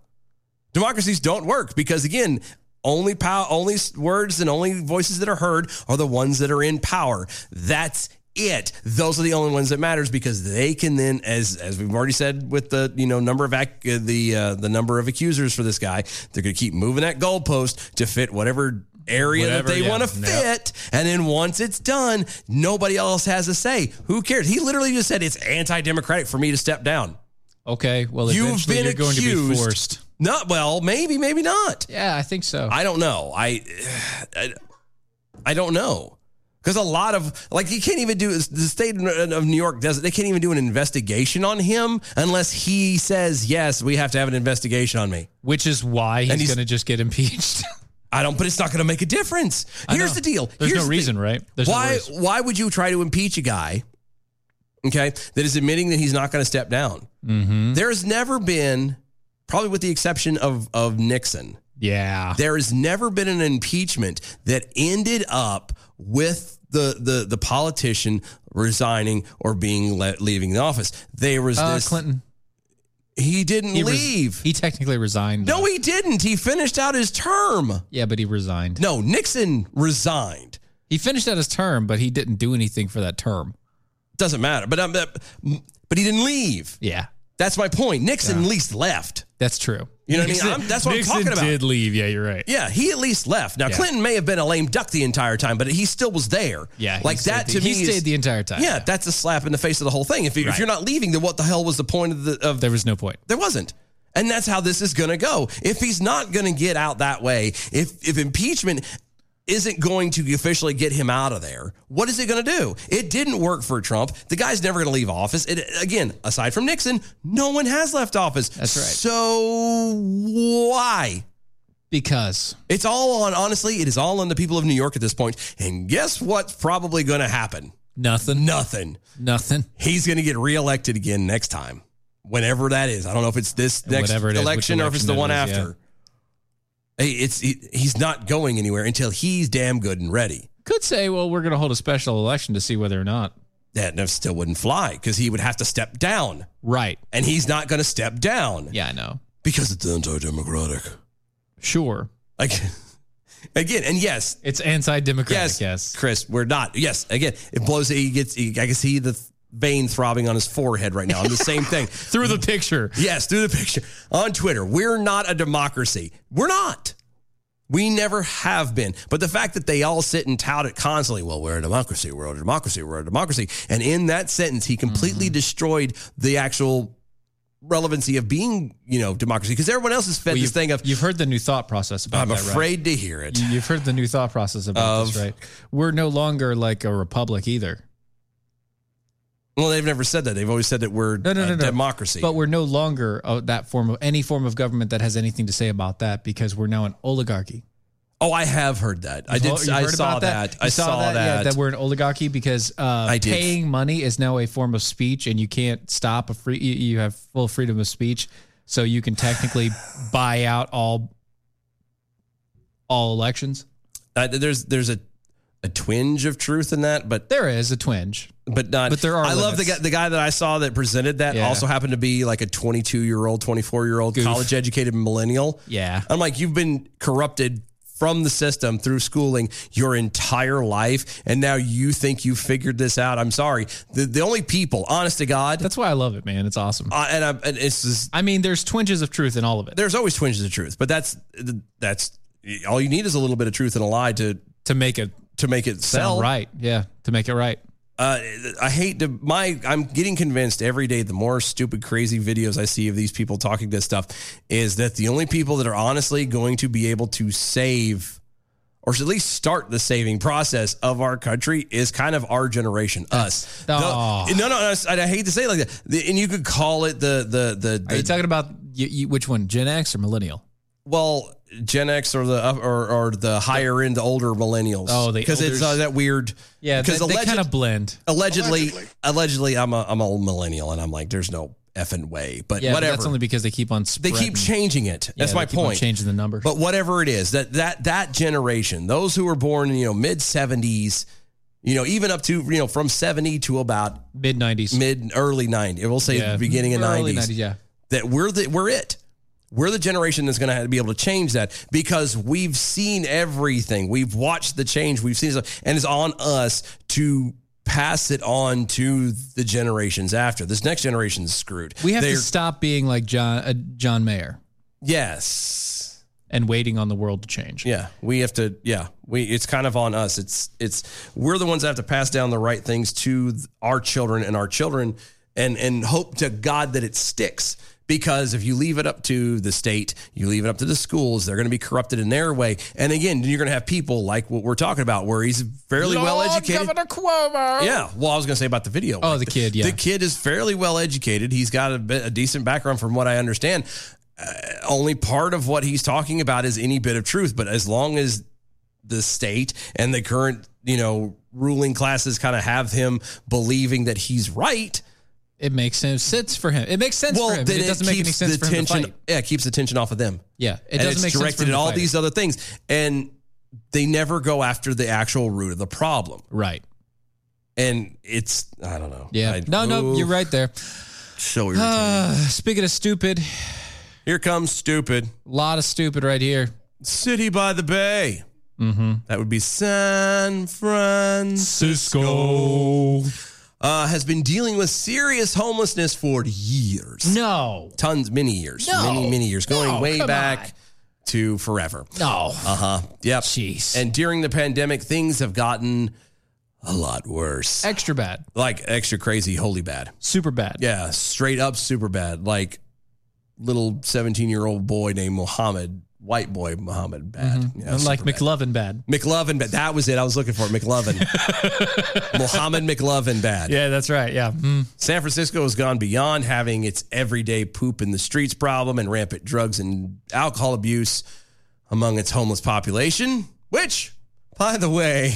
S2: Democracies don't work because, again, Only power, only s- words and only voices that are heard are the ones that are in power. That's it. Those are the only ones that matters because they can then, as as we've already said, with the you know number of ac- uh, the uh, the number of accusers for this guy, they're going to keep moving that goalpost to fit whatever area
S3: Whatever,
S2: that they
S3: yeah.
S2: want to
S3: Yeah.
S2: fit it, And then once it's done, nobody else has a say. Who cares? He literally just said it's anti democratic for me to step down.
S3: Okay. Well, eventually you're going to be forced.
S2: Not well, maybe, maybe not.
S3: Yeah, I think so.
S2: I don't know. I, <sighs> I, I don't know. Because a lot of like you can't even do the state of New York does they can't even do an investigation on him unless he says yes we have to have an investigation on me
S3: which is why he's going to just get impeached. <laughs>
S2: I don't, but it's not going to make a difference.
S3: I
S2: Here's
S3: know.
S2: the deal.
S3: There's no
S2: Here's the-
S3: reason, right? There's no
S2: why
S3: reason.
S2: Why would you try to impeach a guy? Okay, that is admitting that he's not going to step down.
S3: Mm-hmm.
S2: There has never been, probably with the exception of of Nixon,
S3: Yeah.
S2: there has never been an impeachment that ended up with the the the politician resigning or being let leaving the office. There was
S3: Uh,
S2: this
S3: Clinton.
S2: He didn't
S3: res-
S2: leave.
S3: he technically resigned.
S2: No, he didn't. He finished out his term.
S3: Yeah, but he resigned.
S2: No, Nixon resigned.
S3: He finished out his term, but he didn't do anything for that term.
S2: Doesn't matter. But um, but but he didn't leave.
S3: Yeah.
S2: That's my point. Nixon at least left.
S3: That's true.
S2: You know what I mean? I'm- that's what I'm
S3: Nixon
S2: talking about.
S3: did leave. Yeah, you're right.
S2: Yeah, he at least left. Now
S3: Yeah.
S2: Clinton may have been a lame duck the entire time, but he still was there.
S3: Yeah, he
S2: like that
S3: stayed
S2: to
S3: the-
S2: me.
S3: he
S2: is-
S3: stayed the entire time.
S2: Yeah, that's a slap in the face of the whole thing. If, you, if
S3: Right.
S2: you're not leaving, then what the hell was the point of the? Of,
S3: there was no point.
S2: There wasn't. And that's how this is going to go. If he's not going to get out that way, if if impeachment isn't going to officially get him out of there, what is it going to do? It didn't work for Trump. The guy's never going to leave office. It, again, aside from Nixon, no one has left office. That's right. So why?
S3: Because
S2: it's all on, honestly, it is all on the people of New York at this point. And guess what's probably going to happen?
S3: Nothing.
S2: Nothing.
S3: Nothing.
S2: He's going to get reelected again next time, whenever that is. I don't know if it's this next
S3: Whatever it is, which
S2: election or if it's
S3: election
S2: the
S3: it
S2: one
S3: is, yeah.
S2: after. Hey, it's he, he's not going anywhere until he's damn good and ready.
S3: Could say, well, we're going to hold a special election to see whether or not.
S2: That no- still wouldn't fly because he would have to step down,
S3: Right.
S2: and he's not going to step down.
S3: Yeah, I know.
S2: because it's anti-democratic.
S3: Sure.
S2: Like again, and yes,
S3: it's anti-democratic.
S2: Yes, Chris, we're not. Yes, again, it blows. He gets. He, I can see the vein throbbing on his forehead right now. I'm the same
S3: <laughs>
S2: thing
S3: through the picture.
S2: Yes, through the picture on Twitter. We're not a democracy. We're not. We never have been. But the fact that they all sit and tout it constantly, well, we're a democracy, we're a democracy, we're a democracy. And in that sentence, he completely
S3: Mm-hmm.
S2: destroyed the actual relevancy of being, you know, democracy because everyone else is fed
S3: Well,
S2: this
S3: you've-
S2: thing of
S3: you've heard the new thought process about
S2: I'm
S3: that, right?
S2: afraid to hear it.
S3: You- You've heard the new thought process about this,
S2: Of-
S3: right? We're no longer like a republic either.
S2: Well, they've never said that. They've always said that we're
S3: No, no,
S2: a
S3: no, no.
S2: democracy.
S3: But we're no longer uh, that form of any form of government that has anything to say about that because we're now an oligarchy.
S2: oh, I have heard that. I
S3: You've
S2: did.
S3: heard- you've
S2: I
S3: heard
S2: saw
S3: about
S2: that.
S3: You
S2: I saw, that.
S3: Yeah, that we're an oligarchy because uh,
S2: I did.
S3: paying money is now a form of speech, and you can't stop a free. You you have full freedom of speech, so you can technically
S2: <sighs>
S3: buy out all all elections.
S2: Uh, there's there's a a twinge of truth in that, but
S3: there is a twinge,
S2: but not.
S3: But there are
S2: I love the guy,
S3: limits.
S2: the guy that I saw that presented that
S3: Yeah.
S2: also happened to be like a 22 year old, 24 year old
S3: Goof.
S2: college educated millennial.
S3: Yeah.
S2: I'm like, you've been corrupted from the system through schooling your entire life, and now you think you figured this out. I'm sorry. The the only people, honest to God,
S3: That's why I love it, man. It's awesome.
S2: uh, and, I'm, and it's just,
S3: I mean, there's twinges of truth in all of it.
S2: there's always twinges of truth, but that's that's all you need is a little bit of truth and a lie to
S3: to make it
S2: to make it sell
S3: Sound right? Yeah, to make it right.
S2: uh, I hate to my. I'm getting convinced every day. The more stupid, crazy videos I see of these people talking this stuff, is that the only people that are honestly going to be able to save, or at least start the saving process of our country, is kind of our generation, us. The-
S3: Aw.
S2: no, no, no, I, I hate to say it like that. The- and you could call it the the the.
S3: Are you
S2: the-
S3: talking about you, you, which one, Gen X or Millennial?
S2: well, Gen X or the up- or, or the higher end, the older millennials.
S3: Oh, the
S2: because it's
S3: elders.
S2: uh, that weird.
S3: Yeah, they,
S2: because
S3: they kind of blend.
S2: allegedly, allegedly, I'm a I'm a millennial, and I'm like, there's no effing way. But
S3: Yeah, but
S2: whatever.
S3: that's only because they keep on.
S2: they
S3: spreading-
S2: keep changing it.
S3: Yeah,
S2: That's
S3: they
S2: my
S3: keep on
S2: point.
S3: Changing the numbers.
S2: But whatever it is, that that that generation, those who were born in you know mid 70s, you know even up to you know from 70 to about
S3: mid 90s,
S2: mid early 90s. We'll say
S3: Yeah,
S2: the beginning of
S3: early
S2: 90s.
S3: 90s, yeah.
S2: that we're the, we're it. We're the generation that's going to have to be able to change that because we've seen everything. We've watched the change. We've seen it, and it's on us to pass it on to the generations after. This next generation's screwed.
S3: We have
S2: They're-
S3: to stop being like John uh, John Mayer
S2: Yes.
S3: and waiting on the world to change.
S2: Yeah, we have to. Yeah, we. It's kind of on us. It's it's we're the ones that have to pass down the right things to th- our children and our children, and and hope to God that it sticks. Because if you leave it up to the state, you leave it up to the schools, they're going to be corrupted in their way. And again, you're going to have people like what we're talking about, where he's fairly well educated.
S3: Governor Cuomo.
S2: Yeah. Well, I was going to say about the video. Oh, the kid.
S3: yeah.
S2: The kid is fairly well educated. He's got a, bit, a decent background from what I understand. Uh, only part of what he's talking about is any bit of truth. But as long as the state and the current, you know, ruling classes kind of have him believing that he's right.
S3: It makes sense sense for him. It makes sense for him. but It doesn't make any
S2: keeps
S3: sense for him to
S2: tension,
S3: fight.
S2: Yeah, it keeps the tension off of them.
S3: Yeah, it
S2: and
S3: doesn't
S2: it's
S3: make sense for
S2: directed
S3: him
S2: at
S3: to
S2: all
S3: fight
S2: these other things, and they never go after the actual root of the problem.
S3: Right.
S2: And it's I don't know.
S3: Yeah.
S2: I-
S3: no, no,
S2: ooh.
S3: you're right there.
S2: So
S3: Uh, speaking of stupid,
S2: here comes stupid.
S3: A lot of stupid right here.
S2: City by the Bay.
S3: Mm-hmm.
S2: That would be San Francisco. Uh, has been dealing with serious homelessness for years.
S3: No.
S2: Tons, many years.
S3: No.
S2: Many, many years. Going
S3: No,
S2: way
S3: come
S2: back to forever.
S3: No.
S2: Uh huh. Yep. Jeez. And during the pandemic, things have gotten a lot worse.
S3: Extra bad.
S2: Like extra crazy, holy bad.
S3: Super bad.
S2: Yeah, straight up super bad. Like little 17 year old boy named Mohammed, white boy Mohammed bad.
S3: Mhm.
S2: Yeah,
S3: like
S2: super bad.
S3: McLovin bad.
S2: McLovin, but that was it. I was looking for it.
S3: <laughs>
S2: McLovin. Mohammed McLovin bad.
S3: Yeah, that's right. Yeah. Mm.
S2: San Francisco has gone beyond having its everyday poop in the streets problem and rampant drugs and alcohol abuse among its homeless population, which, by the way,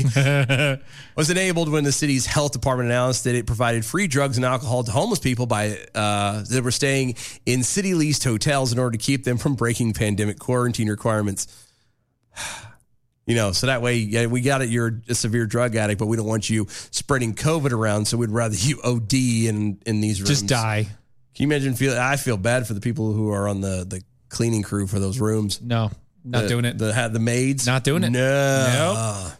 S2: was enabled when the city's health department announced that it provided free drugs and alcohol to homeless people by uh, that were staying in city leased hotels in order to keep them from breaking pandemic quarantine requirements. You know, so that way, yeah, we got it. You're a severe drug addict, but we don't want you spreading COVID around. So we'd rather <laughs> you OD in in these rooms.
S3: Just die.
S2: Can you imagine? Feel I feel bad for the people who are on the the cleaning crew for those rooms.
S3: No, not
S2: The-
S3: doing it.
S2: The had the maids
S3: Not doing it.
S2: No.
S3: Nope.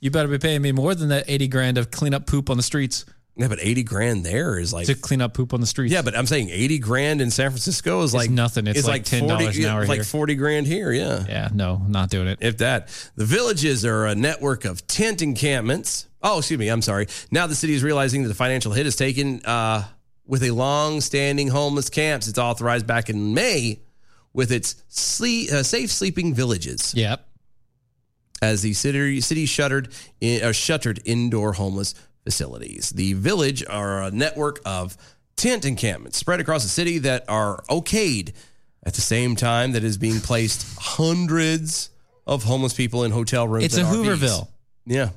S3: You better be paying me more than that 80 grand of clean up poop on the streets.
S2: Yeah, but 80 grand there is like
S3: to clean up poop on the streets.
S2: Yeah, but I'm saying 80 grand in San Francisco is
S3: It's
S2: like
S3: nothing. It's like $10 an hour
S2: it's like
S3: here.
S2: 40 grand here. Yeah.
S3: Yeah, no, not doing it.
S2: If that. The villages are a network of tent encampments. Oh, excuse me. I'm sorry. Now the city is realizing that the financial hit is taken uh, with a long standing homeless camps. It's authorized back in May with its sleep, uh, safe sleeping villages.
S3: Yep.
S2: As the city, city shuttered, in, uh, shuttered indoor homeless facilities. The village are a network of tent encampments spread across the city that are okayed at the same time that is being placed hundreds of homeless people in hotel rooms.
S3: It's a
S2: and RVs.
S3: Hooverville.
S2: Yeah.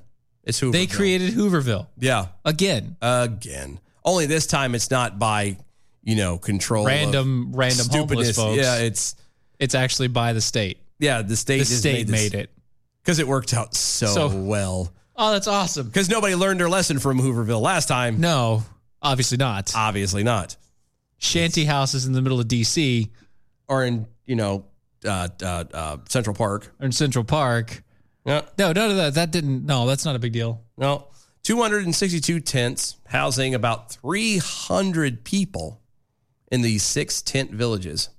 S2: It's Hooverville.
S3: They created Hooverville
S2: Yeah.
S3: again.
S2: Again. Only this time it's not by, you know, control. of
S3: Random, random homeless
S2: stupidness.
S3: folks.
S2: Yeah, it's
S3: it's actually by the state.
S2: yeah, the state
S3: The
S2: has
S3: state made, it.
S2: Because it worked out so,
S3: So-
S2: well.
S3: Oh, that's awesome.
S2: Because nobody learned their lesson from Hooverville last time.
S3: No, obviously not.
S2: Obviously not.
S3: Shanty houses in the middle of D.C.
S2: Or in, you know, uh, uh, uh, Central Park.
S3: or in Central Park.
S2: Yeah.
S3: No, none of that. That didn't. No, that's not a big deal.
S2: No, 262 tents housing about 300 people in these six tent villages.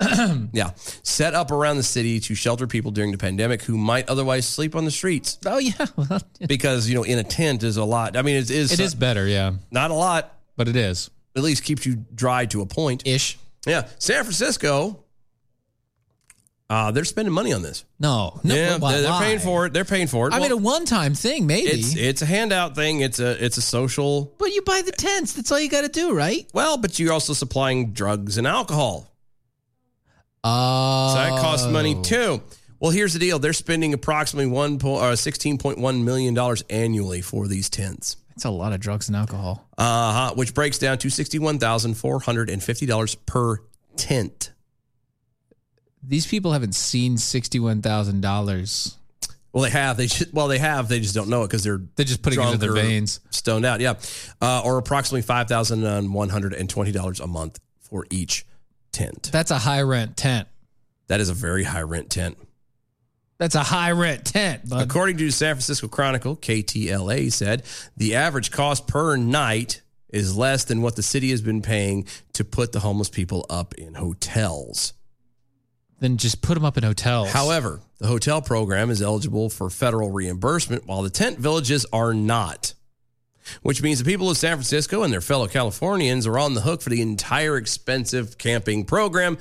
S2: <clears throat> yeah, set up around the city to shelter people during the pandemic who might otherwise sleep on the streets.
S3: Oh yeah, <laughs> well,
S2: because you know, in a tent is a lot. I mean, it is
S3: it is better. Yeah,
S2: not a lot,
S3: but it is.
S2: At least keeps you dry to a point
S3: ish.
S2: Yeah, San Francisco. Uh, they're spending money on this.
S3: No, no.
S2: yeah,
S3: why-
S2: they're, they're paying
S3: why?
S2: for it. They're paying for it.
S3: I
S2: Well-
S3: mean, a one-time thing, maybe.
S2: It's it's a handout thing. It's a it's a social.
S3: but you buy the tents. That's all you got to do, right?
S2: Well, but you're also supplying drugs and alcohol,
S3: Oh,
S2: so that costs money too. Well, here's the deal: they're spending approximately one po- uh, sixteen point one million dollars annually for these tents,
S3: That's a lot of drugs and alcohol.
S2: uh-huh, which breaks down to sixty one thousand four hundred and fifty dollars per tent.
S3: These people haven't seen sixty-one thousand dollars.
S2: Well, they have. They just, well, they have. They just don't know it because they're
S3: They're just putting it into
S2: drunk
S3: their
S2: or
S3: veins.
S2: stoned out. Yeah, uh, or approximately five thousand one hundred and twenty dollars a month for each tent.
S3: That's a high rent tent.
S2: That is a very high rent tent.
S3: That's a high rent tent, bud.
S2: According to the San Francisco Chronicle, KTLA said the average cost per night is less than what the city has been paying to put the homeless people up in hotels.
S3: Then just put them up in hotels.
S2: However, the hotel program is eligible for federal reimbursement while the tent villages are not, which means the people of San Francisco and their fellow Californians are on the hook for the entire expensive camping program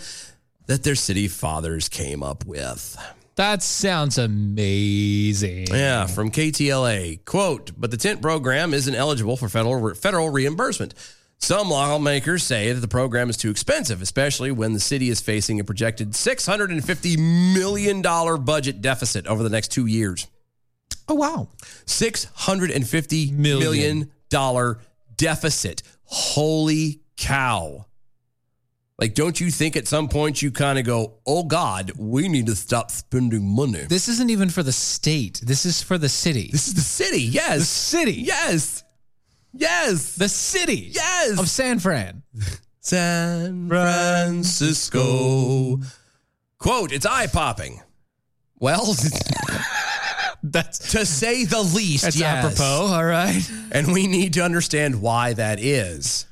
S2: that their city fathers came up with.
S3: That sounds amazing.
S2: Yeah, from KTLA. Quote, but the tent program isn't eligible for federal federal reimbursement. Some lawmakers say that the program is too expensive, especially when the city is facing a projected $650 million budget deficit over the next two years.
S3: Oh, wow.
S2: $650 million, million deficit. Holy cow. Like, don't you think at some point you kind of go, oh God, we need to stop spending money?
S3: This isn't even for the state. This is for the city.
S2: This is the city. Yes.
S3: The city.
S2: Yes. Yes.
S3: The city.
S2: Yes.
S3: Of San Fran.
S2: San Francisco. Quote, it's eye popping. Well,
S3: <laughs> that's
S2: to say the least.
S3: That's
S2: yes.
S3: apropos. All right.
S2: And we need to understand why that is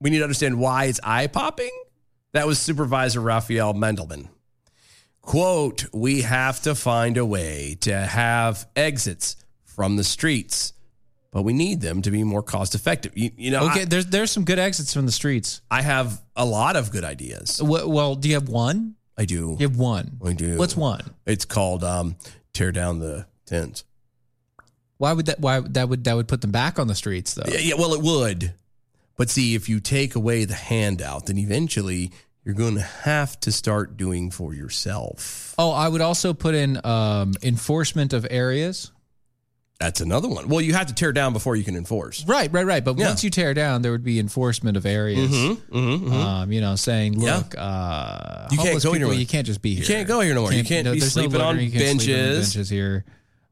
S2: we need to understand why it's eye popping. That was Supervisor Raphael Mendelman. Quote, we have to find a way to have exits from the streets, but we need them to be more cost effective. You, you know,
S3: okay, I, there's, there's some good exits from the streets.
S2: I have a lot of good ideas.
S3: Well, well do you have one?
S2: I do.
S3: You have one.
S2: I do.
S3: What's one?
S2: It's called um, tear down the tents.
S3: Why would that? Why that would that would put them back on the streets though?
S2: yeah, yeah well, it would. But see, if you take away the handout, then eventually you're going to have to start doing for yourself.
S3: Oh, I would also put in um, enforcement of areas.
S2: That's another one. Well, you have to tear down before you can enforce.
S3: Right, right, right. But yeah. once you tear down, there would be enforcement of areas.
S2: Mm-hmm, mm-hmm, mm-hmm.
S3: Um, you know, saying, look, yeah. uh, you can't go people, here. You can't just be here.
S2: You can't go here no more. You can't, you can't no, be sleeping, no litter, on, benches. Sleep on benches
S3: here.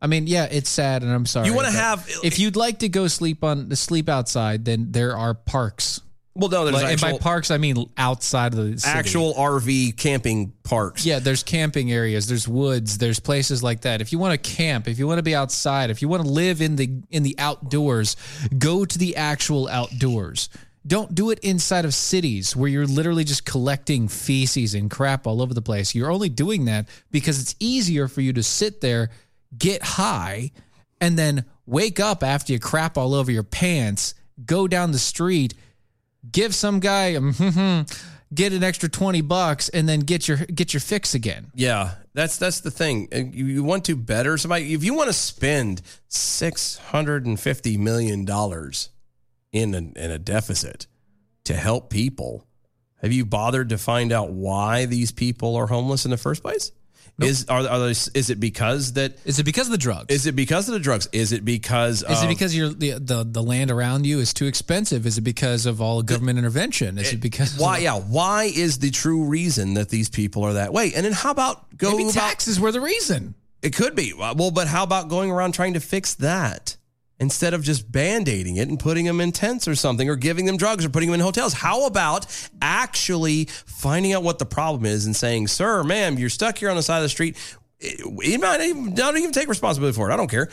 S3: I mean, yeah, it's sad, and I'm sorry.
S2: You want to have
S3: if you'd like to go sleep on sleep outside, then there are parks.
S2: Well, no, there's
S3: like,
S2: actual,
S3: and by parks I mean outside of the city.
S2: actual RV camping parks.
S3: Yeah, there's camping areas, there's woods, there's places like that. If you want to camp, if you want to be outside, if you want to live in the in the outdoors, go to the actual outdoors. Don't do it inside of cities where you're literally just collecting feces and crap all over the place. You're only doing that because it's easier for you to sit there get high, and then wake up after you crap all over your pants, go down the street, give some guy <laughs> mm-hmm, get an extra 20 bucks and then get your get your fix again.
S2: Yeah, that's that's the thing. Uh, You want to better somebody if you want to spend 650 million dollars in a, in a deficit to help people. Have you bothered to find out why these people are homeless in the first place? Nope. Is are, are those, is it because that
S3: is it because of the drugs?
S2: Is it because of the drugs? Is it because
S3: is it because your the, the, the land around you is too expensive? Is it because of all government the, intervention? Is it, it because
S2: why? yeah, why is the true reason that these people are that way? And then how about go
S3: maybe taxes about, were the reason?
S2: It could be well, but how about going around trying to fix that? Instead of just band aiding it and putting them in tents or something, or giving them drugs or putting them in hotels, how about actually finding out what the problem is and saying, "Sir, ma'am, you're stuck here on the side of the street." It might even, not even take responsibility for it. I don't care,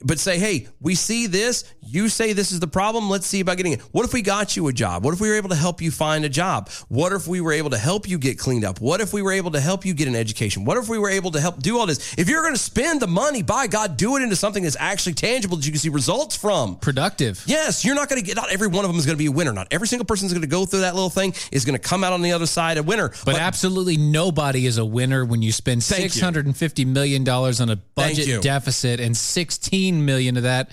S2: but say, "Hey, we see this. You say this is the problem. Let's see about getting it." What if we got you a job? What if we were able to help you find a job? What if we were able to help you get cleaned up? What if we were able to help you get an education? What if we were able to help do all this? If you're going to spend the money, by God, do it into something that's actually tangible that you can see results from.
S3: Productive.
S2: Yes, you're not going to get. Not every one of them is going to be a winner. Not every single person is going to go through that little thing is going to come out on the other side a winner.
S3: But, but absolutely nobody is a winner when you spend six hundred and fifty million dollars on a budget deficit and sixteen. 15 million of that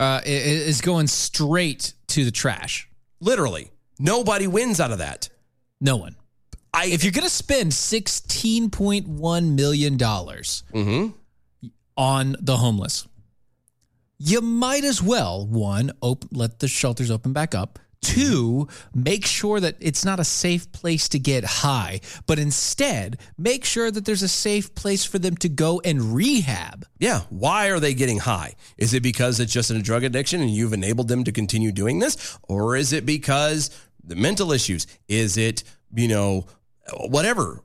S3: uh, is going straight to the trash.
S2: Literally, nobody wins out of that.
S3: No one. I, if you're going to spend 16.1 million dollars
S2: mm-hmm.
S3: on the homeless, you might as well one open, let the shelters open back up. Two, make sure that it's not a safe place to get high, but instead make sure that there's a safe place for them to go and rehab.
S2: Yeah. Why are they getting high? Is it because it's just a drug addiction and you've enabled them to continue doing this? Or is it because the mental issues? Is it you know, whatever.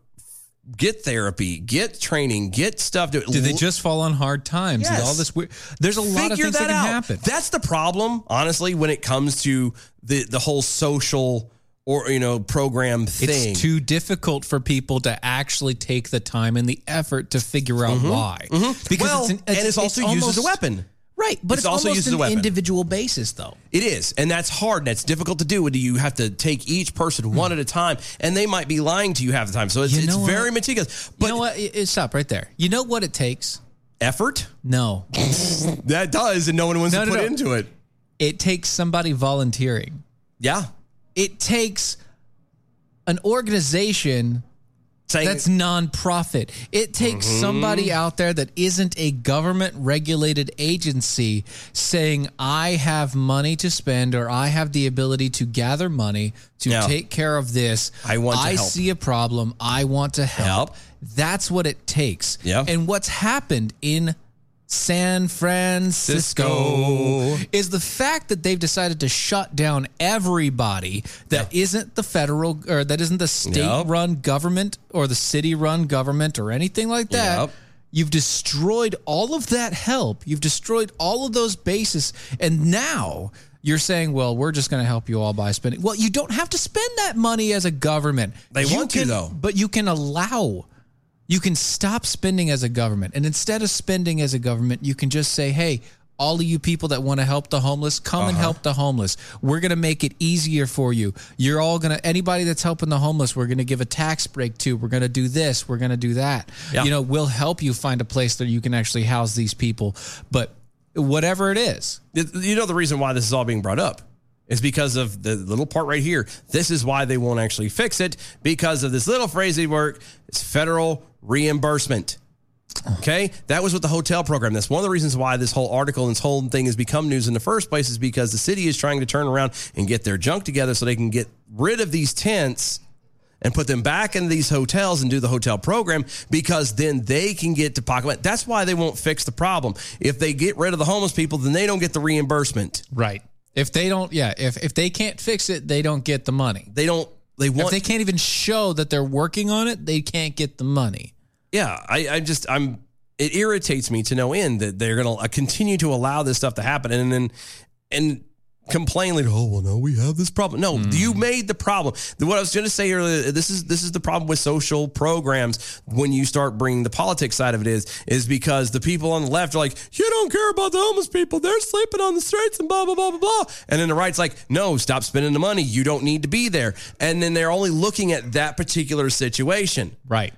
S2: Get therapy, get training, get stuff. to-
S3: Did they just fall on hard times? and all this weird. There's a lot of
S2: Figure
S3: things that,
S2: that
S3: can
S2: out.
S3: happen.
S2: That's the problem, honestly, when it comes to the the whole social or you know program thing.
S3: It's too difficult for people to actually take the time and the effort to figure out
S2: Mhm.
S3: why.
S2: Mhm.
S3: Because
S2: Well,
S3: it's an-
S2: and it's also used as a weapon.
S3: Right, but
S2: It's
S3: it's,
S2: also
S3: also almost
S2: used as a
S3: an
S2: weapon.
S3: individual basis, though.
S2: It is, and that's hard. and That's difficult to do. Do you have to take each person one at a time, and they might be lying to you half the time. So it's,
S3: Hmm. You
S2: it's
S3: know what?
S2: very meticulous. But
S3: you know what? I- I- Stop right there. You know what it takes?
S2: Effort?
S3: No.
S2: <laughs> that does, and no one wants to put into it.
S3: It takes somebody volunteering.
S2: Yeah.
S3: It takes an organization that's nonprofit. It takes
S2: Mm-hmm.
S20: Mhm.
S3: somebody out there that isn't a government regulated agency saying, I have money to spend or I have the ability to gather money to
S2: Yeah.
S3: take care of this. I
S2: want to
S3: I
S2: help."
S3: see a problem. I want to help. That's what it takes.
S2: Yeah.
S3: And what's happened in San Francisco
S2: Cisco.
S3: is the fact that they've decided to shut down everybody that not the federal or that isn't the state run government or the city run government or anything like that. You've destroyed all of that help. You've destroyed all of those bases. And now you're saying, well, we're just going to help you all by spending. Well, you don't have to spend that money as a government.
S2: They
S3: You
S2: want to,
S3: can-
S2: though.
S3: But you can allow you can stop spending as a government. And instead of spending as a government, you can just say, hey, all of you people that want to help the homeless, come
S2: Uh-huh.
S3: and help the homeless. We're going to make it easier for you. You're all going to, anybody that's helping the homeless, we're going to give a tax break to. We're going to do this. We're going to do that.
S2: Yeah.
S3: You know, we'll help you find a place that you can actually house these people. But whatever it is,
S2: Th- You know the reason why this is all being brought up is because of the little part right here. This is why they won't actually fix it because of this little phrase they work. It's federal reimbursement. Okay, that was with the hotel program. That's one of the reasons why this whole article and this whole thing has become news in the first place is because the city is trying to turn around and get their junk together so they can get rid of these tents and put them back into these hotels and do the hotel program because then they can get to pocket money. That's why they won't fix the problem. If they get rid of the homeless people, then they don't get the reimbursement.
S3: Right. If they don't, yeah, if, if they can't fix it, they don't get the money.
S2: They don't, they want-
S3: if they can't even show that they're working on it, they can't get the money.
S2: Yeah, I, I just I'm it irritates me to no end that they're gonna uh, continue to allow this stuff to happen and then and complain later. Oh well, no, we have this problem. No, you made the problem. What I was gonna say earlier, this is this is the problem with social programs when you start bringing the politics side of it is is because the people on the left are like, you don't care about the homeless people. They're sleeping on the streets and blah blah blah blah blah. And then the right's like, no, stop spending the money. You don't need to be there. And then they're only looking at that particular situation.
S3: Right.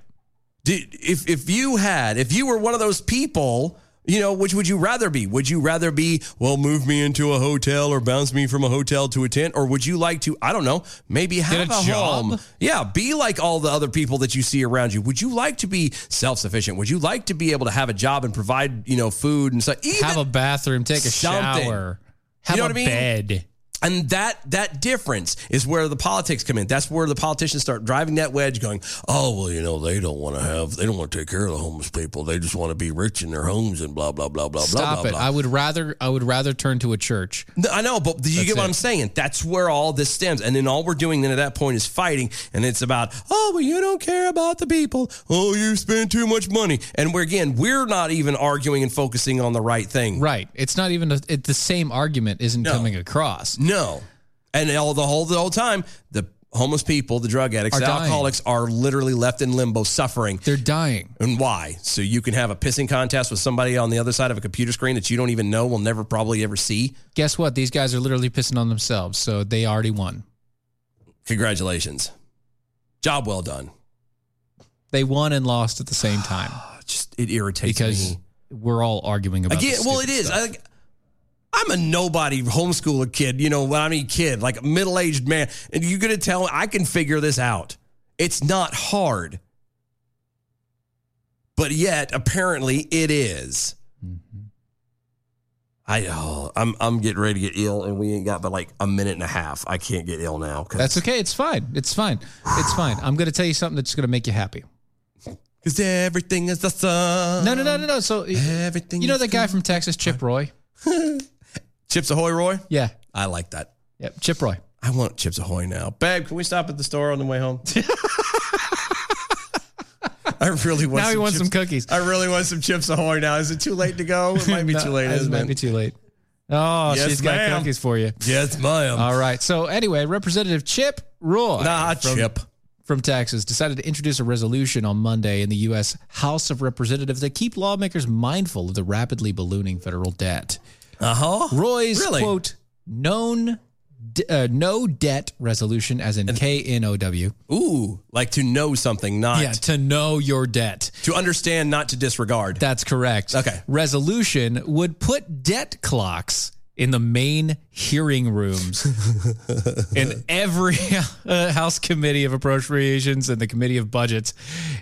S2: Did, if if you had if you were one of those people, you know, which would you rather be? Would you rather be well, move me into a hotel or bounce me from a hotel to a tent, or would you like to? I don't know, maybe have
S3: a
S2: a,
S3: job?
S2: home. Yeah, be like all the other people that you see around you. Would you like to be self sufficient? Would you like to be able to have a job and provide you know food and stuff? Even
S3: have a bathroom, take a
S2: something.
S3: shower, have
S2: you know
S3: a
S2: what I mean?
S3: bed.
S2: And that that difference is where the politics come in. That's where the politicians start driving that wedge, going, "Oh well, you know, they don't want to have, they don't want to take care of the homeless people. They just want to be rich in their homes and blah blah blah blah
S3: Stop
S2: blah blah
S3: it!
S2: blah."
S3: I would rather I would rather turn to a church.
S2: No, I know, but do you
S3: That's
S2: get what
S3: it.
S2: I'm saying? That's where all this stems. And then all we're doing then at that point is fighting. And it's about, oh, well, you don't care about the people. Oh, you spend too much money. And we're, again, we're not even arguing and focusing on the right thing.
S3: Right? It's not even a, it, the same argument isn't coming across.
S2: No. And all the whole, the whole time, the homeless people, the drug addicts,
S3: Are
S2: the
S3: dying.
S2: alcoholics are literally left in limbo suffering.
S3: They're dying.
S2: And why? So you can have a pissing contest with somebody on the other side of a computer screen that you don't even know, will never probably ever see.
S3: Guess what? These guys are literally pissing on themselves, so they already won.
S2: Congratulations. Job well done.
S3: They won and lost at the same time.
S2: <sighs> Just it irritates
S3: because
S2: me.
S3: we're all arguing about
S2: Again,
S3: this
S2: well, it
S3: stupid
S2: is.
S3: stuff.
S2: I, I'm a nobody homeschooler kid. You know what I mean? Kid, like a middle aged man. And you're going to tell me I can figure this out. It's not hard. But yet, apparently, it is.
S3: Mm-hmm.
S2: I oh, I'm I'm getting ready to get ill, and we ain't got but like a minute and a half. I can't get ill now. 'cause-
S3: That's okay. It's fine. It's fine. It's fine. I'm going to tell you something that's going to make you happy.
S2: Cause everything is the sun.
S3: No, no, no, no, no. So everything. You know that guy from Texas, Chip Roy.
S2: Chips Ahoy, Roy.
S3: Yeah,
S2: I like that.
S3: Yep, Chip Roy.
S2: I want Chips Ahoy now. Babe, can we stop at the store on the
S3: <laughs>
S2: way home? I really want
S3: Now he
S2: some
S3: wants
S2: chips.
S3: some cookies.
S2: I really want some Chips Ahoy now. Is it too late to go?
S3: <laughs>
S2: It might be
S3: No,
S2: too late,
S3: It
S2: isn't
S3: might
S2: it?
S3: be too late. Oh,
S2: Yes,
S3: she's got
S2: ma'am.
S3: cookies for you.
S2: Yes, ma'am.
S3: All right. So anyway, Representative Chip Roy,
S2: Nah, Chip.
S3: from Texas, decided to introduce a resolution on Monday in the U.S. House of Representatives that keep lawmakers mindful of the rapidly ballooning federal debt.
S2: Uh huh.
S3: Roy's
S2: Really?
S3: quote known d- uh, no debt resolution, as in K N O W.
S2: Ooh, like to know something, not
S3: Yeah, to know your debt.
S2: to understand, not to disregard.
S3: That's correct. Okay. Resolution would put debt clocks in the main hearing rooms in every uh, House Committee of Appropriations and the Committee of Budgets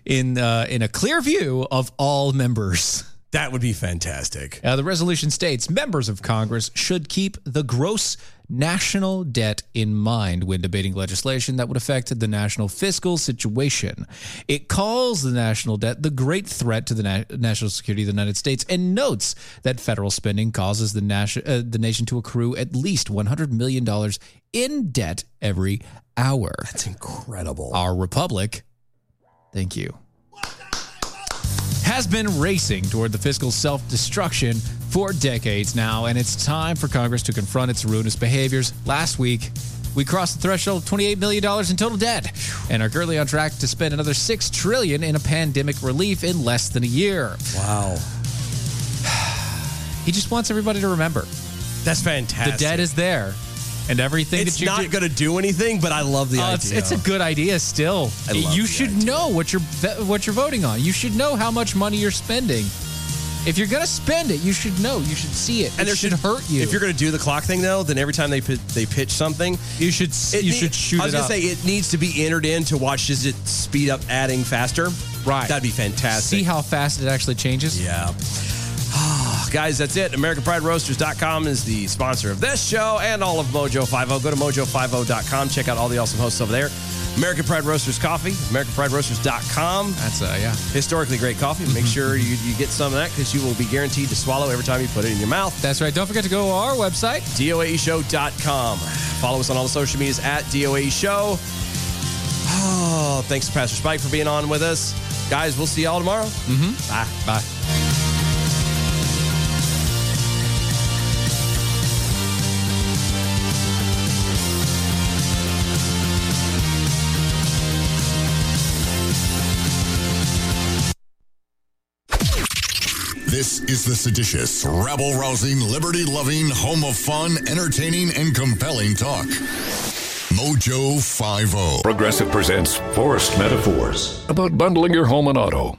S3: in uh, in a clear view of all members.
S2: That would be fantastic.
S3: Uh, the resolution states members of Congress should keep the gross national debt in mind when debating legislation that would affect the national fiscal situation. It calls the national debt the great threat to the na- national security of the United States and notes that federal spending causes the, nation uh, the nation to accrue at least $100 million in debt every hour. That's
S2: incredible.
S3: Our republic. Thank you has been racing toward the fiscal self destruction for decades now, and it's time for Congress to confront its ruinous behaviors. Last week, we crossed the threshold of $28 million in total debt and are currently on track to spend another $6 trillion in a pandemic relief in less than a year.
S2: Wow.
S3: <sighs> He just wants everybody to remember.
S2: That's fantastic.
S3: The debt is there, and everything
S2: It's
S3: that you
S2: not
S3: do-
S2: going to do anything, but I love the
S3: Oh, it's,
S2: idea.
S3: it's a good idea still.
S2: I love
S3: you
S2: the
S3: should know what you're what you're voting on. You should know how much money you're spending. If you're gonna spend it, you should know. You should see it. it should hurt you.
S2: If you're going to do the clock thing though, then every time they pi- they pitch something,
S3: you should you should shoot
S2: I was
S3: it
S2: gonna
S3: up.
S2: say it needs to be entered in to watch. Does it speed up adding faster? Right, that'd be fantastic.
S3: see how fast it actually changes.
S2: Yeah. Guys, that's it. AmericanPrideRoasters.com is the sponsor of this show and all of Mojo50. Go to Mojo50.com. Check out all the awesome hosts over there. American Pride Roasters Coffee, AmericanPrideRoasters.com.
S3: That's, uh, yeah. Mm-hmm.
S2: Historically great coffee. Make sure you, you get some of that because you will be guaranteed to swallow every time you put it in your mouth.
S3: That's right. Don't forget to go to our website,
S2: E DOAEShow.com. Follow us on all the social medias at DOAE E Show. Oh, thanks to Pastor Spike for being on with us. Guys, we'll see y'all tomorrow. Mm-hmm. Bye. Bye.
S10: This is the seditious, rabble rousing, liberty loving, home of fun, entertaining, and compelling talk. Mojo oh. 50.
S20: Progressive presents Forest Metaphors about bundling your home and auto.